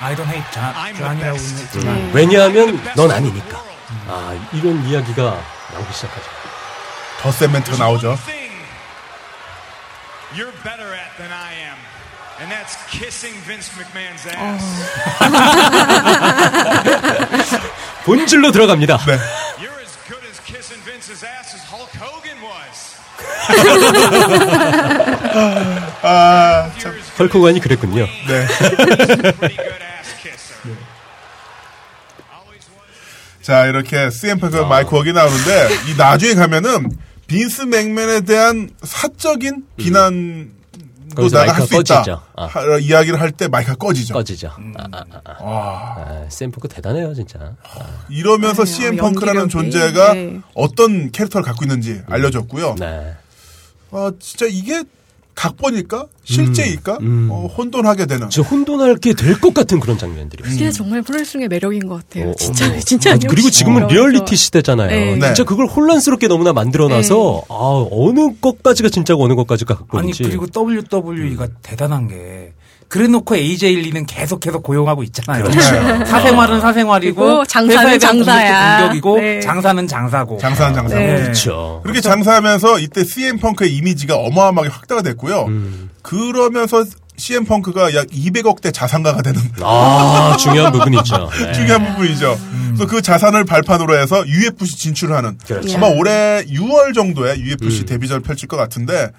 I don't hate I'm the John. 존이라고 best. 했지만 네. 왜냐하면 Best in 넌 the 아니니까. world. 아, 이런 이야기가 나오기 시작하죠. 더 센 멘트가 나오죠. One thing you're better at than I am, and that's kissing Vince McMahon's ass. 본질로 들어갑니다. 네. You're as good as kissing Vince's ass as Hulk Hogan was. 아, You're as good 헐크관이 그랬군요. 네. as a pretty good ass kisser. Always was. 자 이렇게 CM 펑크 그 마이크 웍이 나오는데 이 나중에 가면은 빈스 맥맨에 대한 사적인 비난 도 음. 거기서 나가 마이크가 할 수 있다. 꺼지죠. 아. 하- 어, 이야기를 할 때 마이크가 꺼지죠. 꺼지죠. 아, 아, 아, 아. 아, 샘프크 대단해요, 진짜. 이러면서 아유, CM 펑크라는 연기력이. 존재가 네. 어떤 캐릭터를 갖고 있는지 알려줬고요. 음. 네. 아 진짜 이게 각본일까 실제일까 음. 어, 혼돈하게 되는. 진짜 혼돈할게 될 것 같은 그런 장면들이. 있어요. 그게 정말 프로레슬링의 매력인 것 같아요. 어, 어, 진짜 어. 진짜 아, 그리고 지금은 역시 리얼리티 시대잖아요. 네. 네. 진짜 그걸 혼란스럽게 너무나 만들어놔서 아 어느 것까지가 진짜고 어느 것까지가 아니 각본인지. 그리고 음. WWE가 대단한 게 그래놓고 AJ 릴리는 계속해서 고용하고 있잖아요. 그렇죠. 사생활은 사생활이고 그렇죠. 그리고 장사는 회사에 대한 장사야. 공격도 공격이고 네. 장사는 장사고. 장사는 장사. 네. 그렇죠. 그렇게 장사하면서 이때 CM 펑크의 이미지가 어마어마하게 확대가 됐고요. 음. 그러면서 CM 펑크가 약 200억대 자산가가 되는 아 중요한 부분이죠. 네. 중요한 부분이죠. 그래서 그 자산을 발판으로 해서 UFC 진출하는 그렇죠. 음. 아마 올해 6월 정도에 UFC 데뷔전을 펼칠 것 같은데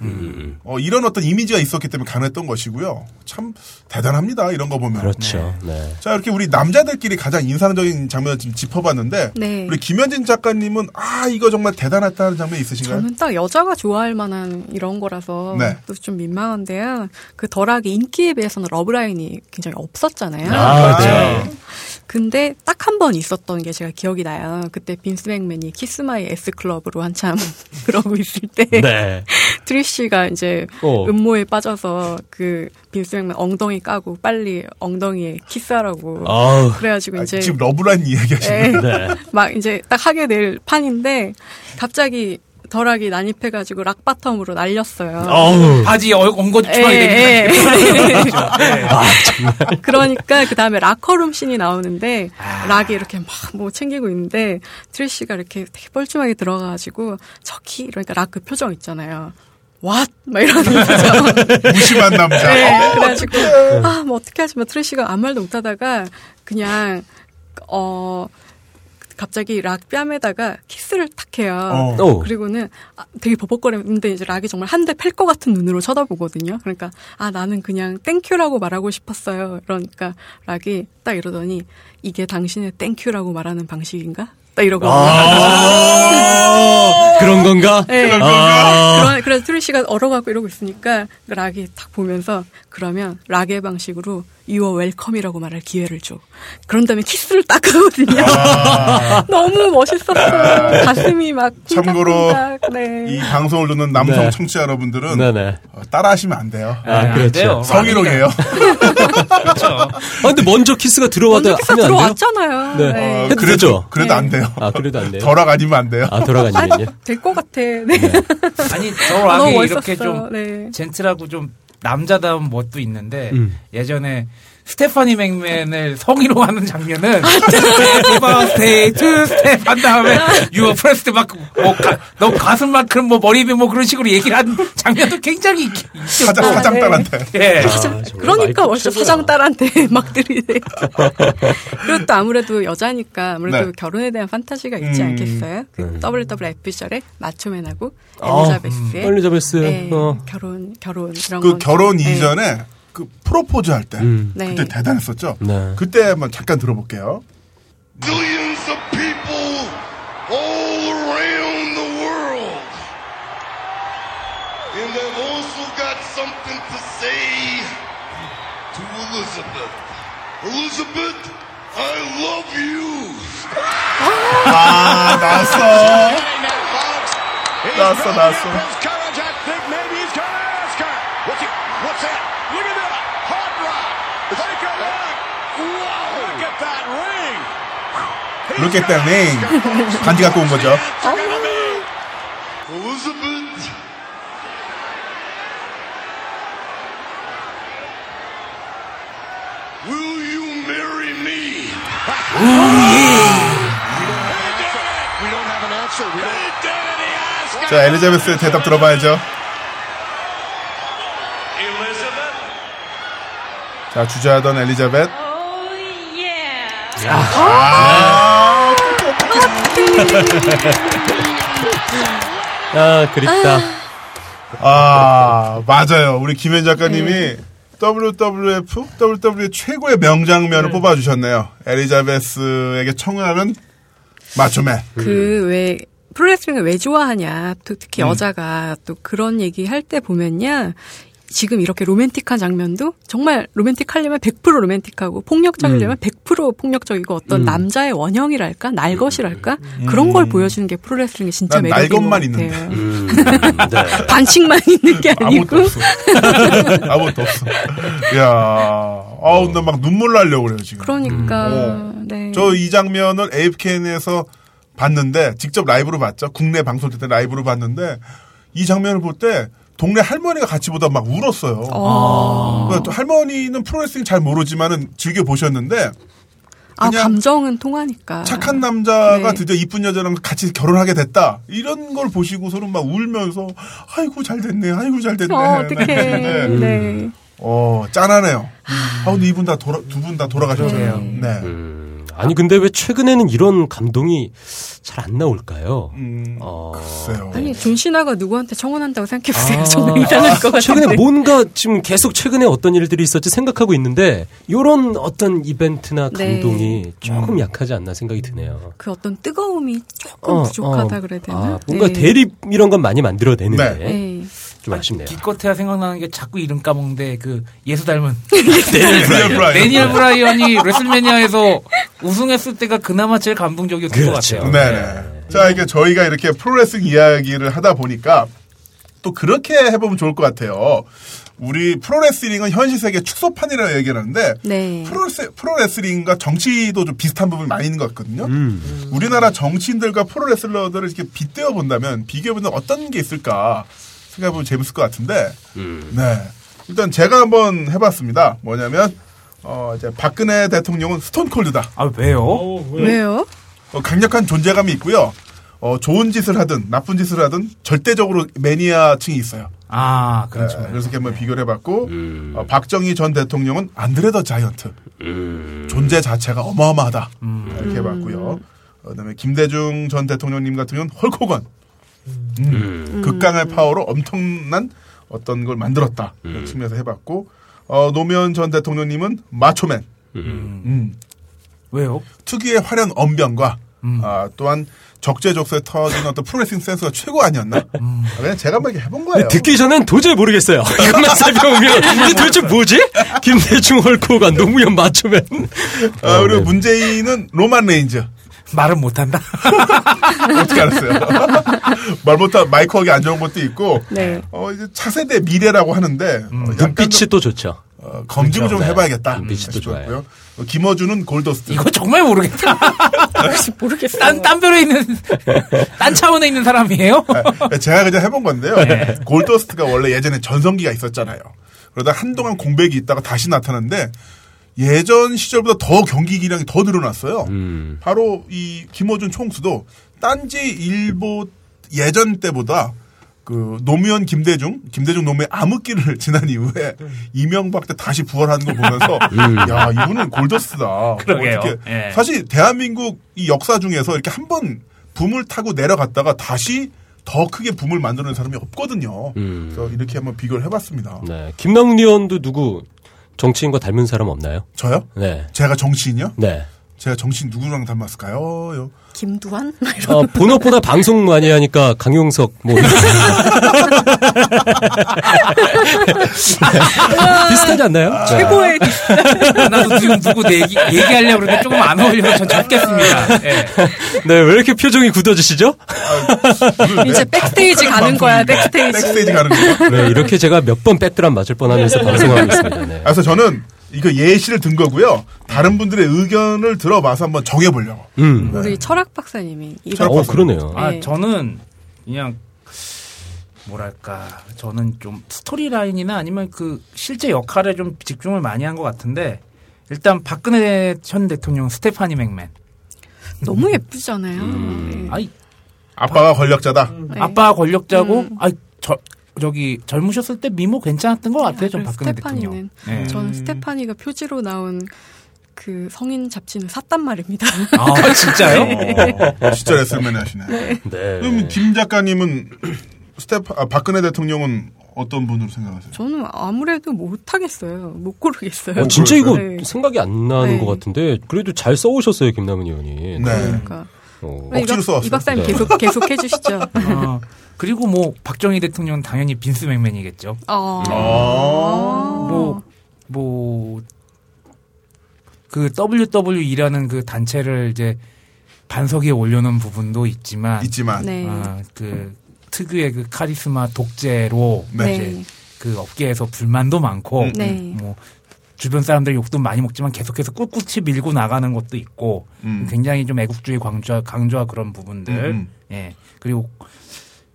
어, 이런 어떤 이미지가 있었기 때문에 가능했던 것이고요. 참 대단합니다. 이런 거 보면. 그렇죠. 네. 자 이렇게 우리 남자들끼리 가장 인상적인 장면을 지금 짚어봤는데 네. 우리 김현진 작가님은 아 이거 정말 대단하다는 장면 있으신가요? 저는 딱 여자가 좋아할 만한 이런 거라서 네. 그래서 좀 민망한데요. 그 덜하게 인기에 비해서는 러브라인이 굉장히 없었잖아요. 아, 네. 네. 그 근데 딱 한 번 있었던 게 제가 기억이 나요. 그때 빈스 맥맨이 키스마이 S 클럽으로 한참 그러고 있을 때 네. 트리쉬가 이제 어. 음모에 빠져서 그 빈스 맥맨 엉덩이 까고 빨리 엉덩이에 키스하라고 아우. 그래가지고 이제 지금 러브란 이야기 하시는 예. 네. 막 이제 딱 하게 될 판인데 갑자기 덜하게 난입해가지고 락바텀으로 날렸어요. 어우. 바지 얼- 엉거지 예, 추방이 아, 됩니다. 예. 그러니까 그 다음에 락커룸 씬이 나오는데 락이 이렇게 막 뭐 챙기고 있는데 트리시가 이렇게 되게 뻘쭘하게 들어가가지고 저기 이러니까 락 그 표정 있잖아요. 왓! 막 이러는 표정. 무심한 남자. 네, 그래가지고 아 뭐 어떻게 하지 뭐 트래시가 아무 말도 못하다가 그냥 어 갑자기 락 뺨에다가 키스를 탁 해요. 어. 오. 그리고는 아, 되게 버벅거리는데 이제 락이 정말 한 대 팰 것 같은 눈으로 쳐다보거든요. 그러니까 아 나는 그냥 땡큐라고 말하고 싶었어요. 그러니까 락이 딱 이러더니 이게 당신의 땡큐라고 말하는 방식인가? 딱 이러고 아, 그런 건가? 네. 아. 그러, 그래서 트루시가 얼어가고 이러고 있으니까 락이 딱 보면서 그러면 락의 방식으로 you are welcome이라고 말할 기회를 줘. 그런 다음에 키스를 딱 하거든요. 너무 멋있었어요. 가슴이 막 아. 참고로 쿵닥쿵닥. 이 네. 방송을 듣는 남성 네. 청취자 여러분들은 네네. 어, 따라하시면 안 돼요. 아, 그렇죠. 성희롱이에요. 그렇죠. 아, 근데 먼저 키스가 들어와도 먼저 키스 하면 안 돼요? 들어왔잖아요. 네. 네. 어, 해도 그래도 되죠? 그래도 안 돼요. 아, 그래도 안 돼요? 덜악 아니면 안 돼요. 아, 돌아가니군요. 될 것 같아. 네. 아니 저 락이 너무 이렇게 멋있었어요. 좀 네. 젠틀하고 좀 남자다운 멋도 있는데 음. 예전에 스테파니 맥맨을 성희로 하는 장면은 스테이 투 스텝 한 다음에 유어 프레스트 막뭐너 가슴만큼 뭐 머리비 뭐 그런 식으로 얘기를 한 장면도 굉장히 사장 아, 사장딸한테. 예. 아, 정말 그러니까 마이클 벌써 최고야. 사장 딸한테 막 들이대. 그리고 또 아무래도 여자니까 아무래도 네. 결혼에 대한 판타지가 있지 음. 않겠어요? 그 음. WWF 시절에 마초맨하고 아, 엘리자베스의 엘리자베스. 네, 어. 결혼 결혼 이런 그 건 결혼 좀, 네. 이전에 그 프로포즈 할 때 음. 네. 그때 대단했었죠. 네. 그때 한번 잠깐 들어볼게요. Millions of people all around the world. And they've also got something to say to Elizabeth. Elizabeth, I love you. 아 나왔어. 나왔어 나왔어. Courage, I think maybe he's gonna ask her. What's he, what's that? Look at that hot rod. Take a look. Wow, look at that ring. Look at that ring. 반지 갖고 온 거죠. Elizabeth. Will you marry me? We don't have an answer. We don't. 자 엘리자베스 대답 들어봐야죠. 자 주저하던 엘리자벳. 아, 그립다. 아 맞아요. 우리 김현 작가님이 네. WWF, WWE 최고의 명장면을 뽑아주셨네요. 엘리자베스에게 청하는 마초맨. 그 음. 왜 프로레슬링을 왜 좋아하냐? 또 특히 여자가 또 그런 얘기 할 때 보면요. 지금 이렇게 로맨틱한 장면도 정말 로맨틱하려면 100% 로맨틱하고 음. 폭력적이려면 100% 폭력적이고 어떤 남자의 원형이랄까 날것이랄까 음. 그런 걸 보여주는 게 프로레슬링의 진짜 음. 난 매력인 것 날것만 같아요. 있는데. 음, 네. 반칙만 있는 게 아무것도 아니고 없어. 아무것도 없어. 야, 아우 나 막 눈물 날려 그래요 지금. 그러니까 음. 네. 저 이 장면을 AFKN에서 봤는데 직접 라이브로 봤죠. 국내 방송 때 라이브로 봤는데 이 장면을 볼 때 동네 할머니가 같이 보다 막 울었어요. 그러니까 또 할머니는 프로레슬링 잘 모르지만은 즐겨 보셨는데 아 그냥 감정은 통하니까 착한 남자가 네. 드디어 이쁜 여자랑 같이 결혼하게 됐다 이런 걸 보시고 서로 막 울면서 아이고 잘 됐네, 아이고 잘 됐네. 어 어떡해 네. 네. 어 짠하네요. 아 근데 이분 다 돌아 두 분 다 돌아가셨어요. 네. 네. 아니, 근데 왜 최근에는 이런 감동이 잘 안 나올까요? 음, 어, 글쎄요. 아니 존시나가 누구한테 청혼한다고 생각해보세요. 아. 정말 이상할 것 같은데. 최근에 뭐- 뭔가 지금 계속 최근에 어떤 일들이 있었지 생각하고 있는데 요런 어떤 이벤트나 네. 감동이 조금 약하지 않나 생각이 드네요. 그 어떤 뜨거움이 조금 어, 부족하다 어. 그래야 되나? 아, 뭔가 네. 대립 이런 건 많이 만들어내는데 네. 좀 아쉽네요. 기껏해야 생각나는 게 자꾸 이름 까먹는데 그 예수 닮은 네. 네. 데니얼 브라이언. 데니얼 브라이언이 레슬매니아에서 우승했을 때가 그나마 제일 감동적이었던 그렇죠. 것 같아요. 네네. 자, 이게 저희가 이렇게 프로레슬 이야기를 하다 보니까 또 그렇게 해보면 좋을 것 같아요. 우리 프로레슬링은 현실 세계 축소판이라고 얘기하는데 네. 프로레슬, 프로레슬링과 정치도 좀 비슷한 부분이 많이 있는 것 같거든요. 음. 우리나라 정치인들과 프로레슬러들을 이렇게 빗대어 본다면 비교해보면 어떤 게 있을까 생각해보면 재밌을 것 같은데 음. 네. 일단 제가 한번 해봤습니다. 뭐냐면 어, 이제 박근혜 대통령은 스톤콜드다. 아 왜요? 왜요? 어, 강력한 존재감이 있고요. 어, 좋은 짓을 하든 나쁜 짓을 하든 절대적으로 매니아층이 있어요. 아 그렇죠. 음. 네, 그래서 이렇게 한번 비교를 해봤고 어, 박정희 전 대통령은 안드레 더 자이언트 음. 존재 자체가 어마어마하다 네, 이렇게 해봤고요. 어, 그다음에 김대중 전 대통령님 같은 경우는 헐코건 음. 음. 극강의 파워로 엄청난 어떤 걸 만들었다 이런 음. 측면에서 해봤고 어, 노무현 전 대통령님은 마초맨 음. 왜요? 특유의 화려한 언변과 음. 아, 또한 적재적소에 터진 어떤 프로레슬링 센스가 최고 아니었나? 아, 그냥 제가 한번 이렇게 해본 거예요. 음. 듣기 전엔 도저히 모르겠어요. 이것만 살펴보면 이게 도대체 뭐지? 김대중 헐코가 노무현 맞추면 아, 네. 그리고 문재인은 로만 레인즈. 말은 못한다. 어떻게 알았어요? 말 못한 마이크하기 안 좋은 것도 있고, 네. 어, 이제 차세대 미래라고 하는데, 어, 약간 음, 눈빛이 또 좋죠. 좀, 어, 검증을 좀 네. 해봐야겠다. 눈빛이 또 좋아요. 싶었고요. 어, 김어준은 골더스트. 이거 정말 모르겠다. 모르겠어요. 딴, 딴 별에 있는, 딴 차원에 있는 사람이에요? 아, 제가 그냥 해본 건데요. 골더스트가 원래 예전에 전성기가 있었잖아요. 그러다 한동안 공백이 있다가 다시 나타났는데 예전 시절보다 더 경기 기량이 더 늘어났어요. 바로 이 김어준 총수도 딴지 일보 예전 때보다 그 노무현 김대중 김대중 노무현 암흑기를 지난 이후에 네. 이명박 때 다시 부활하는 걸 보면서 음. 야 이분은 골더스다. 그러게요. 어떻게 예. 사실 대한민국 이 역사 중에서 이렇게 한 번 붐을 타고 내려갔다가 다시 더 크게 붐을 만드는 사람이 없거든요. 그래서 이렇게 한번 비교를 해봤습니다. 음. 네. 김남리 의원도 누구 정치인과 닮은 사람 없나요? 저요? 네. 제가 정치인이요? 네. 제가 정치인 누구랑 닮았을까요? 요. 김두한? 막 이런. 어, 본업보다 방송 많이 하니까 강용석 뭐 비슷하지 않나요? 최고의 나도 지금 누구 얘기, 얘기하려고 그러는데 조금 안 어울리면 전 잡겠습니다. 예. 네, 왜 이렇게 표정이 굳어지시죠? 이제 백스테이지 가는 거야, 백스테이지. 네. 백스테이지 가는 거예요. 네, 이렇게 제가 몇 번 백드랍 맞을 뻔하면서 방송하고 있습니다. 네. 그래서 저는 이거 예시를 든 거고요. 다른 분들의 의견을 들어봐서 한번 정해보려고. 음. 우리 철학 박사님이 이런 어, 그러네요. 아, 네. 저는 그냥, 뭐랄까, 저는 좀 스토리라인이나 아니면 그 실제 역할에 좀 집중을 많이 한 것 같은데, 일단 박근혜 전 대통령 스테파니 맥맨. 너무 예쁘잖아요. 아이, 아빠가 권력자다. 네. 음. 아빠 권력자고, 아이, 저, 저기 젊으셨을 때 미모 괜찮았던 것 같아요, 전 그래서 박근혜 대통령. 스테파니는 예. 저는 스테파니가 표지로 나온 그 성인 잡지는 샀단 말입니다. 아, 진짜요? 진짜 레슬맨 하시네. 그럼 네. 김 작가님은 스테파, 아, 박근혜 대통령은 어떤 분으로 생각하세요? 저는 아무래도 못 하겠어요. 못 고르겠어요. 어, 진짜 이거 네. 생각이 안 나는 네. 것 같은데 그래도 잘 써오셨어요 김남은 네. 의원이. 그러니까 어. 억지로 써왔어요. 이 박사님 네. 계속 계속 해주시죠. 아, 그리고 뭐 박정희 대통령은 당연히 빈스 맥맨이겠죠. 어. 뭐, 뭐, 그 WWE라는 그 단체를 이제 반석 위에 올려놓은 부분도 있지만, 있지만. 네. 아, 그 특유의 그 카리스마 독재로 네. 음, 이제 그 업계에서 불만도 많고, 네. 뭐, 주변 사람들이 욕도 많이 먹지만 계속해서 꿋꿋이 밀고 나가는 것도 있고, 음. 굉장히 좀 애국주의 강조하, 강조하 그런 부분들. 음, 예. 그리고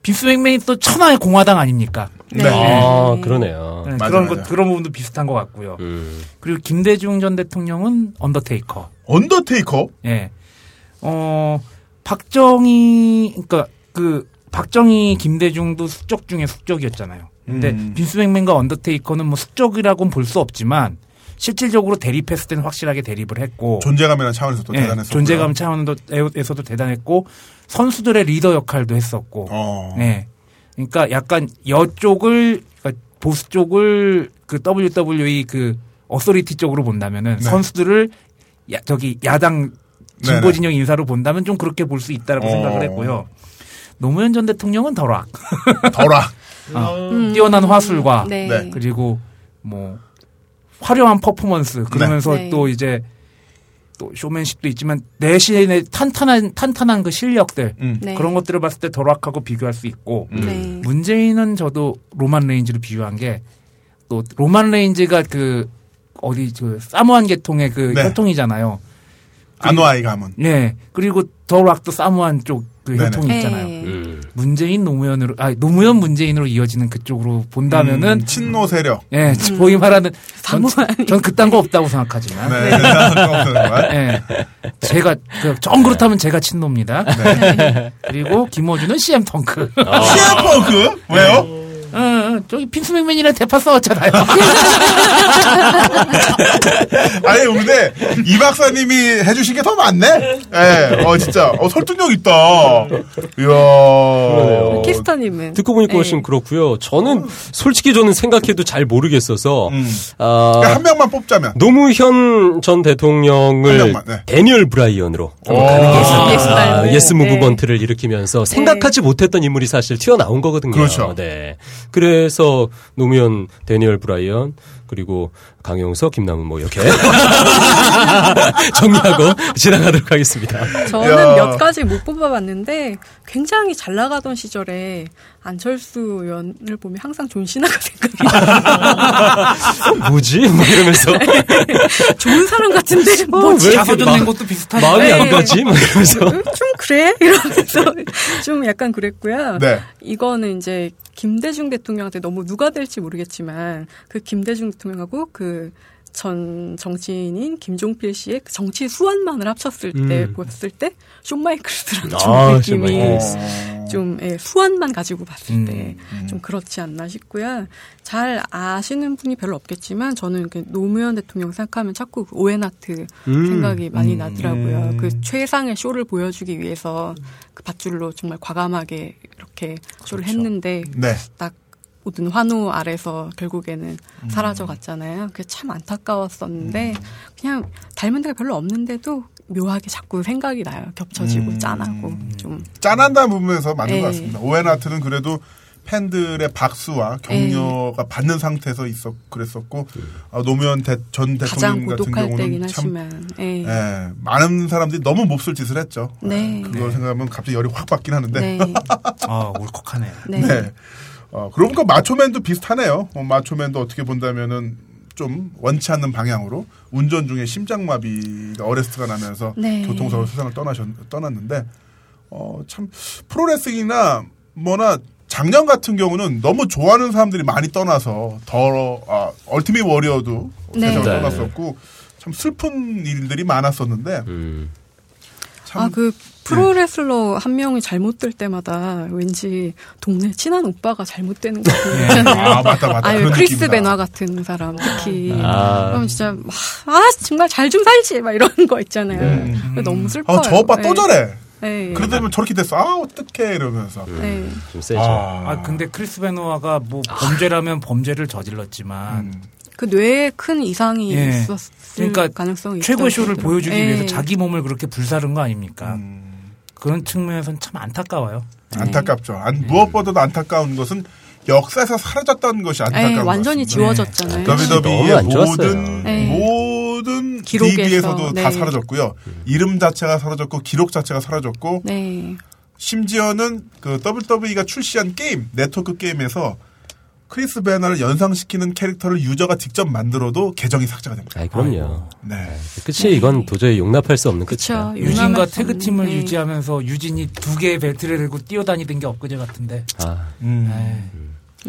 빈스 맥맨이 또 천하의 공화당 아닙니까? 네. 아 그러네요. 네, 어, 맞아, 그런 것 맞아. 그런 부분도 비슷한 것 같고요. 음. 그리고 김대중 전 대통령은 언더테이커. 언더테이커? 예. 어 박정희 그러니까 그 박정희 김대중도 숙적 중에 숙적이었잖아요. 근데 음. 빈스 맥맨과 언더테이커는 뭐 숙적이라고는 볼 수 없지만 실질적으로 대립했을 때는 확실하게 대립을 했고 네, 존재감이라는 차원에서 또 예, 대단했었고. 존재감 차원에서도 대단했고 선수들의 리더 역할도 했었고 어. 네. 그러니까 약간 여 쪽을 그러니까 보수 쪽을 그 WWE 그 어소리티 쪽으로 본다면은 네. 선수들을 야, 저기 야당 네네. 진보 진영 인사로 본다면 좀 그렇게 볼 수 있다라고 어. 생각을 했고요. 노무현 전 대통령은 더락. 더라. 어, 음. 뛰어난 화술과 네. 네. 그리고 뭐 화려한 퍼포먼스 그러면서 네. 또 이제 또 쇼맨십도 있지만 내신의 탄탄한 탄탄한 그 실력들 음. 네. 그런 것들을 봤을 때 더락하고 비교할 수 있고 네. 문재인은 저도 로만 레인지를 비유한 게 또 로만 레인지가 그 어디 그 사모안 계통의 그 네. 혈통이잖아요. 안와이 가문. 네. 그리고 더락도 사모안 쪽 그 네네. 혈통이 있잖아요. 네. 음. 문재인 노무현으로 아 노무현 문재인으로 이어지는 그쪽으로 본다면은 음, 친노 세력. 예 소위 말하는 전, 사모안이. 전 그딴 거 없다고 생각하지만 네. 네. 예 제가 그, 정 그렇다면 제가 친노입니다 네. 네. 그리고 김호준은 CM 덩크 아. 어. 시아펑크 왜요? 어, 어, 저기 빈스 맥맨이랑 대파 싸웠잖아요 아니 근데 이 박사님이 해주신 게 더 많네. 예, 어 진짜 어, 설득력 있다. 이야. 그러네요. 키스터님은 어. 듣고 보니까 훨씬 네. 그렇고요. 저는 솔직히 저는 생각해도 잘 모르겠어서 그러니까 아, 한 명만 뽑자면 노무현 전 한 대통령을 명만, 네. 데니얼 브라이언으로 그 오. 예스 아, 달고. 예스 네. 무브먼트를 일으키면서 생각하지 못했던 인물이 사실 튀어나온 거거든요. 그렇죠. 네. 그래서 노무현, 데니얼 브라이언 그리고 강용석, 김남은 뭐 이렇게 정리하고 지나가도록 하겠습니다. 네. 저는 야. 몇 가지 못 뽑아봤는데 굉장히 잘 나가던 시절에 안철수 의원을 보면 항상 존시나가 생각이 뭐지? 뭐 이러면서 네. 나. 좋은 사람 같은데 뭐지? 왜 이렇게 자서전 마- 낸 것도 비슷한데 마음이 안 네. 가지? 뭐 이러면서 음, 좀 그래? 이러면서 좀 약간 그랬고요. 네. 이거는 이제 김대중 대통령한테 너무 누가 될지 모르겠지만 그 김대중 대통령하고 그 전 정치인인 김종필 씨의 그 정치 수완만을 합쳤을 때 봤을 때쇼 마이클스랑 좀 음. 아, 숀 느낌이 마이클스. 좀 예, 수완만 가지고 봤을 음, 때 좀 그렇지 않나 싶고요. 잘 아시는 분이 별로 없겠지만 저는 그 노무현 대통령 생각하면 자꾸 그 오해나트 생각이 많이 나더라고요. 그 최상의 쇼를 보여주기 위해서 그 밧줄로 정말 과감하게 이렇게 쇼를 했는데 네. 딱 모든 환호 아래서 결국에는 사라져 갔잖아요. 그게 참 안타까웠었는데 그냥 닮은 데가 별로 없는데도 묘하게 자꾸 생각이 나요. 겹쳐지고 짠하고 좀 짠한다는 부분에서 맞는 예. 것 같습니다. 오웬하트는 그래도 팬들의 박수와 격려가 예. 받는 상태에서 있었 그랬었고 아, 노무현 대- 전 가장 대통령 같은 고독할 때긴 경우는 참 하지만 예. 예, 많은 사람들이 너무 몹쓸 짓을 했죠. 네. 예, 그걸 생각하면 갑자기 열이 확 받긴 하는데. 네. 아 울컥하네요 네. 네. 어, 그러고 보니까 마초맨도 비슷하네요. 어, 마초맨도 어떻게 본다면은 좀 원치 않는 방향으로 운전 중에 심장마비가 어레스트가 나면서 네. 교통사고 세상을 떠나셨, 떠났는데 어, 참 프로레슬링이나 뭐나 작년 같은 경우는 너무 좋아하는 사람들이 많이 떠나서 더러 아, 얼티밋 워리어도 네. 세상을 네. 떠났었고 참 슬픈 일들이 많았었는데 음. 참 네. 아, 그 프로레슬러 한 명이 잘못될 때마다 왠지 동네 친한 오빠가 잘못되는 거 같아요. 아, 맞다 맞다 아유, 그런 크리스 느낌이다. 네. 베너 같은 사람 특히. 아. 그럼 진짜 막, 아, 정말 잘 좀 살지 막 이런 거 있잖아요. 그거 너무 슬퍼요. 네. 아, 저 오빠 또 예. 저래. 예. 그러다 보면 저렇게 됐어. 아, 어떡해. 이러면서. 음. 예. 좀 세죠. 아 근데 크리스 베노아가 뭐 범죄라면 범죄를 저질렀지만 음. 그 뇌에 큰 이상이 네. 예. 있었을 그러니까 가능성이 최고의 뭐 있다고 쇼를 보여주기 예. 위해서 자기 몸을 그렇게 불사른 거 아닙니까? 음. 그런 측면에선 참 안타까워요. 네. 안타깝죠. 안, 무엇보다도 안타까운 것은 역사에서 사라졌다는 것이 안타까운 예, 것 완전히 같습니다. 네. 지워졌잖아요. 너무 WWE의 안 좋았어요. 모든 네. 모든 기록에서, DB에서도 다 네. 사라졌고요. 이름 자체가 사라졌고 기록 자체가 사라졌고 네. 심지어는 그 WWE가 출시한 게임 네트워크 게임에서 크리스 베너를 연상시키는 캐릭터를 유저가 직접 만들어도 계정이 삭제가 됩니다. 아이, 그럼요. 네. 끝이 이건 도저히 용납할 수 없는 끝이야. 그쵸. 유진과 용납할 수 태그 팀을 없는, 예. 유지하면서 유진이 두 개의 벨트를 들고 뛰어다니던 게 엊그제 같은데. 아,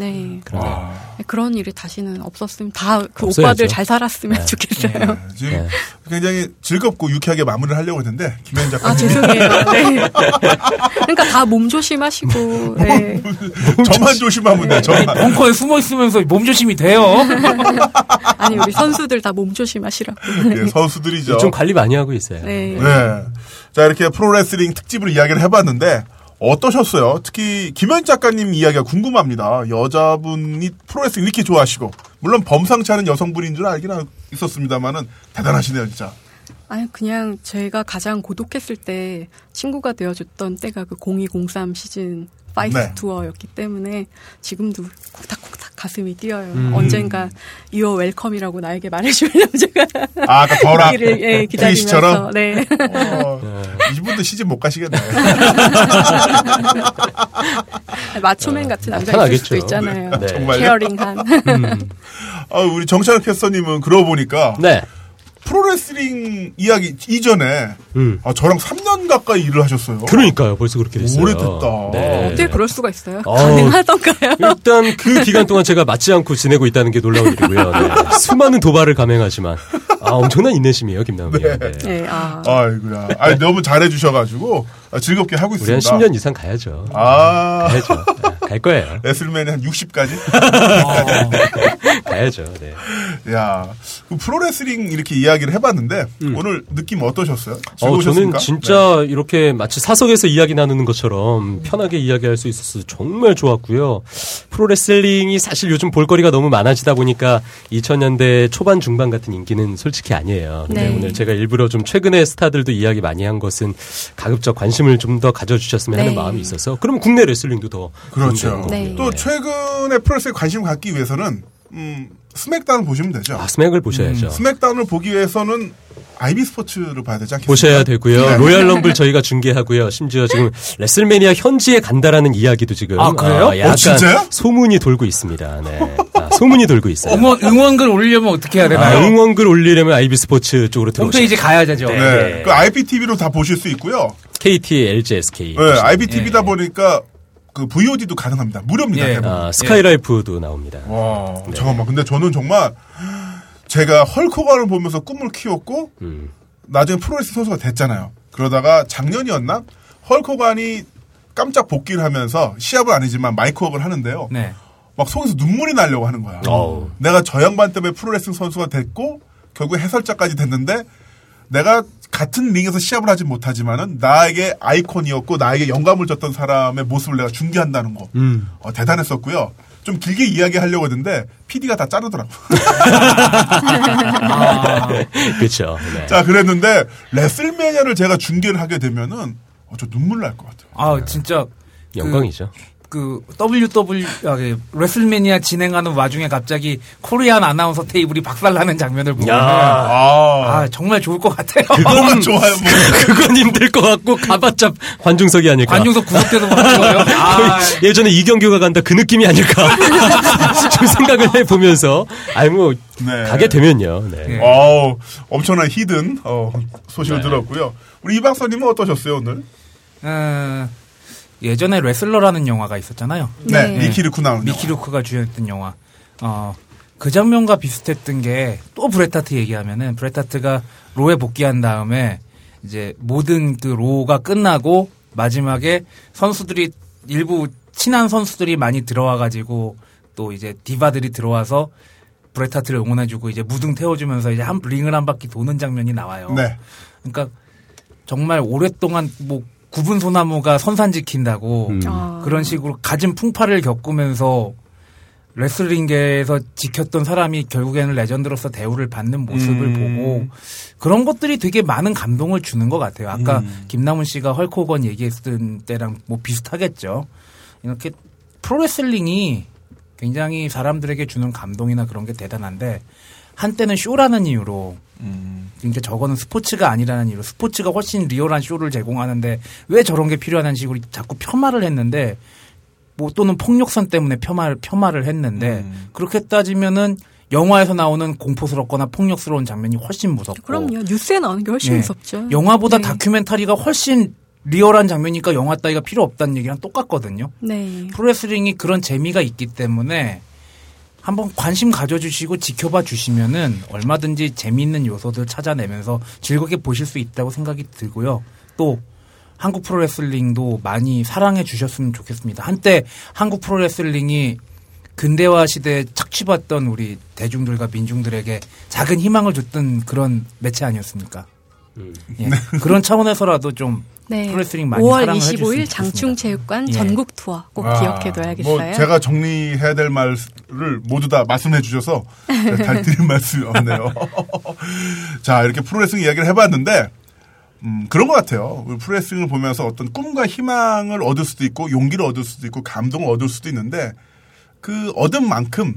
에이, 네. 그러네요. 아. 그런 일이 다시는 없었으면 다 그 없어야죠. 오빠들 잘 살았으면 네. 좋겠어요. 지금 굉장히 즐겁고 유쾌하게 마무리를 하려고 했는데 김현 아 작가님 죄송해요. 네. 그러니까 다 몸 조심하시고 네. 저만 조심하면 돼. 아. 저만. 벙커에 숨어 있으면서 몸조심이 돼요. 아니 우리 선수들 다 몸 조심하시라고. 예, 선수들이죠. 좀 관리 많이 하고 있어요. 네. 네. 자, 이렇게 프로레슬링 특집을 이야기를 해봤는데, 어떠셨어요? 특히, 김현 작가님 이야기가 궁금합니다. 여자분이 프로레슬링 이렇게 좋아하시고, 물론 범상치 않은 여성분인 줄 알긴 하- 있었습니다만은, 대단하시네요, 진짜. 아니 그냥 제가 가장 고독했을 때 친구가 되어줬던 때가 그 0203 시즌 파이트 네. 투어였기 때문에 지금도 콩닥콩닥 가슴이 뛰어요. 음. 언젠가 유어 웰컴이라고 나에게 말해줄 남자가 아, 아까 버락 우리를, 네. 예, 기다리면서 트리시처럼? 네. 어, 이분도 시집 못 가시겠네. 아. 마초맨 같은 남자가 있을 편하겠죠. 수도 있잖아요. 네. 정말요? 케어링한. 아, 우리 정찬 캐스터님은 그러고 보니까 네. 프로레슬링 이야기 이전에 아, 저랑 3년 가까이 일을 하셨어요. 음. 그러니까요. 벌써 그렇게 됐어요. 오래됐다. 어떻게 그럴 수가 있어요? 어. 가능하던가요? 네. 일단 그 기간 동안 제가 맞지 않고 지내고 있다는 게 놀라운 일이고요. 네. 수많은 도발을 감행하지만 아, 엄청난 인내심이에요, 김남이. 예. 네. 그 네, 아. 아이고야. 아니, 너무 잘해주셔가지고 아, 즐겁게 하고 우리 한 있습니다. 10년 네, 이상 가야죠. 아. 가야죠. 갈 거예요. 레슬맨이 한 60까지? 가야죠. 네. 야, 그 프로레슬링 이렇게 이야기를 해봤는데 오늘 느낌 어떠셨어요? 어, 즐거우셨습니까? 네. 저는 진짜 이렇게 마치 사석에서 이야기 나누는 음. 것처럼 편하게 이야기할 수 있어서 정말 좋았고요. 프로레슬링이 사실 요즘 볼거리가 너무 많아지다 보니까 2000년대 초반 중반 같은 인기는 솔직히 아니에요. 근데 네. 오늘 제가 일부러 좀 최근에 스타들도 이야기 많이 한 것은 가급적 관심을 좀 더 가져주셨으면 하는 네. 마음이 있어서 그럼 국내 레슬링도 더 그렇죠. 도움되는 거고요. 또 최근에 프로레슬링 관심 갖기 위해서는 음, 스맥다운 보시면 되죠. 아, 스맥을 보셔야죠. 음. 스맥다운을 보기 위해서는 아이비 스포츠를 봐야 되지 않겠습니까? 보셔야 되고요. 네. 로얄 럼블 저희가 중계하고요. 심지어 지금 레슬매니아 현지에 간다라는 이야기도 지금 아, 그래요? 아, 약간 어, 진짜요? 소문이 돌고 있습니다. 네. 아, 소문이 돌고 있어요. 응원, 응원글 올리려면 어떻게 해야 되나요? 아, 응원글 올리려면 아이비 스포츠 쪽으로 들어오 네. 셔야 홈페이지 가야 되죠. 네. 그 IPTV로 다 보실 수 있고요. KT, LG, SK. 네, IPTV다 보니까 그 VOD도 가능합니다. 무료입니다. 대부분. 아, 네. 스카이라이프도 나옵니다. 와, 잠깐만. 근데 저는 정말 제가 헐크호gan을 보면서 꿈을 키웠고 나중에 프로레슬링 선수가 됐잖아요. 그러다가 작년이었나? 헐크호간이 깜짝 복귀를 하면서 시합은 아니지만 마이크업을 하는데요. 네. 막 속에서 눈물이 나려고 하는 거야. 내가 저 양반 때문에 프로레슬링 선수가 됐고 결국 해설자까지 됐는데 내가 같은 링에서 시합을 하진 못하지만은 나에게 아이콘이었고 나에게 영감을 줬던 사람의 모습을 내가 중계한다는 거. 음. 어, 대단했었고요. 좀 길게 이야기하려고 했는데 PD가 다 자르더라고. 그렇죠. 네. 자 그랬는데 레슬매니아를 제가 중계를 하게 되면은 어, 저 눈물 날 것 같아요. 아, 진짜. 그- 영광이죠. 그, WW, 아, 그 레슬매니아 진행하는 와중에 갑자기 코리안 아나운서 테이블이 박살나는 장면을 보면. 야. 아, 음. 정말 좋을 것 같아요. 그건 좋아요. 뭐. 그건 힘들 것 같고 가봤자 관중석이 아닐까. 관중석 구석대도 맞춰요. 아, 거의 예전에 이경규가 간다 그 느낌이 아닐까. 좀 생각을 해보면서. 아니, 뭐, 가게 되면요. 네. 어우, 엄청난 히든 어, 소식을 네. 들었고요. 우리 이박사님은 어떠셨어요 오늘? 어, 예전에 레슬러라는 영화가 있었잖아요. 네, 네. 미키루크 나오는 미키루크가 주연했던 영화. 어, 그 장면과 비슷했던 게 또 브레타트 얘기하면은 브레타트가 로에 복귀한 다음에 이제 모든 그 로가 끝나고 마지막에 선수들이 일부 친한 선수들이 많이 들어와 가지고 또 이제 디바들이 들어와서 브레타트를 응원해주고 이제 무등 태워주면서 이제 한 링을 한 바퀴 도는 장면이 나와요. 네. 그러니까 정말 오랫동안 뭐 구분 소나무가 선산 지킨다고 아. 그런 식으로 가진 풍파를 겪으면서 레슬링계에서 지켰던 사람이 결국에는 레전드로서 대우를 받는 모습을 보고 그런 것들이 되게 많은 감동을 주는 것 같아요. 아까 김남훈 씨가 헐코건 얘기했을 때랑 뭐 비슷하겠죠. 이렇게 프로레슬링이 굉장히 사람들에게 주는 감동이나 그런 게 대단한데 한때는 쇼라는 이유로 그러니까 저거는 스포츠가 아니라는 이유로 스포츠가 훨씬 리얼한 쇼를 제공하는데 왜 저런 게 필요하는 식으로 자꾸 폄하를 했는데 뭐 또는 폭력선 때문에 폄하를 폄하를 했는데 그렇게 따지면은 영화에서 나오는 공포스럽거나 폭력스러운 장면이 훨씬 무섭고 그럼요. 뉴스에 나오는 게 훨씬 예. 무섭죠. 영화보다 네. 다큐멘터리가 훨씬 리얼한 장면이니까 영화 따위가 필요 없다는 얘기랑 똑같거든요. 네. 프로레슬링이 그런 재미가 있기 때문에 한번 관심 가져주시고 지켜봐 주시면은 얼마든지 재미있는 요소들 찾아내면서 즐겁게 보실 수 있다고 생각이 들고요. 또 한국 프로레슬링도 많이 사랑해 주셨으면 좋겠습니다. 한때 한국 프로레슬링이 근대화 시대에 착취받던 우리 대중들과 민중들에게 작은 희망을 줬던 그런 매체 아니었습니까? 예. 그런 차원에서라도 좀 네. 프로레슬링 많이 5월 사랑을 해주셨으면 25일 좋겠습니다. 장충체육관 예. 전국 투어 꼭 아, 기억해둬야겠어요. 뭐 제가 정리해야 될 말을 모두 다 말씀해 주셔서 잘 드릴 말씀이 없네요. 자 이렇게 프로레슬링 이야기를 해봤는데 음, 그런 것 같아요. 우리 프로레슬링을 보면서 어떤 꿈과 희망을 얻을 수도 있고 용기를 얻을 수도 있고 감동을 얻을 수도 있는데 그 얻은 만큼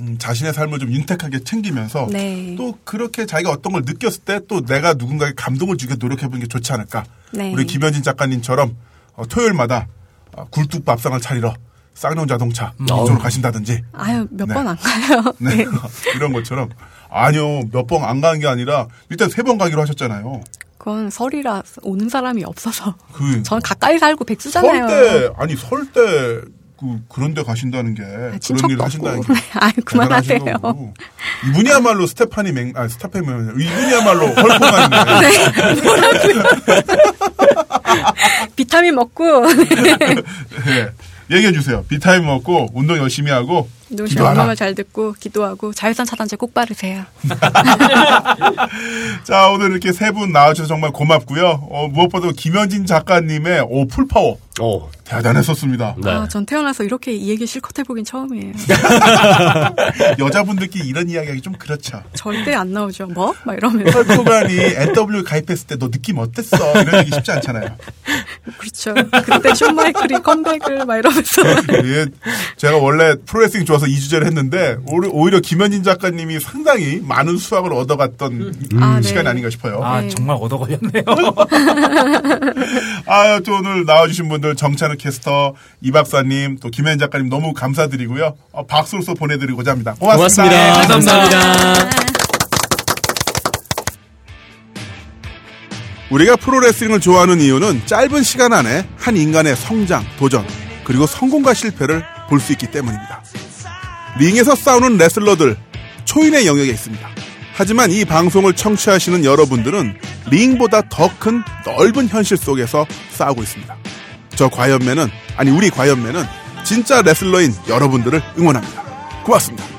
음, 자신의 삶을 좀 윤택하게 챙기면서 네. 또 그렇게 자기가 어떤 걸 느꼈을 때 또 내가 누군가에게 감동을 주게 노력해보는 게 좋지 않을까. 네. 우리 김현진 작가님처럼 어, 토요일마다 어, 굴뚝 밥상을 차리러 쌍용 자동차 음. 어. 이쪽으로 가신다든지 아유, 몇 네. 번 안 가요. 네. 이런 것처럼 아니요 몇 번 안 가는 게 아니라 일단 세 번 가기로 하셨잖아요. 그건 설이라 오는 사람이 없어서. 그 전 가까이 살고 백수잖아요. 설때 아니 설 때 그, 그런 데 가신다는 게 그런 아, 친척도 일 하신다는 없고. 게 아유, 그만하세요. 대단하신 거고. 이분이야말로 스테파니 맥, 아, 스테파니 맥, 이분이야말로 헐크만인데. 네. 비타민 먹고 네. 예. 얘기해주세요. 비타민 먹고, 운동 열심히 하고, 노시 기도하라. 얼마나 잘 듣고 기도하고 자외선 차단제 꼭 바르세요. 자, 오늘 이렇게 세 분 나와주셔서 정말 고맙고요. 어, 무엇보다 김현진 작가님의 오, 풀파워. 오. 대단했었습니다. 네. 아, 전 태어나서 이렇게 이 얘기 실컷 해보긴 처음이에요. 여자분들끼리 이런 이야기하기 좀 그렇죠. 절대 안 나오죠. 뭐? 막 이러면서. 헐크만이 NW 가입했을 때 너 느낌 어땠어? 이런 얘기 쉽지 않잖아요. 그렇죠. 그때 쇼마이클이 컴백을 막 이러면서. 예, 제가 원래 프로레슬링 좋아서 이 주제를 했는데 오히려, 오히려 김현진 작가님이 상당히 많은 수학을 얻어갔던 음, 아, 시간이 네. 아닌가 싶어요. 아 네. 정말 얻어 걸렸네요. 아, 또 오늘 나와주신 분들 정찬우 캐스터, 이 박사님, 또 김현진 작가님 너무 감사드리고요. 어, 박수로서 보내드리고자 합니다. 고맙습니다. 고맙습니다. 감사합니다. 우리가 프로레슬링을 좋아하는 이유는 짧은 시간 안에 한 인간의 성장, 도전, 그리고 성공과 실패를 볼 수 있기 때문입니다. 링에서 싸우는 레슬러들, 초인의 영역에 있습니다. 하지만 이 방송을 청취하시는 여러분들은 링보다 더 큰 넓은 현실 속에서 싸우고 있습니다. 저 과연맨은, 아니 우리 과연맨은 진짜 레슬러인 여러분들을 응원합니다. 고맙습니다.